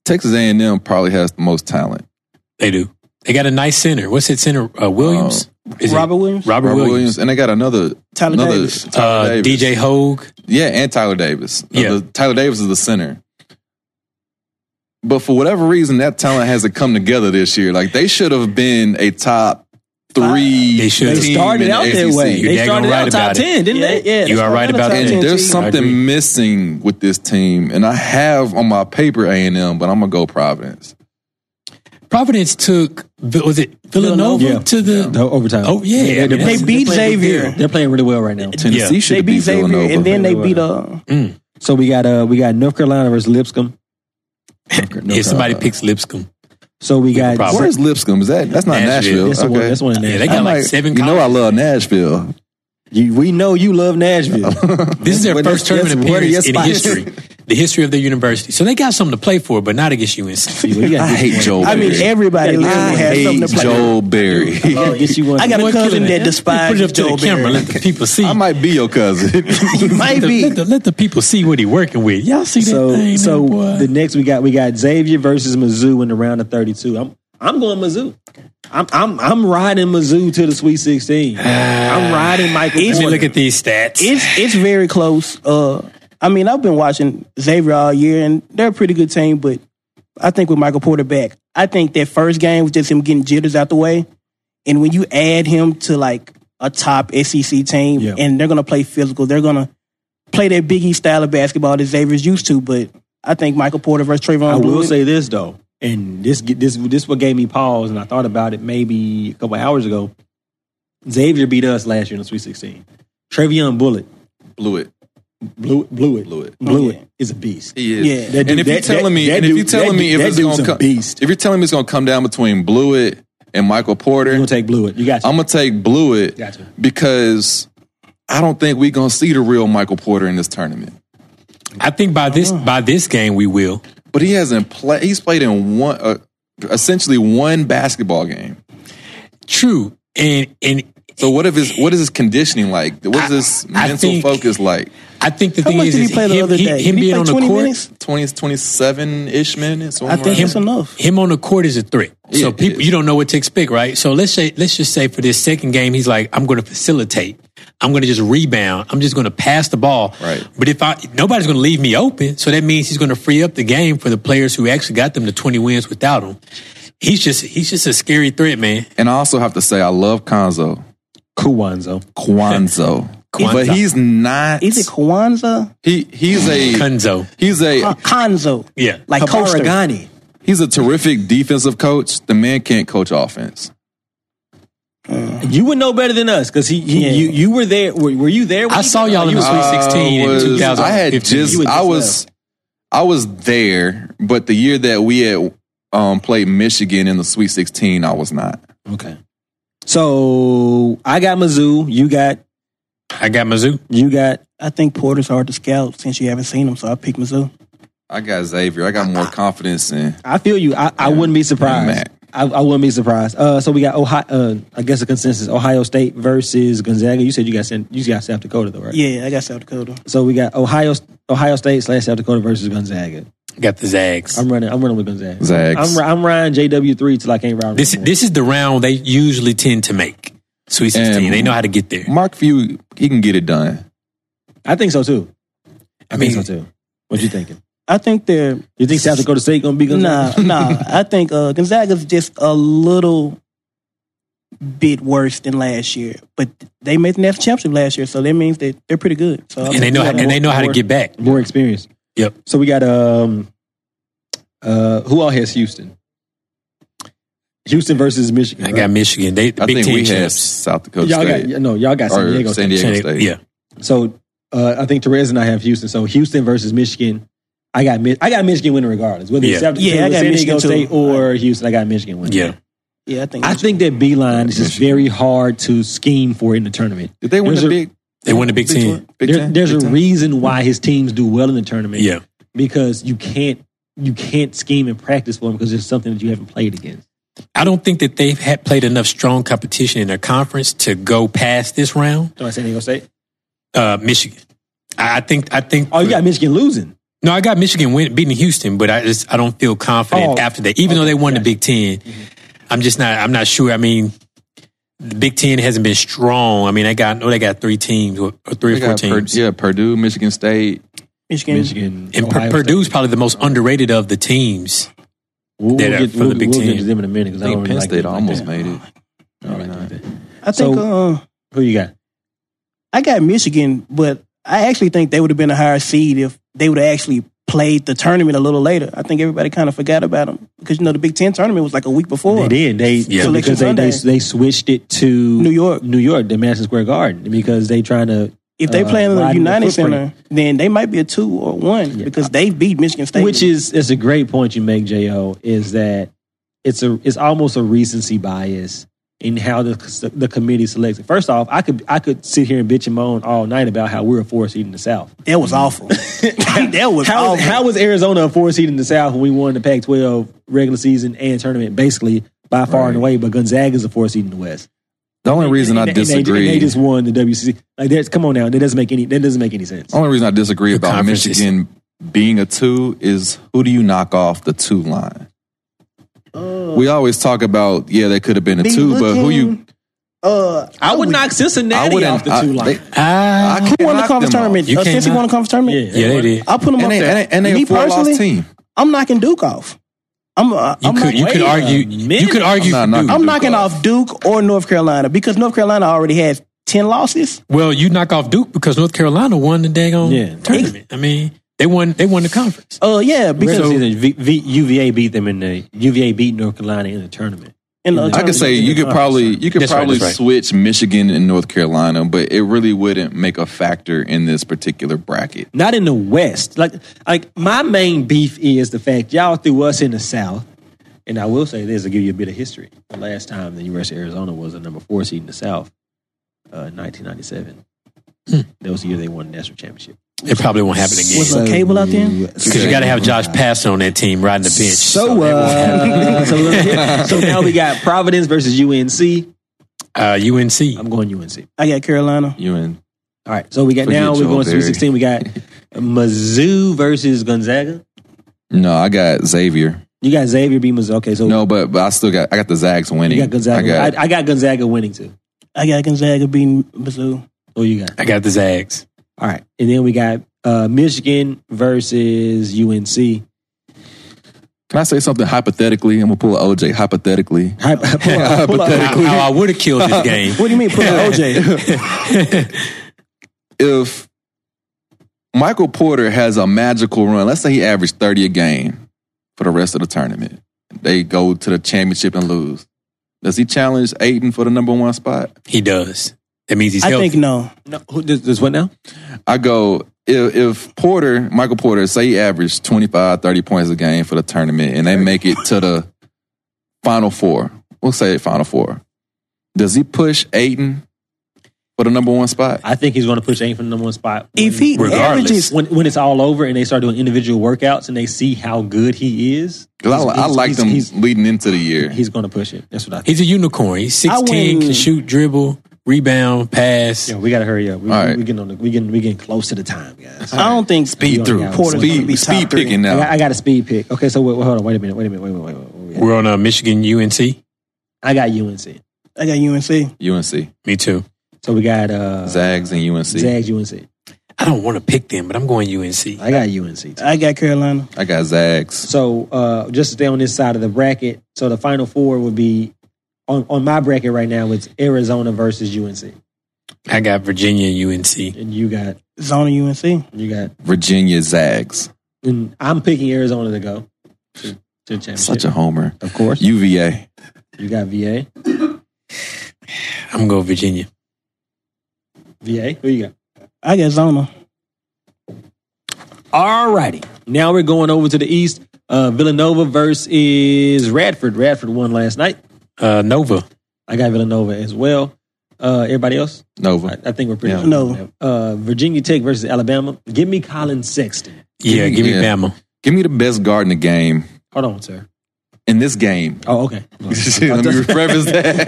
Speaker 5: Texas A&M probably has the most talent.
Speaker 1: they do. They got a nice center. What's that center? Uh, Williams? Is it
Speaker 6: Robert Williams,
Speaker 1: Robert,
Speaker 5: Robert Williams.
Speaker 1: Williams.
Speaker 5: and they got another
Speaker 6: Tyler
Speaker 5: another
Speaker 6: Davis.
Speaker 5: Tyler
Speaker 1: Uh,
Speaker 5: Davis.
Speaker 1: DJ Hogue.
Speaker 5: Yeah, and Tyler Davis. Uh,
Speaker 1: Yeah.
Speaker 5: The- Tyler Davis is the center. But for whatever reason, that talent hasn't come together this year. Like they should have been a top three.
Speaker 1: They should
Speaker 5: team
Speaker 1: have.
Speaker 7: They
Speaker 1: Team
Speaker 7: started
Speaker 5: in the
Speaker 7: out that
Speaker 5: ACC.
Speaker 7: way.
Speaker 1: You're
Speaker 7: They
Speaker 1: daggone
Speaker 7: started
Speaker 1: right
Speaker 7: out top
Speaker 1: about it.
Speaker 7: ten, didn't they?
Speaker 6: Yeah.
Speaker 7: Yeah, they
Speaker 1: You are
Speaker 7: started
Speaker 1: right
Speaker 7: out
Speaker 1: about
Speaker 7: top
Speaker 1: that.
Speaker 5: And
Speaker 7: 10
Speaker 5: there's
Speaker 7: team.
Speaker 1: I agree.
Speaker 5: something missing with this team. And I have on my paper A and M, but I'm gonna go Providence.
Speaker 1: Providence took, was it Villanova
Speaker 4: Villanova.
Speaker 1: to the.
Speaker 4: The overtime.
Speaker 1: Oh, yeah. I mean,
Speaker 4: they're
Speaker 1: that's-
Speaker 4: playing-
Speaker 6: they beat
Speaker 4: they're playing
Speaker 6: Xavier.
Speaker 4: good. They're playing really well right now.
Speaker 5: Tennessee should
Speaker 6: They
Speaker 5: have
Speaker 6: beat
Speaker 5: beat
Speaker 6: Xavier,
Speaker 5: Villanova.
Speaker 6: and then they
Speaker 4: Villanova.
Speaker 6: beat uh,
Speaker 1: Mm.
Speaker 4: So we got uh we got North Carolina versus Lipscomb.
Speaker 1: If somebody picks Lipscomb.
Speaker 4: So we got
Speaker 1: problem.
Speaker 5: Where's Lipscomb? Is that that's not Nashville?
Speaker 1: Nashville.
Speaker 4: That's the one.
Speaker 5: Okay.
Speaker 4: That's the one. In
Speaker 1: Yeah,
Speaker 4: Nashville.
Speaker 1: they got
Speaker 5: I'm
Speaker 1: like seven
Speaker 5: You know I
Speaker 1: colleges.
Speaker 5: love Nashville.
Speaker 4: You- we know you love Nashville.
Speaker 1: This is their
Speaker 5: But
Speaker 1: first
Speaker 5: that's-
Speaker 1: tournament
Speaker 5: that's one of your
Speaker 1: appearance in
Speaker 5: spots.
Speaker 1: history, the history of their university. So they got something to play for, but not against UNC.
Speaker 4: We gotta
Speaker 5: I
Speaker 4: get you
Speaker 5: hate
Speaker 4: one.
Speaker 5: Joe.
Speaker 6: I mean,
Speaker 5: Barry.
Speaker 6: everybody
Speaker 4: Yeah,
Speaker 6: literally
Speaker 4: I
Speaker 6: has something
Speaker 5: hate
Speaker 6: to play.
Speaker 5: Joe Barry.
Speaker 4: We gotta get you one.
Speaker 6: I got a
Speaker 1: Boy,
Speaker 6: cousin
Speaker 1: killing
Speaker 6: that
Speaker 1: it. Put
Speaker 6: despises
Speaker 1: it up to
Speaker 6: Joe
Speaker 1: the camera.
Speaker 6: Barry.
Speaker 1: Let the people see.
Speaker 5: I might be your cousin.
Speaker 6: You might
Speaker 1: let, the,
Speaker 6: be.
Speaker 1: let, the, let the people see what he working with. Y'all see that
Speaker 4: So
Speaker 1: thing,
Speaker 4: so
Speaker 1: man, boy?
Speaker 4: the next we got we got Xavier versus Mizzou in the round of thirty two. I'm I'm going Mizzou. I'm I'm I'm riding Mizzou to the Sweet Sixteen. I'm riding Michael.
Speaker 1: Let me
Speaker 4: Porter.
Speaker 1: look at these stats.
Speaker 6: It's it's very close. Uh, I mean, I've been watching Xavier all year, and they're a pretty good team. But I think with Michael Porter back, I think that first game was just him getting jitters out the way. And when you add him to like a top SEC team,
Speaker 4: Yeah.
Speaker 6: and they're gonna play physical, they're gonna play that Big East style of basketball that Xavier's used to. But I think Michael Porter versus Trayvon
Speaker 4: I will
Speaker 6: Blewett-
Speaker 4: say this though, and this this this what gave me pause, and I thought about it maybe a couple hours ago. Xavier beat us last year in the Sweet Sixteen. Trevion Bullet
Speaker 5: Blew it.
Speaker 4: blew blew it
Speaker 5: Blew it.
Speaker 4: blew
Speaker 6: Okay.
Speaker 4: it is a beast.
Speaker 5: He is.
Speaker 6: Yeah.
Speaker 4: That
Speaker 5: Oh, and
Speaker 4: dude-
Speaker 5: if you're
Speaker 4: that-
Speaker 5: telling
Speaker 4: that-
Speaker 5: me,
Speaker 4: that
Speaker 5: and if
Speaker 4: dude-
Speaker 5: you're telling
Speaker 4: that dude-
Speaker 5: me if
Speaker 4: that
Speaker 5: it's
Speaker 4: dude's
Speaker 5: gonna
Speaker 4: a
Speaker 5: come,
Speaker 4: beast.
Speaker 5: if you're telling me it's gonna come down between Blewett and Michael Porter,
Speaker 4: You're gonna take Blewett. You got you.
Speaker 5: I'm gonna take Blewett
Speaker 4: Gotcha.
Speaker 5: because I don't think we're gonna see the real Michael Porter in this tournament.
Speaker 1: I think by
Speaker 6: Oh.
Speaker 1: this by this game we will.
Speaker 5: But he hasn't played. He's played in one, uh, essentially one basketball game.
Speaker 1: True, and and
Speaker 5: So what if his what is his conditioning like? What is his
Speaker 1: I
Speaker 5: mental
Speaker 1: think-
Speaker 5: focus like?
Speaker 1: I think the
Speaker 6: How
Speaker 1: thing
Speaker 6: much
Speaker 1: is,
Speaker 6: did he
Speaker 1: is
Speaker 6: play the
Speaker 1: him,
Speaker 6: other
Speaker 1: he-
Speaker 6: day? Did
Speaker 1: him
Speaker 6: he
Speaker 1: being
Speaker 6: play
Speaker 1: on the
Speaker 6: 20
Speaker 1: court,
Speaker 6: minutes?
Speaker 5: 20, 27 ish minutes.
Speaker 6: I think
Speaker 1: him,
Speaker 6: that's enough.
Speaker 1: him on the court is a threat.
Speaker 5: Yeah,
Speaker 1: so people,
Speaker 5: yeah.
Speaker 1: you don't know what to expect, right? So let's say, let's just say for this second game, he's like, I'm going to facilitate. I'm going to just rebound. I'm just going to pass the ball.
Speaker 5: Right.
Speaker 1: But if I nobody's going to leave me open, so that means he's going to free up the game for the players who actually got them to 20 wins without him. He's just he's just a scary threat, man.
Speaker 5: And I also have to say, I love Konzo. Oh,
Speaker 4: Kuwanzo.
Speaker 5: Kwanzo.
Speaker 1: Kwanzo.
Speaker 5: But he's not.
Speaker 6: Is it Kwanzaa?
Speaker 5: he, he's a
Speaker 1: Kunzo,
Speaker 5: he's
Speaker 6: Uh,
Speaker 5: a
Speaker 6: Konzo.
Speaker 1: yeah,
Speaker 6: Like Coaster.
Speaker 4: Kabaragani.
Speaker 5: he's a terrific defensive coach. The man can't coach offense.
Speaker 4: You would know better than us because he, he
Speaker 6: Yeah.
Speaker 4: you you were there. Were, were you there? when
Speaker 1: I
Speaker 4: he-
Speaker 1: saw y'all in the
Speaker 4: you-
Speaker 1: Sweet Sixteen
Speaker 5: I was-
Speaker 1: in 2015.
Speaker 5: Uh, I had just,
Speaker 4: You had
Speaker 5: I
Speaker 4: just
Speaker 5: was I was there, but the year that we had um, played Michigan in the Sweet 16, I was not.
Speaker 4: Okay. So I got Mizzou. You got
Speaker 1: I got Mizzou.
Speaker 4: you got
Speaker 6: I think Porter's hard to scout since you haven't seen him, so I picked Mizzou.
Speaker 5: I got Xavier. I got more confidence in.
Speaker 4: I feel you. I, I wouldn't be surprised.
Speaker 5: Mac.
Speaker 4: I, I wouldn't be surprised. Uh, so we got Ohio. Uh, I guess the consensus: Ohio State versus Gonzaga. You said you got San- you got South Dakota though, right?
Speaker 6: Yeah, I got South Dakota.
Speaker 4: So we got Ohio Ohio State slash South Dakota versus Gonzaga.
Speaker 1: Got the Zags.
Speaker 4: I'm running. I'm running with Gonzaga.
Speaker 5: Zags.
Speaker 4: I'm I'm riding JW three till I can't ride.
Speaker 1: This
Speaker 4: no more.
Speaker 1: this is the round they usually tend to make. Sweet sixteen.
Speaker 5: And-
Speaker 1: they know how to get there.
Speaker 5: Mark Few, he can get it done.
Speaker 4: I think so too. I,
Speaker 1: I
Speaker 4: think
Speaker 1: mean-
Speaker 4: so too. What you thinking?
Speaker 6: I think they're
Speaker 4: You think South Dakota State gonna be
Speaker 6: nah,
Speaker 4: Gonzaga?
Speaker 6: nah. I think uh, Gonzaga's just a little bit worse than last year, but they made the national championship last year, so that means that they're pretty good. So I
Speaker 1: And
Speaker 6: think
Speaker 1: they know
Speaker 6: we
Speaker 1: how,
Speaker 6: got
Speaker 1: and they know how to
Speaker 4: more-
Speaker 1: get back.
Speaker 4: More experience.
Speaker 1: Yep.
Speaker 4: So we got um uh who all has Houston? Houston versus Michigan.
Speaker 1: I
Speaker 4: right?
Speaker 1: got Michigan. They the
Speaker 5: I
Speaker 1: Big
Speaker 5: think
Speaker 1: Ten
Speaker 5: we have
Speaker 1: champs.
Speaker 5: South Dakota
Speaker 4: y'all
Speaker 5: State.
Speaker 4: got no, y'all got San
Speaker 5: or
Speaker 4: Diego.
Speaker 5: San Diego
Speaker 1: San Diego-
Speaker 5: State.
Speaker 1: Yeah,
Speaker 4: So uh, I think Therese and I have Houston. So Houston versus Michigan. I got Mi- I got Michigan winning regardless. Whether it's
Speaker 1: Yeah.
Speaker 4: South-
Speaker 6: Yeah, I
Speaker 4: whether
Speaker 6: got
Speaker 4: San Diego
Speaker 6: Michigan too.
Speaker 4: State or Houston, I got Michigan winning.
Speaker 1: yeah.
Speaker 6: Yeah, I think.
Speaker 4: I think that beeline is just very hard to scheme for in the tournament.
Speaker 5: Did they win
Speaker 4: There's
Speaker 5: the
Speaker 4: a-
Speaker 5: big?
Speaker 1: They won the Big
Speaker 5: Big
Speaker 1: Ten.
Speaker 5: Ten? Big
Speaker 4: There-
Speaker 5: Ten?
Speaker 4: there's
Speaker 5: Big
Speaker 4: a
Speaker 5: Ten?
Speaker 4: reason why his teams do well in the tournament.
Speaker 1: Yeah,
Speaker 4: because you can't you can't scheme and practice for them because it's something that you haven't played against.
Speaker 1: I don't think that they've had played enough strong competition in their conference to go past this round.
Speaker 4: Don't I San Diego State?
Speaker 1: Uh, Michigan. I I think. I think.
Speaker 4: Oh, you got Michigan losing.
Speaker 1: No, I got Michigan win, beating Houston, but I just I don't feel confident
Speaker 4: Oh, Mm-hmm.
Speaker 1: after that. Even though they won the Big 10 i I'm just not. I'm not sure. I mean, the Big Ten hasn't been strong. I mean, they got. Oh, they got three teams or, or three or
Speaker 5: They
Speaker 1: four
Speaker 5: got Pur-
Speaker 1: teams.
Speaker 5: yeah, Purdue, Michigan State.
Speaker 6: Michigan.
Speaker 1: And Pur- Purdue's probably the most underrated of the teams.
Speaker 4: We'll,
Speaker 1: They're
Speaker 4: get,
Speaker 1: from
Speaker 4: we'll,
Speaker 1: the Big
Speaker 4: we'll get
Speaker 1: Ten.
Speaker 4: to them in a minute because
Speaker 5: I
Speaker 4: I don't
Speaker 5: think
Speaker 4: really
Speaker 5: Penn
Speaker 4: Oh, like
Speaker 5: State
Speaker 4: them like
Speaker 5: almost
Speaker 4: that.
Speaker 5: made it.
Speaker 4: I don't like them like that.
Speaker 6: I think uh,
Speaker 4: Who you got?
Speaker 6: I got Michigan, but I actually think they would have been a higher seed if they would have actually played the tournament a little later. I think everybody kind of forgot about them because you know the Big Ten tournament was like a week before.
Speaker 4: They did. They
Speaker 1: Yeah.
Speaker 4: because they, they
Speaker 6: Sunday.
Speaker 4: they switched it to
Speaker 6: New York.
Speaker 4: New York, the Madison Square Garden, because they trying to
Speaker 6: If they
Speaker 4: uh,
Speaker 6: play in the
Speaker 4: widen the
Speaker 6: United
Speaker 4: footprint.
Speaker 6: Center, then they might be a two or one
Speaker 4: Yeah.
Speaker 6: because they beat Michigan State.
Speaker 4: Which is it's a great point you make, Jo. Is that it's a it's almost a recency bias in how the the committee selects it. First off, I could I could sit here and bitch and moan all night about how we're a four seed in the South.
Speaker 6: that was awful. that was
Speaker 4: How
Speaker 6: awful.
Speaker 4: how was Arizona a four seed in the South when we won the Pac twelve regular season and tournament basically by far and
Speaker 5: Right.
Speaker 4: away? But Gonzaga's a four seed in the West.
Speaker 5: The only reason I
Speaker 4: And they- and they- and
Speaker 5: disagree.
Speaker 4: They, just won the WCC. Like, that's come on now. That doesn't make any. That doesn't make any sense.
Speaker 5: Only reason I disagree
Speaker 1: The
Speaker 5: about
Speaker 1: conference is-
Speaker 5: Michigan being a two is who do you knock off the two line?
Speaker 4: Oh.
Speaker 5: we always talk about yeah, they could have been a
Speaker 6: Be
Speaker 5: two, but who you?
Speaker 6: looking- uh,
Speaker 4: I would knock
Speaker 5: I
Speaker 4: Cincinnati
Speaker 5: wouldn't.
Speaker 4: off the two
Speaker 5: I,
Speaker 4: line.
Speaker 5: they,
Speaker 1: Ah,
Speaker 5: I can't
Speaker 6: who won the
Speaker 5: knock
Speaker 6: conference
Speaker 5: them off.
Speaker 6: tournament?
Speaker 1: You
Speaker 6: Uh, since he
Speaker 1: cannot-
Speaker 6: won the conference tournament,
Speaker 4: Yeah.
Speaker 1: yeah, they did.
Speaker 6: I put him up
Speaker 5: And they,
Speaker 6: there.
Speaker 5: and they, and they
Speaker 6: Me
Speaker 5: a four loss
Speaker 6: personally,
Speaker 5: team.
Speaker 6: I'm knocking Duke off. I'm. Uh,
Speaker 1: You
Speaker 6: I'm
Speaker 1: could
Speaker 6: not-
Speaker 1: you could
Speaker 4: wait a
Speaker 1: argue you could
Speaker 4: minute.
Speaker 1: argue
Speaker 5: I'm
Speaker 1: for
Speaker 5: not
Speaker 1: Duke.
Speaker 5: knocking
Speaker 6: I'm
Speaker 5: Duke
Speaker 6: knocking
Speaker 5: off.
Speaker 6: off Duke or North Carolina because North Carolina already has ten losses.
Speaker 1: Well, you knock off Duke because North Carolina won the daggone
Speaker 4: Yeah.
Speaker 1: tournament. I mean, they won they won the conference.
Speaker 6: Uh, yeah, because
Speaker 4: Regular season, v, v, UVA beat them in the UVA beat North Carolina in the tournament.
Speaker 6: in the
Speaker 5: I could say you could probably you could
Speaker 1: That's right,
Speaker 5: probably
Speaker 1: that's right.
Speaker 5: switch Michigan and North Carolina, but it really wouldn't make a factor in this particular bracket.
Speaker 4: Not in the West. Like like my main beef is the fact y'all threw us in the South. And I will say this to give you a bit of history. The last time the University of Arizona was a number four seed in the South, uh, 1997. That was the year they won the national championship.
Speaker 1: It probably won't happen again.
Speaker 6: Hmm. Was a cable out there?
Speaker 1: Because you got to have Josh Pass on that team riding the bench.
Speaker 4: So,
Speaker 1: that won't happen.
Speaker 4: uh, so, look here. So now we got Providence versus UNC.
Speaker 1: uh, UNC.
Speaker 4: I'm going UNC.
Speaker 6: I got Carolina.
Speaker 5: You in?
Speaker 4: All right. So we got
Speaker 5: Forget
Speaker 4: now we're
Speaker 5: Joel
Speaker 4: going to Sweet
Speaker 5: Berry.
Speaker 4: 16. We got Mizzou versus Gonzaga.
Speaker 5: No, I got Xavier.
Speaker 4: You got Xavier beat Mizzou. Okay, so
Speaker 5: No, but but I still got I got the Zags winning.
Speaker 4: you got
Speaker 5: I
Speaker 4: Gonzaga. I
Speaker 5: got
Speaker 4: I, got Gonzaga winning too.
Speaker 6: I got Gonzaga beating Mizzou.
Speaker 4: Who you got?
Speaker 1: I got the Zags.
Speaker 4: All right, and then we got uh, Michigan versus UNC.
Speaker 5: Can I say something hypothetically? I'm gonna pull an OJ hypothetically.
Speaker 4: Hy- pull up, pull up.
Speaker 1: How, how I would have killed this game.
Speaker 6: What do you mean, put up OJ?
Speaker 5: If Michael Porter has a magical run, let's say he averaged 30 a game for the rest of the tournament. They go to the championship and lose. Does he challenge Aiden for the number one spot?
Speaker 1: He does. That means he's
Speaker 6: I
Speaker 1: healthy.
Speaker 6: think no.
Speaker 4: No, who does, does what now?
Speaker 5: I go, if, if Porter, Michael Porter, say he averaged 25, 30 points a game for the tournament and they make it to the final four, we'll say final four. Does he push Aiden for the number one spot?
Speaker 4: I think he's going to push Aiden for the number one spot. when-
Speaker 6: If he
Speaker 1: Regardless.
Speaker 6: averages,
Speaker 4: when when it's all over and they start doing individual workouts and they see how good he is,
Speaker 5: Because I,
Speaker 4: he's-
Speaker 5: I
Speaker 4: he's-
Speaker 5: liked
Speaker 4: he's-
Speaker 5: him
Speaker 4: He's,
Speaker 5: leading into the year.
Speaker 4: he's going to push it. That's what I think.
Speaker 1: He's a unicorn. He's
Speaker 6: I
Speaker 1: 16,
Speaker 6: wouldn't-
Speaker 1: can shoot, dribble, rebound, pass.
Speaker 4: Yeah, we gotta hurry up. We,
Speaker 5: All right.
Speaker 4: we getting on the, we getting we getting close to the time, guys.
Speaker 6: I don't think
Speaker 5: speed through,
Speaker 6: Porter's gonna
Speaker 5: speed,
Speaker 6: be top
Speaker 5: speed
Speaker 6: three.
Speaker 5: picking
Speaker 4: I,
Speaker 5: now.
Speaker 4: got, I got a speed pick. Okay, so wait, wait, hold on. Wait a minute. Wait a minute. Wait a minute. Wait a minute. Wait a minute.
Speaker 1: We're on a Michigan UNC.
Speaker 4: I got UNC.
Speaker 6: I got UNC.
Speaker 5: UNC
Speaker 1: Me too.
Speaker 4: So we got uh,
Speaker 5: Zags and UNC.
Speaker 4: Zags UNC.
Speaker 1: I don't want to pick them, but I'm going UNC.
Speaker 4: I got UNC. Too.
Speaker 6: I got Carolina.
Speaker 5: I got Zags.
Speaker 4: So uh, just to stay on this side of the bracket. So the final four would be on on my bracket right now. It's Arizona versus UNC,
Speaker 1: I got Virginia and UNC.
Speaker 4: and you got
Speaker 6: Zona UNC.
Speaker 4: you got.
Speaker 5: Virginia Zags.
Speaker 4: And I'm picking Arizona to go to, to the championship.
Speaker 5: Such a homer.
Speaker 4: of course.
Speaker 5: UVA.
Speaker 4: You got VA.
Speaker 1: I'm going Virginia.
Speaker 4: VA. Who you got?
Speaker 6: I got Zona.
Speaker 4: Alrighty, Now we're going over to the East. Uh, Villanova versus Radford. Radford won last night.
Speaker 1: Uh, Nova.
Speaker 4: I got Villanova as well. Uh, everybody else? I,
Speaker 5: Nova.
Speaker 4: I think we're pretty
Speaker 5: Yeah.
Speaker 4: much-
Speaker 6: No.
Speaker 4: Uh, Virginia Tech versus Alabama. Give me Colin Sexton.
Speaker 1: Yeah, give me
Speaker 5: Yeah.
Speaker 1: Bama.
Speaker 5: Give me the best guard in the game.
Speaker 4: Hold on, sir.
Speaker 5: in this game.
Speaker 4: Oh, okay.
Speaker 5: Let me preface that.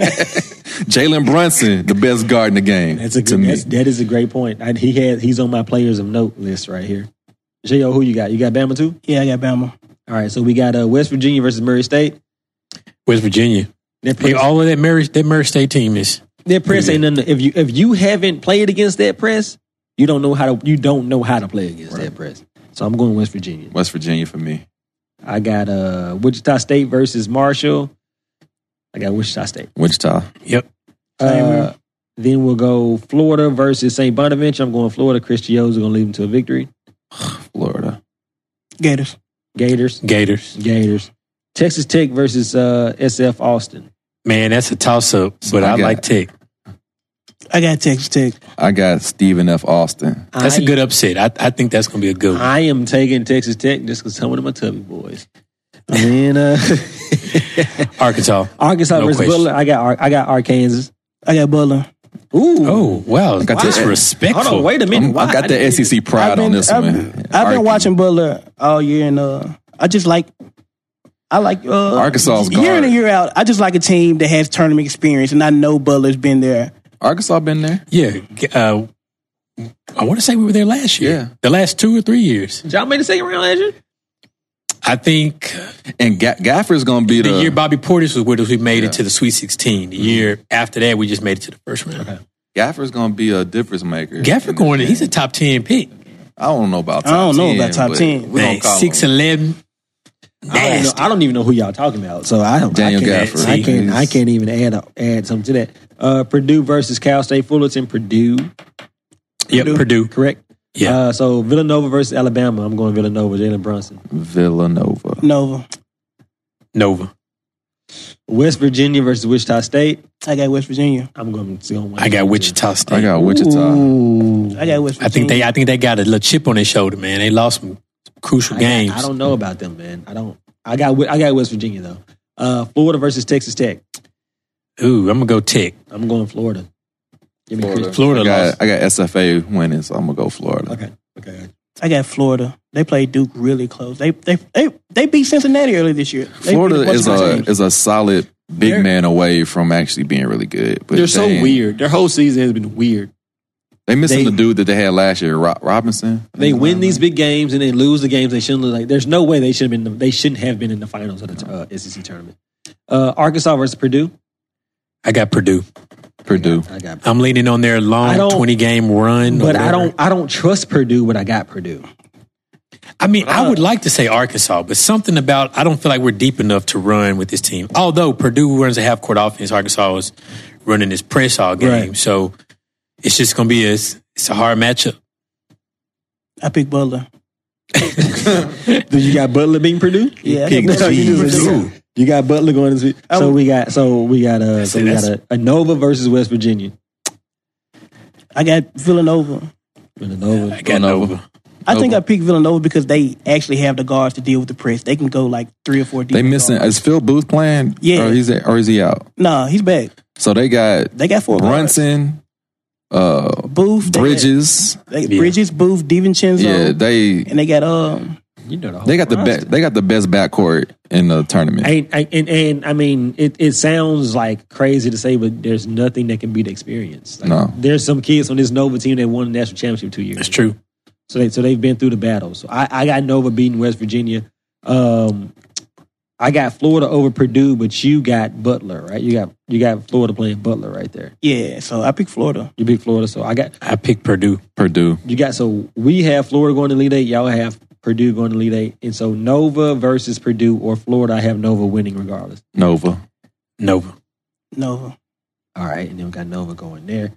Speaker 5: Jalen Brunson, the best guard in the game.
Speaker 4: That's a
Speaker 5: to
Speaker 4: good,
Speaker 5: me.
Speaker 4: that's, that is a great point. I, he had he's on my players of note list right here. Jo, who you got? You got Bama too.
Speaker 6: Yeah, I got Bama.
Speaker 4: All right, so we got uh, West Virginia versus Murray State.
Speaker 1: West Virginia.
Speaker 4: That
Speaker 1: Hey,
Speaker 4: press,
Speaker 1: all of that Murray, that Murray State team is
Speaker 4: that press ain't nothing. If you if you haven't played against that press, you don't know how to you don't know how to play against that press. So I'm going West Virginia.
Speaker 5: West Virginia for me.
Speaker 4: I got uh Wichita State versus Marshall. I got Wichita State.
Speaker 5: Wichita.
Speaker 6: Same
Speaker 4: Uh,
Speaker 6: here.
Speaker 4: then we'll go Florida versus St. Bonaventure. I'm going Florida. Christios are going to lead them to a victory.
Speaker 5: Florida.
Speaker 6: Gators.
Speaker 4: Gators.
Speaker 1: Gators.
Speaker 4: Gators. Texas Tech versus uh, SF Austin.
Speaker 1: Man, that's a toss up, but
Speaker 5: I
Speaker 1: I,
Speaker 5: got-
Speaker 1: like Tech.
Speaker 6: I got Texas Tech.
Speaker 5: I got Stephen F. Austin.
Speaker 1: That's
Speaker 4: a
Speaker 1: a good upset. I, I think that's going to be a good one.
Speaker 4: I am taking Texas Tech just because some of them are Tubby boys. And then uh,
Speaker 1: Arkansas.
Speaker 4: Arkansas
Speaker 1: No
Speaker 4: versus
Speaker 1: question.
Speaker 4: Butler. I got Ar- I got Arkansas.
Speaker 6: I got Butler.
Speaker 4: Ooh.
Speaker 1: Oh, wow.
Speaker 5: I got
Speaker 1: That's
Speaker 5: that.
Speaker 1: respectful.
Speaker 4: Hold on. Wait a minute.
Speaker 5: I'm-
Speaker 4: Why?
Speaker 5: I got the
Speaker 4: didn't-
Speaker 1: E
Speaker 5: SEC pride on this
Speaker 6: I've
Speaker 5: one.
Speaker 6: been- I've been
Speaker 5: Arkan-
Speaker 6: watching Butler all year, and uh, I just like. I like uh,
Speaker 5: Arkansas's
Speaker 6: year in
Speaker 5: guard.
Speaker 6: and year out. I just like a team that has tournament experience, and I know Butler's been there.
Speaker 5: Arkansas been there.
Speaker 1: Yeah. g- Uh, I want to say we were there last year.
Speaker 5: Yeah.
Speaker 1: The last two or three years.
Speaker 4: Did Y'all made the second round last year?
Speaker 1: I think
Speaker 5: And Ga- Gaffer's going to be the,
Speaker 1: the year Bobby Portis was with us, we made it to the Sweet 16.
Speaker 5: Mm-hmm.
Speaker 1: The year after that, we just made it to the first round.
Speaker 5: Gaffer's going to be a difference maker.
Speaker 1: Gaffer
Speaker 5: in this
Speaker 1: going in, he's a
Speaker 5: game.
Speaker 1: top 10 pick.
Speaker 5: I don't know about
Speaker 6: I
Speaker 5: top
Speaker 6: don't know about top
Speaker 5: but
Speaker 6: 10.
Speaker 5: we gonna
Speaker 1: Man,
Speaker 5: call him.
Speaker 1: 6'11.
Speaker 4: I don't, know,
Speaker 1: Nasty.
Speaker 4: I don't even know who y'all talking about. So I don't.
Speaker 5: Daniel
Speaker 4: I can't,
Speaker 5: Gafford.
Speaker 4: I can't.
Speaker 5: He's-
Speaker 4: I can't even add a- add something to that. Uh, Purdue versus Cal State Fullerton. Purdue,
Speaker 1: Yep, Purdue.
Speaker 4: correct?
Speaker 1: Yeah.
Speaker 4: Uh, so Villanova versus Alabama. I'm going Villanova. Jalen Brunson.
Speaker 5: Villanova.
Speaker 6: Nova.
Speaker 1: Nova.
Speaker 4: West Virginia versus Wichita State.
Speaker 6: I got West Virginia.
Speaker 4: I'm going to go.
Speaker 1: I got Wichita State.
Speaker 5: I got Wichita.
Speaker 6: I got West Virginia.
Speaker 1: I think they. I think they got a little chip on their shoulder, man. They lost some crucial
Speaker 4: I,
Speaker 1: games.
Speaker 4: I don't know about them, man. I don't. I got. Wi- I got West Virginia though. Uh, Florida versus Texas Tech.
Speaker 1: Ooh, I'm gonna go Tech.
Speaker 4: I'm going Florida. Give me Chris.
Speaker 1: Florida
Speaker 5: I got,
Speaker 1: lost.
Speaker 5: I got SFA winning, so I'm going to go Florida.
Speaker 4: Okay. Okay.
Speaker 6: I got Florida. They played Duke really close. They they they, they beat Cincinnati earlier this year. They beat
Speaker 5: Florida
Speaker 6: bunch
Speaker 5: is uh,
Speaker 6: of
Speaker 5: a
Speaker 6: teams.
Speaker 5: is a solid big
Speaker 8: They're-
Speaker 5: man away from actually being really good. But
Speaker 8: They're so
Speaker 5: dang,
Speaker 8: weird. Their whole season has been weird.
Speaker 5: They missing
Speaker 4: They-
Speaker 5: the dude that they had last year, Ro- Robinson.
Speaker 4: They win these big games and they lose the games they shouldn't lose. Like, there's no way they should have been. They shouldn't have been in the finals of the uh, SEC tournament. Uh, Arkansas versus Purdue.
Speaker 1: I got Purdue.
Speaker 5: Purdue.
Speaker 4: I got,
Speaker 1: I'm leaning on their
Speaker 4: I
Speaker 1: long
Speaker 4: don't-
Speaker 1: 20 game run. or
Speaker 4: but I
Speaker 1: whatever.
Speaker 4: don't. I don't trust Purdue, but I got Purdue.
Speaker 1: I mean,
Speaker 4: Uh.
Speaker 1: I would like to say Arkansas, but something about I don't feel like we're deep enough to run with this team. Although Purdue runs a half court offense, Arkansas was running this press all game,
Speaker 4: Right.
Speaker 1: so it's just gonna be a it's a hard matchup.
Speaker 6: I picked Butler.
Speaker 4: Do you got Butler being Purdue?
Speaker 6: Yeah, I
Speaker 1: Pick
Speaker 6: got Butler.
Speaker 1: Purdue.
Speaker 6: Purdue.
Speaker 4: You got Butler going to sweep. So we got so we got uh so we got
Speaker 1: That's-
Speaker 4: a, a Nova versus West Virginia.
Speaker 6: I got Villanova.
Speaker 4: Villanova.
Speaker 1: I got
Speaker 5: Villanova.
Speaker 1: Nova.
Speaker 6: I think I picked Villanova because they actually have the guards to deal with the press. They can go like three or four deep.
Speaker 5: They missing
Speaker 6: guards.
Speaker 5: is Phil Booth playing?
Speaker 6: Yeah.
Speaker 5: Or he's or is he out?
Speaker 6: Nah, he's back.
Speaker 5: So they got
Speaker 6: They got four
Speaker 5: Brunson, uh,
Speaker 6: guards. Booth, they
Speaker 5: Bridges.
Speaker 6: got- they-
Speaker 1: Yeah.
Speaker 6: Bridges, Booth, DiVincenzo,
Speaker 5: Yeah, they
Speaker 6: and they got um.
Speaker 4: You know the whole
Speaker 5: they got the
Speaker 4: roster.
Speaker 5: best they got the best backcourt in the tournament.
Speaker 4: Ain't- I, and, and I mean, it, it sounds like crazy to say, but there's nothing that can beat experience. Like,
Speaker 5: No.
Speaker 4: there's some kids on this Nova team that won the national championship two years.
Speaker 1: That's
Speaker 4: ago.
Speaker 1: true.
Speaker 4: So they so they've been through the battle. So I, I got Nova beating West Virginia. Um, I got Florida over Purdue, but you got Butler, right? You got you got Florida playing Butler right there.
Speaker 6: Yeah, so I picked Florida.
Speaker 4: You big Florida, so I got
Speaker 1: I picked Purdue.
Speaker 5: Purdue.
Speaker 4: you got so we have Florida going to lead eight. Y'all have Purdue going to lead eight, and so Nova versus Purdue or Florida. I have Nova winning regardless.
Speaker 5: Nova.
Speaker 1: Nova.
Speaker 6: Nova.
Speaker 4: All right, and then we got Nova going there.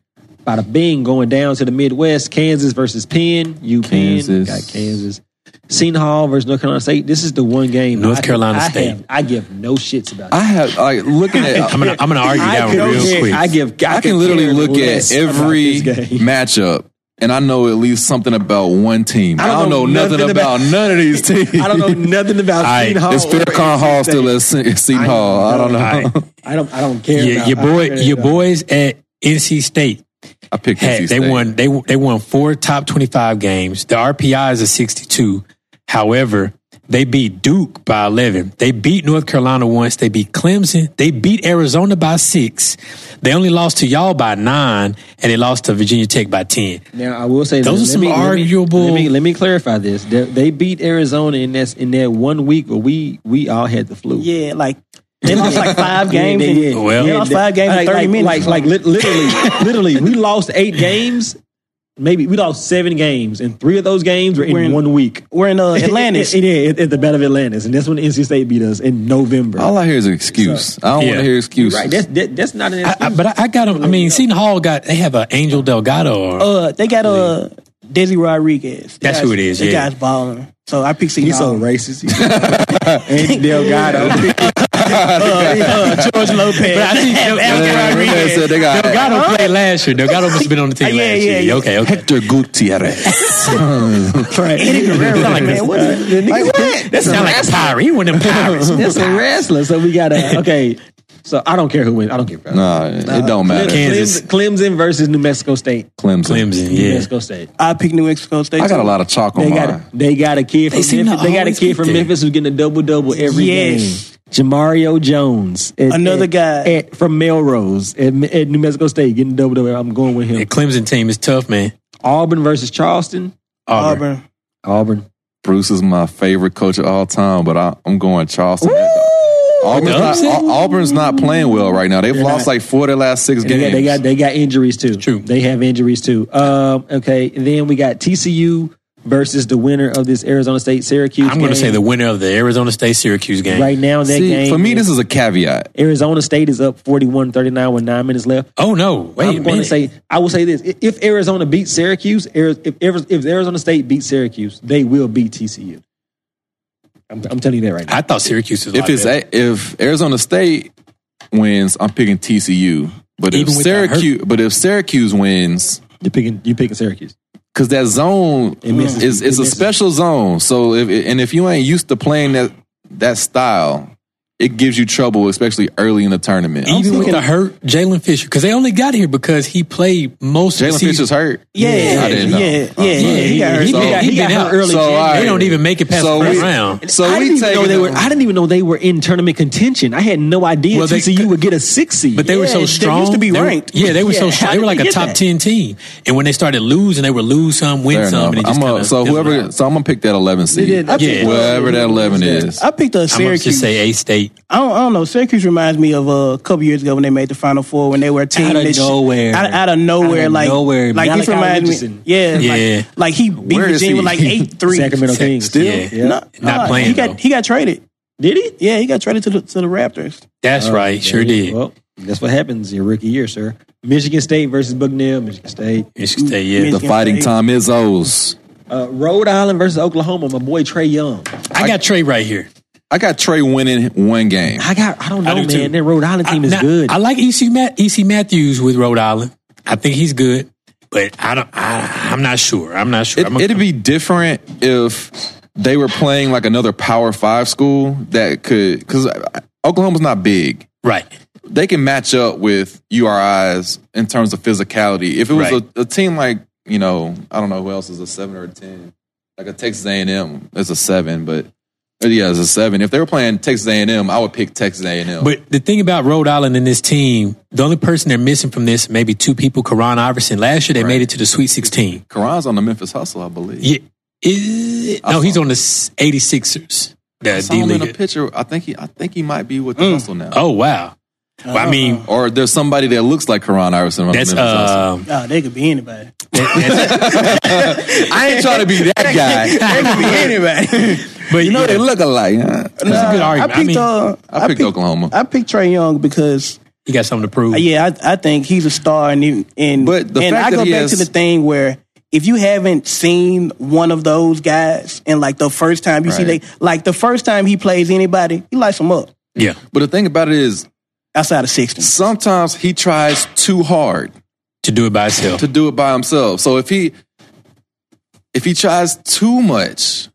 Speaker 4: Bada bing, going down to the Midwest. Kansas versus Penn. You Penn
Speaker 5: Kansas.
Speaker 4: got Kansas. Seton Hall versus North Carolina State. This is the one game
Speaker 1: North
Speaker 4: I-
Speaker 1: Carolina
Speaker 4: I
Speaker 1: State.
Speaker 4: have- I give no shits about.
Speaker 5: I have like looking at
Speaker 1: I'm gonna I'm gonna argue that
Speaker 4: could
Speaker 1: one real
Speaker 4: care-
Speaker 1: quick.
Speaker 4: I give.
Speaker 5: I can
Speaker 4: could
Speaker 5: literally
Speaker 4: care
Speaker 5: look at
Speaker 4: less about
Speaker 5: every
Speaker 4: this game.
Speaker 5: matchup and I know at least something about one team. I don't, know, nothing, about, none of these teams.
Speaker 4: I don't know nothing about
Speaker 1: All right,
Speaker 4: Seton Hall.
Speaker 5: Is
Speaker 4: or
Speaker 5: Faircon Hall still at Se- Seton Hall? I don't know.
Speaker 1: I-
Speaker 4: I don't. I don't care. about-
Speaker 1: Yeah, your
Speaker 4: I
Speaker 1: boy,
Speaker 4: don't care
Speaker 1: your
Speaker 4: about-
Speaker 1: boys at NC State
Speaker 5: I picked
Speaker 1: had
Speaker 5: NC
Speaker 1: they
Speaker 5: State.
Speaker 1: won they they won four top twenty five games. The RPI is a sixty two. However, They beat Duke by 11. They beat North Carolina once. They beat Clemson. They beat Arizona by six. They only lost to y'all by nine, and they lost to Virginia Tech by 10.
Speaker 4: Now I will say
Speaker 1: Those
Speaker 4: this.
Speaker 1: are some
Speaker 4: Let me- let me-
Speaker 1: arguable-
Speaker 4: Let me, let me clarify this. They, they beat Arizona in that in that one week where we we all had the flu.
Speaker 6: Yeah, like they lost like five games.
Speaker 4: Yeah,
Speaker 6: in,
Speaker 4: yeah.
Speaker 1: Well-
Speaker 6: they lost five games in
Speaker 4: like,
Speaker 6: thirty
Speaker 4: like,
Speaker 6: minutes.
Speaker 4: Like, like lit- literally, literally, we lost eight games. Maybe we lost seven games, and three of those games were in,
Speaker 6: We're in-
Speaker 4: one week.
Speaker 6: we're in uh, Atlantis.
Speaker 4: yeah, at, at the Battle of Atlantis, and that's when NC State beat us in November.
Speaker 6: Oh,
Speaker 5: All I hear is an excuse. I don't want
Speaker 1: Yeah.
Speaker 5: to hear excuses.
Speaker 4: right? That's that, that's not an
Speaker 1: I,
Speaker 4: excuse.
Speaker 1: I, but I, I got them. I mean, Seton Hall got, they have an Angel Delgado. Or,
Speaker 6: uh, they got uh, Desi Rodriguez.
Speaker 1: That's who it is,
Speaker 6: That
Speaker 1: yeah.
Speaker 6: guy's balling. So I picked Seton
Speaker 8: He's so
Speaker 6: Hall.
Speaker 8: racist. Andy Delgado.
Speaker 6: uh, George Lopez.
Speaker 1: but I see Del-
Speaker 5: Yeah,
Speaker 1: Delgado,
Speaker 5: remember they said they got
Speaker 1: Delgado played last year. Delgado must have been on the team
Speaker 6: Yeah,
Speaker 1: last
Speaker 6: yeah,
Speaker 1: year.
Speaker 6: yeah.
Speaker 1: Okay, okay.
Speaker 5: Hector Gutierrez.
Speaker 6: Eddie Guerrero, man, what is-
Speaker 1: That sounds like a pirate. He one of them pirates.
Speaker 4: that's a wrestler. So we got to okay. So I don't care who wins. I don't care. About
Speaker 5: nah, it don't matter.
Speaker 1: Kansas.
Speaker 4: Clemson versus New Mexico State.
Speaker 5: Clemson.
Speaker 1: Clemson,
Speaker 4: New
Speaker 1: yeah.
Speaker 4: Mexico State.
Speaker 6: I picked New Mexico State.
Speaker 5: I got a
Speaker 6: too.
Speaker 5: lot of chalk on
Speaker 4: They
Speaker 5: mine.
Speaker 4: got they got a kid from
Speaker 1: They seem to
Speaker 4: Memphis. They got a
Speaker 1: always
Speaker 4: kid
Speaker 1: get
Speaker 4: from
Speaker 1: there.
Speaker 4: Memphis who's getting a double double every
Speaker 6: Yes.
Speaker 4: game. Jamario Jones, at-
Speaker 6: Another
Speaker 4: at-
Speaker 6: guy.
Speaker 4: at- from Melrose at, at New Mexico State getting double double. I'm going with him.
Speaker 1: The Clemson team is tough, man.
Speaker 4: Auburn versus Charleston.
Speaker 1: Auburn.
Speaker 6: Auburn.
Speaker 4: Auburn.
Speaker 5: Bruce is my favorite coach of all time, but I, I'm going Charleston. Auburn's
Speaker 1: With the
Speaker 5: not,
Speaker 1: upset?
Speaker 5: Au- Auburn's not playing well right now. They've lost
Speaker 4: not.
Speaker 5: like four of their last six
Speaker 4: And They
Speaker 5: games.
Speaker 4: got, they got they got injuries too.
Speaker 1: True.
Speaker 4: They have injuries too. Um, okay, and then we got TCU versus the winner of this Arizona State Syracuse.
Speaker 1: I'm going to
Speaker 4: game.
Speaker 1: say the winner of the Arizona State Syracuse game.
Speaker 4: right now that
Speaker 5: See,
Speaker 4: game
Speaker 5: for me, this is a caveat.
Speaker 4: Arizona State is up 41-39 with nine minutes left.
Speaker 1: Oh no! Wait a
Speaker 4: I'm going to
Speaker 1: minute.
Speaker 4: say I will say this: I- if Arizona beats Syracuse, Ari- if Ari- if Arizona State beats Syracuse, they will beat TCU. I'm, I'm telling you that right now.
Speaker 1: I thought Syracuse was. a
Speaker 5: If
Speaker 1: lot
Speaker 5: it's
Speaker 1: better.
Speaker 5: a, if Arizona State wins, I'm picking TCU. But if
Speaker 1: Even without her-
Speaker 5: Syracuse, but if Syracuse wins,
Speaker 4: You're picking you picking Syracuse.
Speaker 5: because that zone
Speaker 4: It misses-
Speaker 5: is
Speaker 4: it
Speaker 5: it's a
Speaker 4: misses.
Speaker 5: special zone. So if and if you ain't used to playing that that style, it gives you trouble, especially early in the tournament.
Speaker 1: even with the hurt Jalen Fisher, because they only got here because he played most. of
Speaker 5: Jalen
Speaker 1: the season.
Speaker 5: Fisher's hurt.
Speaker 6: Yeah,
Speaker 5: I didn't know.
Speaker 6: yeah, yeah,
Speaker 5: Oh,
Speaker 6: yeah,
Speaker 5: sorry.
Speaker 6: he got hurt.
Speaker 1: He
Speaker 5: So-
Speaker 1: been out- he been out early.
Speaker 5: So, all right.
Speaker 1: They don't even make it past
Speaker 5: So
Speaker 1: the first
Speaker 5: we-
Speaker 1: round.
Speaker 5: So
Speaker 4: I
Speaker 5: we
Speaker 4: didn't even know
Speaker 5: taking
Speaker 4: they were.
Speaker 5: them.
Speaker 4: I didn't even know they were in tournament contention. I had no idea
Speaker 1: Well, they-
Speaker 4: TCU would get a six seed.
Speaker 1: But they were
Speaker 6: Yeah,
Speaker 1: so
Speaker 6: they
Speaker 1: strong.
Speaker 6: used to be
Speaker 1: were-
Speaker 6: ranked.
Speaker 1: yeah, they were so
Speaker 4: Yeah,
Speaker 1: strong.
Speaker 4: how
Speaker 1: They
Speaker 4: did
Speaker 1: were like
Speaker 4: they
Speaker 1: a
Speaker 4: get
Speaker 1: top
Speaker 4: that?
Speaker 1: ten team. And when they started losing, they would lose some, win
Speaker 5: Fair
Speaker 1: some,
Speaker 5: enough.
Speaker 1: and it just
Speaker 5: I'm a-
Speaker 1: kinda
Speaker 5: so
Speaker 1: fizzled
Speaker 5: whoever,
Speaker 1: out.
Speaker 5: so I'm gonna pick that 11 seed.
Speaker 6: did- I Yeah.
Speaker 1: picked-
Speaker 5: whoever that 11 is.
Speaker 6: I picked up
Speaker 1: I'm going to
Speaker 6: Syracuse.
Speaker 1: say A State.
Speaker 6: I don't, I don't know. Syracuse reminds me of uh, a couple years ago when they made the Final Four when they were a team
Speaker 4: Outta
Speaker 6: that sh-
Speaker 4: nowhere.
Speaker 6: out, out of nowhere,
Speaker 4: Out of
Speaker 6: like
Speaker 4: nowhere.
Speaker 6: like this
Speaker 4: Malachi
Speaker 6: reminds
Speaker 4: Richardson.
Speaker 6: me, yeah,
Speaker 1: Yeah.
Speaker 6: like, like he beat
Speaker 5: Where is
Speaker 6: Virginia with
Speaker 5: he?
Speaker 6: like eight three.
Speaker 4: Sacramento Kings
Speaker 1: Still? Yeah.
Speaker 6: No,
Speaker 1: Not
Speaker 6: uh,
Speaker 1: playing,
Speaker 6: He
Speaker 1: though.
Speaker 6: got he got traded.
Speaker 4: Did he?
Speaker 6: Yeah, he got traded to the to the Raptors.
Speaker 5: Oh,
Speaker 1: That's right. Sure did.
Speaker 4: Oh, Well, that's what happens your rookie year, sir. Michigan State versus Bucknell. Michigan State.
Speaker 1: Michigan State. Yeah.
Speaker 5: the
Speaker 6: Michigan
Speaker 5: fighting
Speaker 6: State.
Speaker 5: Tom Izzo's.
Speaker 4: Uh, Rhode Island versus Oklahoma. My boy Trey Young.
Speaker 1: I got Trey right here.
Speaker 5: I got Trey winning one game.
Speaker 4: I got. I don't know,
Speaker 1: I do
Speaker 4: man.
Speaker 1: too.
Speaker 4: That Rhode Island team is
Speaker 1: now,
Speaker 4: good.
Speaker 1: I like E EC Mat- EC Matthews with Rhode Island. I think he's good, but I don't. I, I'm not sure. I'm not sure.
Speaker 5: It,
Speaker 1: I'm a-
Speaker 5: it'd be different if they were playing like another Power Five school that could, because Oklahoma's not big.
Speaker 1: right.
Speaker 5: They can match up with URIs in terms of physicality. If it was
Speaker 1: Right.
Speaker 5: a, a team like you know, I don't know who else is a seven or a ten, like a Texas A and M, it's a seven, but. or Yeah, it's a seven. If they were playing Texas A and M, I would pick Texas A and M.
Speaker 1: But the thing about Rhode Island and this team, the only person they're missing from this, maybe two people, Karan Iverson. Last year they made it to the Sweet 16.
Speaker 5: Karan's on the Memphis Hustle, I believe.
Speaker 1: Yeah. Is-
Speaker 5: I
Speaker 1: no,
Speaker 5: saw
Speaker 1: he's
Speaker 5: him.
Speaker 1: on the s- 86ers.
Speaker 5: I
Speaker 1: The
Speaker 5: saw
Speaker 1: D
Speaker 5: him in a
Speaker 1: League.
Speaker 5: picture. I think he, I think he might be with the Hustle now.
Speaker 1: Oh wow. Well,
Speaker 5: Oh.
Speaker 1: I mean,
Speaker 5: Or there's somebody that looks like Karan Iverson. on the
Speaker 1: that's
Speaker 5: Memphis Hustle.
Speaker 1: uh,
Speaker 6: Oh, they could be anybody.
Speaker 1: that- that's,
Speaker 5: I ain't trying to be that guy.
Speaker 6: They could be anybody.
Speaker 1: but
Speaker 5: you know they look alike. huh?
Speaker 1: that's a good
Speaker 6: I
Speaker 1: argument. I,
Speaker 6: picked
Speaker 1: mean,
Speaker 6: uh,
Speaker 5: I picked Oklahoma.
Speaker 6: I picked Trey Young because
Speaker 1: he got something to prove.
Speaker 6: Uh, Yeah, I, I think he's a star, and even- and
Speaker 5: But the
Speaker 6: and
Speaker 5: fact
Speaker 6: I
Speaker 5: that
Speaker 6: go
Speaker 5: he
Speaker 6: back
Speaker 5: has-
Speaker 6: to the thing where if you haven't seen one of those guys, and like the first time you see they
Speaker 5: Right.
Speaker 6: like the first time he plays anybody, he lights them up
Speaker 1: Yeah.
Speaker 5: but the thing about it is,
Speaker 6: outside of sixty.
Speaker 5: sometimes he tries too hard
Speaker 1: To do it by himself.
Speaker 5: to do it by himself. So if he if he tries too much,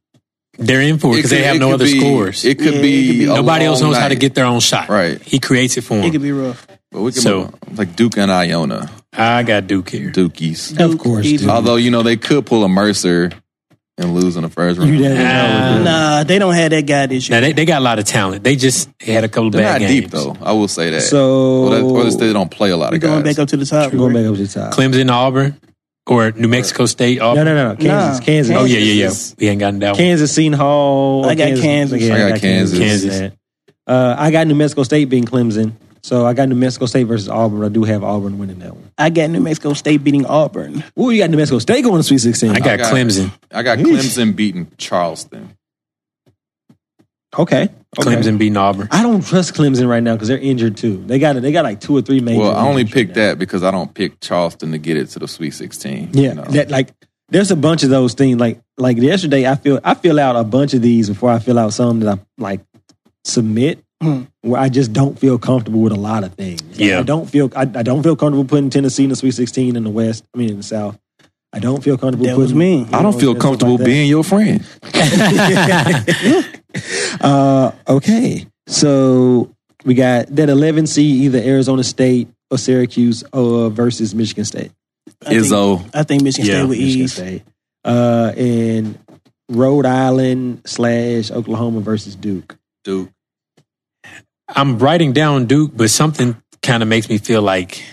Speaker 1: They're in for it because
Speaker 5: could-
Speaker 1: they have no
Speaker 5: could
Speaker 1: other
Speaker 5: be-
Speaker 1: scores.
Speaker 5: It could
Speaker 6: Yeah,
Speaker 5: be
Speaker 6: it could be-
Speaker 5: a
Speaker 1: Nobody else
Speaker 5: long
Speaker 1: knows how to
Speaker 5: night.
Speaker 1: get their own shot.
Speaker 5: Right.
Speaker 1: He creates it for
Speaker 6: It could
Speaker 1: them.
Speaker 6: be rough.
Speaker 5: But we can
Speaker 1: So-
Speaker 5: like Duke and Iona,
Speaker 1: I got Duke here.
Speaker 5: Dukies.
Speaker 4: of course,
Speaker 6: Dude,
Speaker 4: dude.
Speaker 5: Although you know they could pull a Mercer and lose in the first round.
Speaker 1: Nah.
Speaker 6: Nah, they don't have that guy this year.
Speaker 1: Now they, they got a lot of talent. They just had a couple of
Speaker 5: They're
Speaker 1: bad
Speaker 5: not
Speaker 1: games.
Speaker 5: deep though. I will say that.
Speaker 8: So-
Speaker 5: or, that, or that they don't play a lot
Speaker 6: We're
Speaker 5: of
Speaker 6: going
Speaker 5: guys.
Speaker 6: back up to the top.
Speaker 8: Going
Speaker 6: right?
Speaker 8: back up to the top.
Speaker 1: Clemson, Auburn, or New Mexico State.
Speaker 4: No,
Speaker 1: Auburn.
Speaker 4: no, no, no. Kansas,
Speaker 6: Nah.
Speaker 4: Kansas.
Speaker 1: Oh yeah,
Speaker 6: Kansas
Speaker 1: yeah, yeah.
Speaker 6: is-
Speaker 1: We ain't gotten that one.
Speaker 4: Kansas Seton Hall.
Speaker 6: I got Kansas.
Speaker 4: Yeah,
Speaker 5: I got Kansas.
Speaker 1: Kansas.
Speaker 4: Uh, I got New Mexico State beating Clemson. So I got New Mexico State versus Auburn. I do have Auburn winning that one.
Speaker 6: I got New Mexico State beating Auburn.
Speaker 4: Ooh, you got New Mexico State going to Sweet 16.
Speaker 1: I got
Speaker 5: I got-
Speaker 1: Clemson.
Speaker 5: I got Clemson beating Charleston.
Speaker 4: okay. okay.
Speaker 1: Clemson beating Auburn.
Speaker 4: I don't trust Clemson right now because they're injured too. They got they got like two or three major.
Speaker 5: Well, I only
Speaker 4: injuries right
Speaker 5: picked
Speaker 4: now.
Speaker 5: that because I don't pick Charleston to get it to the Sweet Sixteen.
Speaker 4: Yeah,
Speaker 5: you know.
Speaker 4: that like there's a bunch of those things. Like like yesterday, I feel I fill out a bunch of these before I fill out some that I like submit. Where I just don't feel comfortable with a lot of things. Like,
Speaker 1: Yeah.
Speaker 4: I don't feel I, I don't feel comfortable putting Tennessee in the Sweet 16 in the West. I mean in the South. I don't feel comfortable.
Speaker 6: That
Speaker 4: putting,
Speaker 6: was me.
Speaker 5: I don't
Speaker 4: stuff
Speaker 5: feel
Speaker 4: like
Speaker 5: comfortable
Speaker 4: that.
Speaker 5: being your friend.
Speaker 4: Uh, okay, so we got that 11 seed either Arizona State or Syracuse or versus Michigan State.
Speaker 6: I Think,
Speaker 5: Izzo.
Speaker 6: I think Michigan
Speaker 1: Yeah,
Speaker 6: State with
Speaker 4: Michigan
Speaker 6: ease.
Speaker 4: State. Uh, and Rhode Island slash Oklahoma versus Duke.
Speaker 5: Duke.
Speaker 1: I'm writing down Duke, but something kind of makes me feel like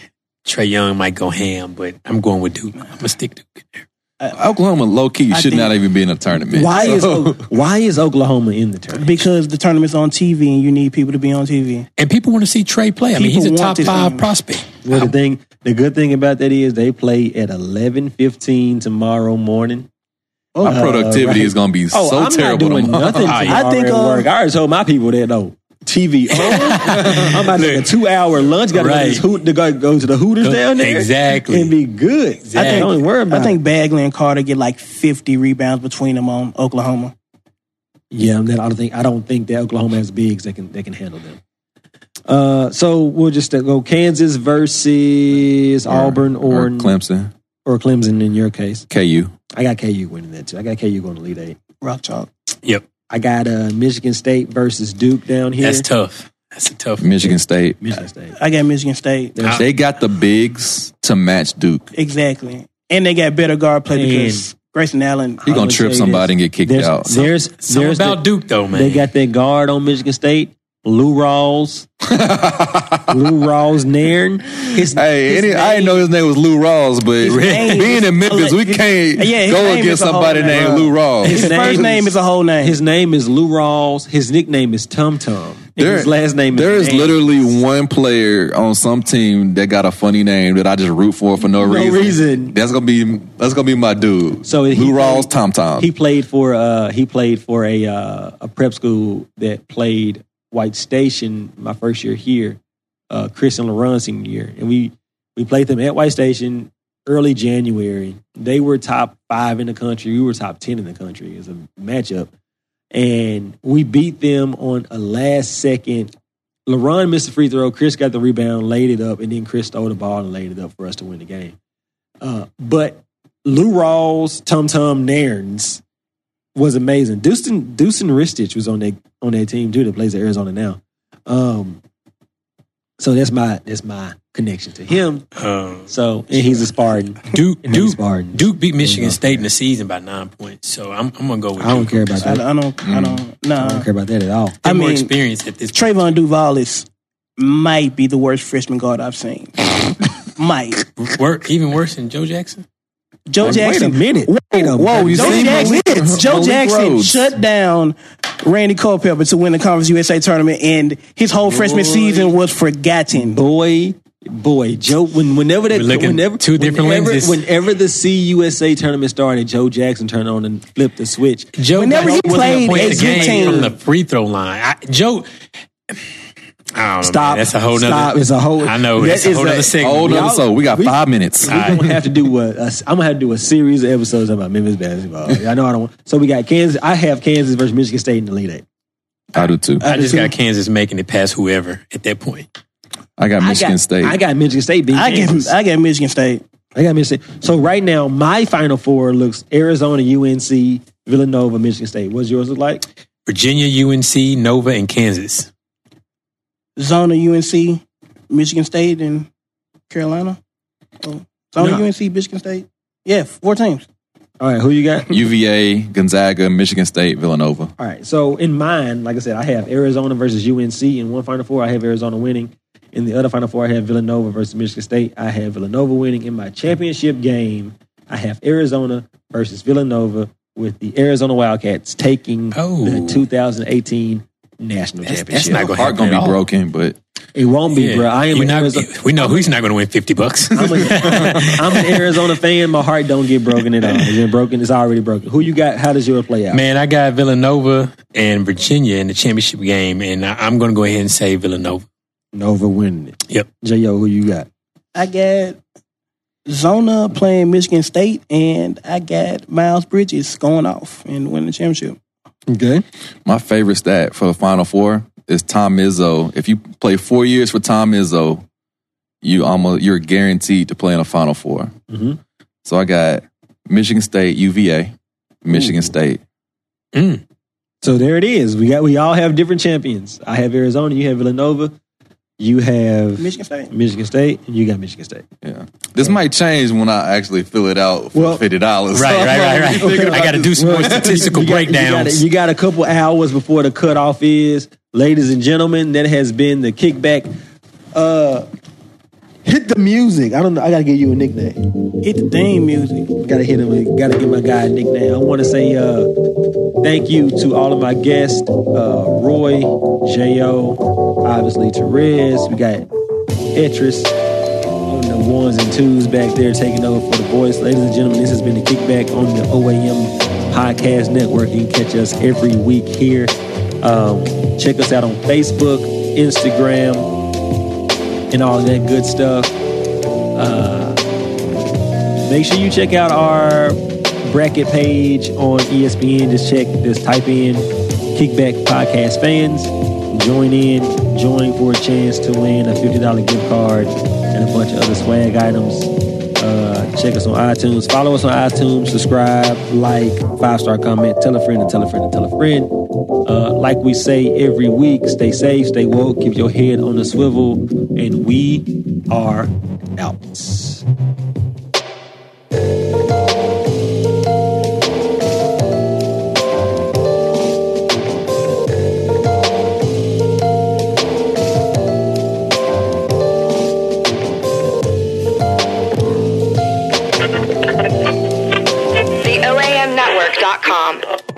Speaker 1: Trey Young might go ham. But I'm going with Duke. I'm gonna stick Duke.
Speaker 5: Oklahoma low key
Speaker 6: I
Speaker 5: should
Speaker 6: think-
Speaker 5: not even be in a tournament.
Speaker 4: Why is
Speaker 5: So-
Speaker 4: why is Oklahoma in the tournament?
Speaker 6: Because the tournament's on TV and you need people to be on TV.
Speaker 1: And people want to see Trey play. I mean,
Speaker 6: People
Speaker 1: he's a
Speaker 6: want
Speaker 1: top
Speaker 6: this
Speaker 1: five
Speaker 6: team.
Speaker 1: prospect.
Speaker 4: Well, the thing, the good thing about that is they play at eleven fifteen tomorrow morning. Uh,
Speaker 5: my productivity is going to be
Speaker 4: Oh,
Speaker 5: so
Speaker 4: I'm
Speaker 5: terrible
Speaker 4: not doing
Speaker 5: tomorrow.
Speaker 4: nothing.
Speaker 1: Oh, yeah.
Speaker 4: tomorrow
Speaker 6: I think,
Speaker 4: at
Speaker 6: uh,
Speaker 4: work. I already told my people that though. TV on. I'm about to take a two hour lunch. Got to go to
Speaker 1: Right.
Speaker 4: this hoot to go, go to the Hooters
Speaker 1: Go-
Speaker 4: down there.
Speaker 1: Exactly.
Speaker 4: and be good. I
Speaker 1: Exactly.
Speaker 4: think, don't worry about.
Speaker 6: I think Bagley and Carter get like 50 rebounds between them on Oklahoma.
Speaker 4: Yeah, and then I don't think I don't think that Oklahoma has bigs that can that can handle them. Uh, so we'll just go Kansas versus Auburn or
Speaker 5: or Clemson,
Speaker 4: or Clemson in your case.
Speaker 5: KU.
Speaker 4: I got KU winning that too. I got KU going to lead eight.
Speaker 6: Rock chalk.
Speaker 1: Yep,
Speaker 4: I got uh, Michigan State versus Duke down here.
Speaker 1: that's tough. That's a tough.
Speaker 5: Michigan State.
Speaker 4: Michigan State.
Speaker 6: I got Michigan State.
Speaker 5: They got the bigs to match Duke.
Speaker 6: Exactly. And they got better guard play because Grayson Allen.
Speaker 5: He
Speaker 4: I
Speaker 5: gonna
Speaker 4: would
Speaker 5: trip
Speaker 4: say
Speaker 5: somebody and get kicked
Speaker 4: There's
Speaker 5: out.
Speaker 4: there's
Speaker 1: Something
Speaker 4: there's
Speaker 1: about
Speaker 4: the-
Speaker 1: Duke though, man.
Speaker 4: They got that guard on Michigan State, Lou Rawls, Lou Rawls Nairn. His,
Speaker 5: Hey,
Speaker 4: his
Speaker 5: any, I didn't know his name was Lou Rawls, but
Speaker 6: name
Speaker 5: being in Memphis, we
Speaker 6: his-
Speaker 5: can't
Speaker 6: yeah, his
Speaker 5: go
Speaker 6: name
Speaker 5: against
Speaker 6: is a whole
Speaker 5: somebody
Speaker 6: name.
Speaker 5: named Lou
Speaker 6: His
Speaker 5: Rawls.
Speaker 4: name
Speaker 6: first name
Speaker 4: is-
Speaker 6: is a whole name.
Speaker 4: His name is Lou Rawls. His nickname is Tum Tum. And
Speaker 5: There-
Speaker 4: His last name
Speaker 5: There is
Speaker 4: Nairn.
Speaker 5: literally one player on some team that got a funny name that I just root for for no, reason.
Speaker 4: reason.
Speaker 5: That's gonna be that's gonna be my dude.
Speaker 4: So he
Speaker 5: Lou Rawls,
Speaker 4: played-
Speaker 5: Tom Tom.
Speaker 4: He played for uh, he played for a uh, a prep school that played White Station my first year here, uh, Chris and Laron senior year, and we we played them at White Station early January. They were top five in the country. We were top ten in the country as a matchup, and we beat them on a last second. LaRon missed the free throw. Chris got the rebound, laid it up, and then Chris stole the ball and laid it up for us to win the game. Uh, but Lou Rawls, Tum Tum Nairns was amazing. Deucen Deucen Ristich was on that on that team too that plays at Arizona now. Um, so that's my that's my connection to him.
Speaker 1: Um,
Speaker 4: So and he's a Spartan.
Speaker 1: Duke.
Speaker 4: And he's
Speaker 1: Duke.
Speaker 4: Spartan.
Speaker 1: Duke beat
Speaker 4: Yeah.
Speaker 1: Michigan State in the season by nine points. So I'm, I'm gonna go with.
Speaker 4: I don't
Speaker 1: Duke.
Speaker 4: care about
Speaker 6: I, I
Speaker 4: that.
Speaker 6: don't. I don't. No.
Speaker 4: I don't care about that at all.
Speaker 1: They're
Speaker 6: I
Speaker 1: more
Speaker 6: mean,
Speaker 1: experienced at this.
Speaker 6: Trayvon Duval is might be the worst freshman guard I've seen. might.
Speaker 1: Wor- even worse than Joe Jackson.
Speaker 6: Joe Jackson.
Speaker 4: Wait a minute. Wait a
Speaker 5: Whoa,
Speaker 4: minute.
Speaker 5: you
Speaker 6: Joe
Speaker 5: seen
Speaker 6: Jackson,
Speaker 5: Malik-
Speaker 6: Joe
Speaker 5: Malik
Speaker 6: Jackson
Speaker 5: Rhodes.
Speaker 6: shut down Randy Culpepper to win the Conference USA tournament, and his whole freshman season was forgotten.
Speaker 4: boy, boy, Joe. When whenever that,
Speaker 1: We're looking
Speaker 4: whenever
Speaker 1: two different
Speaker 4: whenever,
Speaker 1: lenses.
Speaker 4: Whenever the CUSA tournament started, Joe Jackson turned on and flipped the switch.
Speaker 1: Joe
Speaker 6: Whenever
Speaker 1: got
Speaker 6: he
Speaker 1: over
Speaker 6: played
Speaker 1: 100 points
Speaker 6: as your
Speaker 1: a game
Speaker 6: team-
Speaker 1: from the free throw line, I, Joe. I don't know,
Speaker 4: Stop.
Speaker 1: man. That's a whole nother.
Speaker 4: Stop. It's a whole-
Speaker 1: I know.
Speaker 4: that
Speaker 1: That's a
Speaker 4: is
Speaker 1: whole
Speaker 4: a-
Speaker 1: nother segment.
Speaker 5: Hold
Speaker 4: Y'all-
Speaker 5: on, so we got
Speaker 4: we-
Speaker 5: five minutes.
Speaker 4: We're
Speaker 1: All
Speaker 4: gonna have to do a, a. I'm gonna have to do a series of episodes about Memphis basketball. I know I don't. want So we got Kansas. I have Kansas versus Michigan State in the lead eight.
Speaker 5: I do too.
Speaker 1: I just got Kansas making it past whoever at that point.
Speaker 5: I got Michigan
Speaker 4: I got,
Speaker 5: State.
Speaker 4: I got Michigan State beating
Speaker 6: I get,
Speaker 4: Kansas.
Speaker 6: I get Michigan State.
Speaker 4: I got Michigan State. So right now, my final four looks Arizona, UNC, Villanova, Michigan State. What's yours look like?
Speaker 1: Virginia, UNC, Nova, and Kansas.
Speaker 6: Zona UNC, Michigan State, and Carolina. Oh, Zona
Speaker 1: No.
Speaker 6: UNC, Michigan State. Yeah, four teams.
Speaker 4: All right, who you got?
Speaker 5: UVA, Gonzaga, Michigan State, Villanova.
Speaker 4: All right. So in mine, like I said, I have Arizona versus UNC in one Final Four. I have Arizona winning. In the other Final Four, I have Villanova versus Michigan State. I have Villanova winning. In my championship game, I have Arizona versus Villanova with the Arizona Wildcats taking
Speaker 1: Oh.
Speaker 4: the 2018 national
Speaker 1: that's
Speaker 4: championship.
Speaker 1: not gonna
Speaker 5: Heart
Speaker 1: happen
Speaker 5: gonna
Speaker 1: at
Speaker 5: be
Speaker 1: all.
Speaker 5: broken, but
Speaker 4: it won't be,
Speaker 1: Yeah.
Speaker 4: bro. I am
Speaker 1: You
Speaker 4: an
Speaker 1: not-
Speaker 4: Arizona.
Speaker 1: we know he's not going to win fifty bucks.
Speaker 4: I'm, a, I'm an Arizona fan. My heart don't get broken at all. It's been broken. It's already broken. Who you got? How does your play out?
Speaker 1: Man, I got Villanova and Virginia in the championship game, and I, I'm going to go ahead and say Villanova.
Speaker 4: Nova winning it.
Speaker 1: Yep.
Speaker 4: J.O., who you got?
Speaker 6: I got Zona playing Michigan State, and I got Miles Bridges going off and winning the championship.
Speaker 4: Okay.
Speaker 5: my favorite stat for the Final Four is Tom Izzo. If you play four years for Tom Izzo, you almost you're guaranteed to play in a Final 4
Speaker 1: Mm-hmm.
Speaker 4: Mhm.
Speaker 5: So I got Michigan State, UVA, Michigan State.
Speaker 4: So there it is. We got we all have different champions. I have Arizona, you have Villanova, you have
Speaker 6: Michigan State.
Speaker 4: Michigan State, and you got Michigan State.
Speaker 5: Yeah, this might change when I actually fill it out for
Speaker 4: Well-
Speaker 5: fifty dollars.
Speaker 1: Right, right, right, right. I got to do some more statistical
Speaker 4: You got- you got a-
Speaker 1: breakdowns.
Speaker 4: You got, a couple hours before the cutoff is. Ladies and gentlemen, that has been the kickback. Uh hit the music. I don't know. I gotta give you a nickname.
Speaker 6: Hit the theme music.
Speaker 4: Gotta hit him. Gotta give my guy a nickname. I want to say uh, thank you to all of my guests: uh, Roy, Jo, obviously Therese. We got Etris on the ones and twos back there taking over for the boys. Ladies and gentlemen, this has been the kickback on the OAM Podcast Network. You can catch us every week here. Um, check us out on Facebook, Instagram, and all that good stuff. Make sure you check out our bracket page on E ESPN. Just check, just type in Kickback Podcast Fans. Join in, join for a chance to win a $50 gift card and a bunch of other swag items. Uh, check us on iTunes. Follow us on iTunes. Subscribe, like, five star comment. Tell a friend and tell a friend and tell a friend. Uh, like we say every week, stay safe, stay woke, keep your head on the swivel, and we are out.
Speaker 2: The OAMnetwork.com.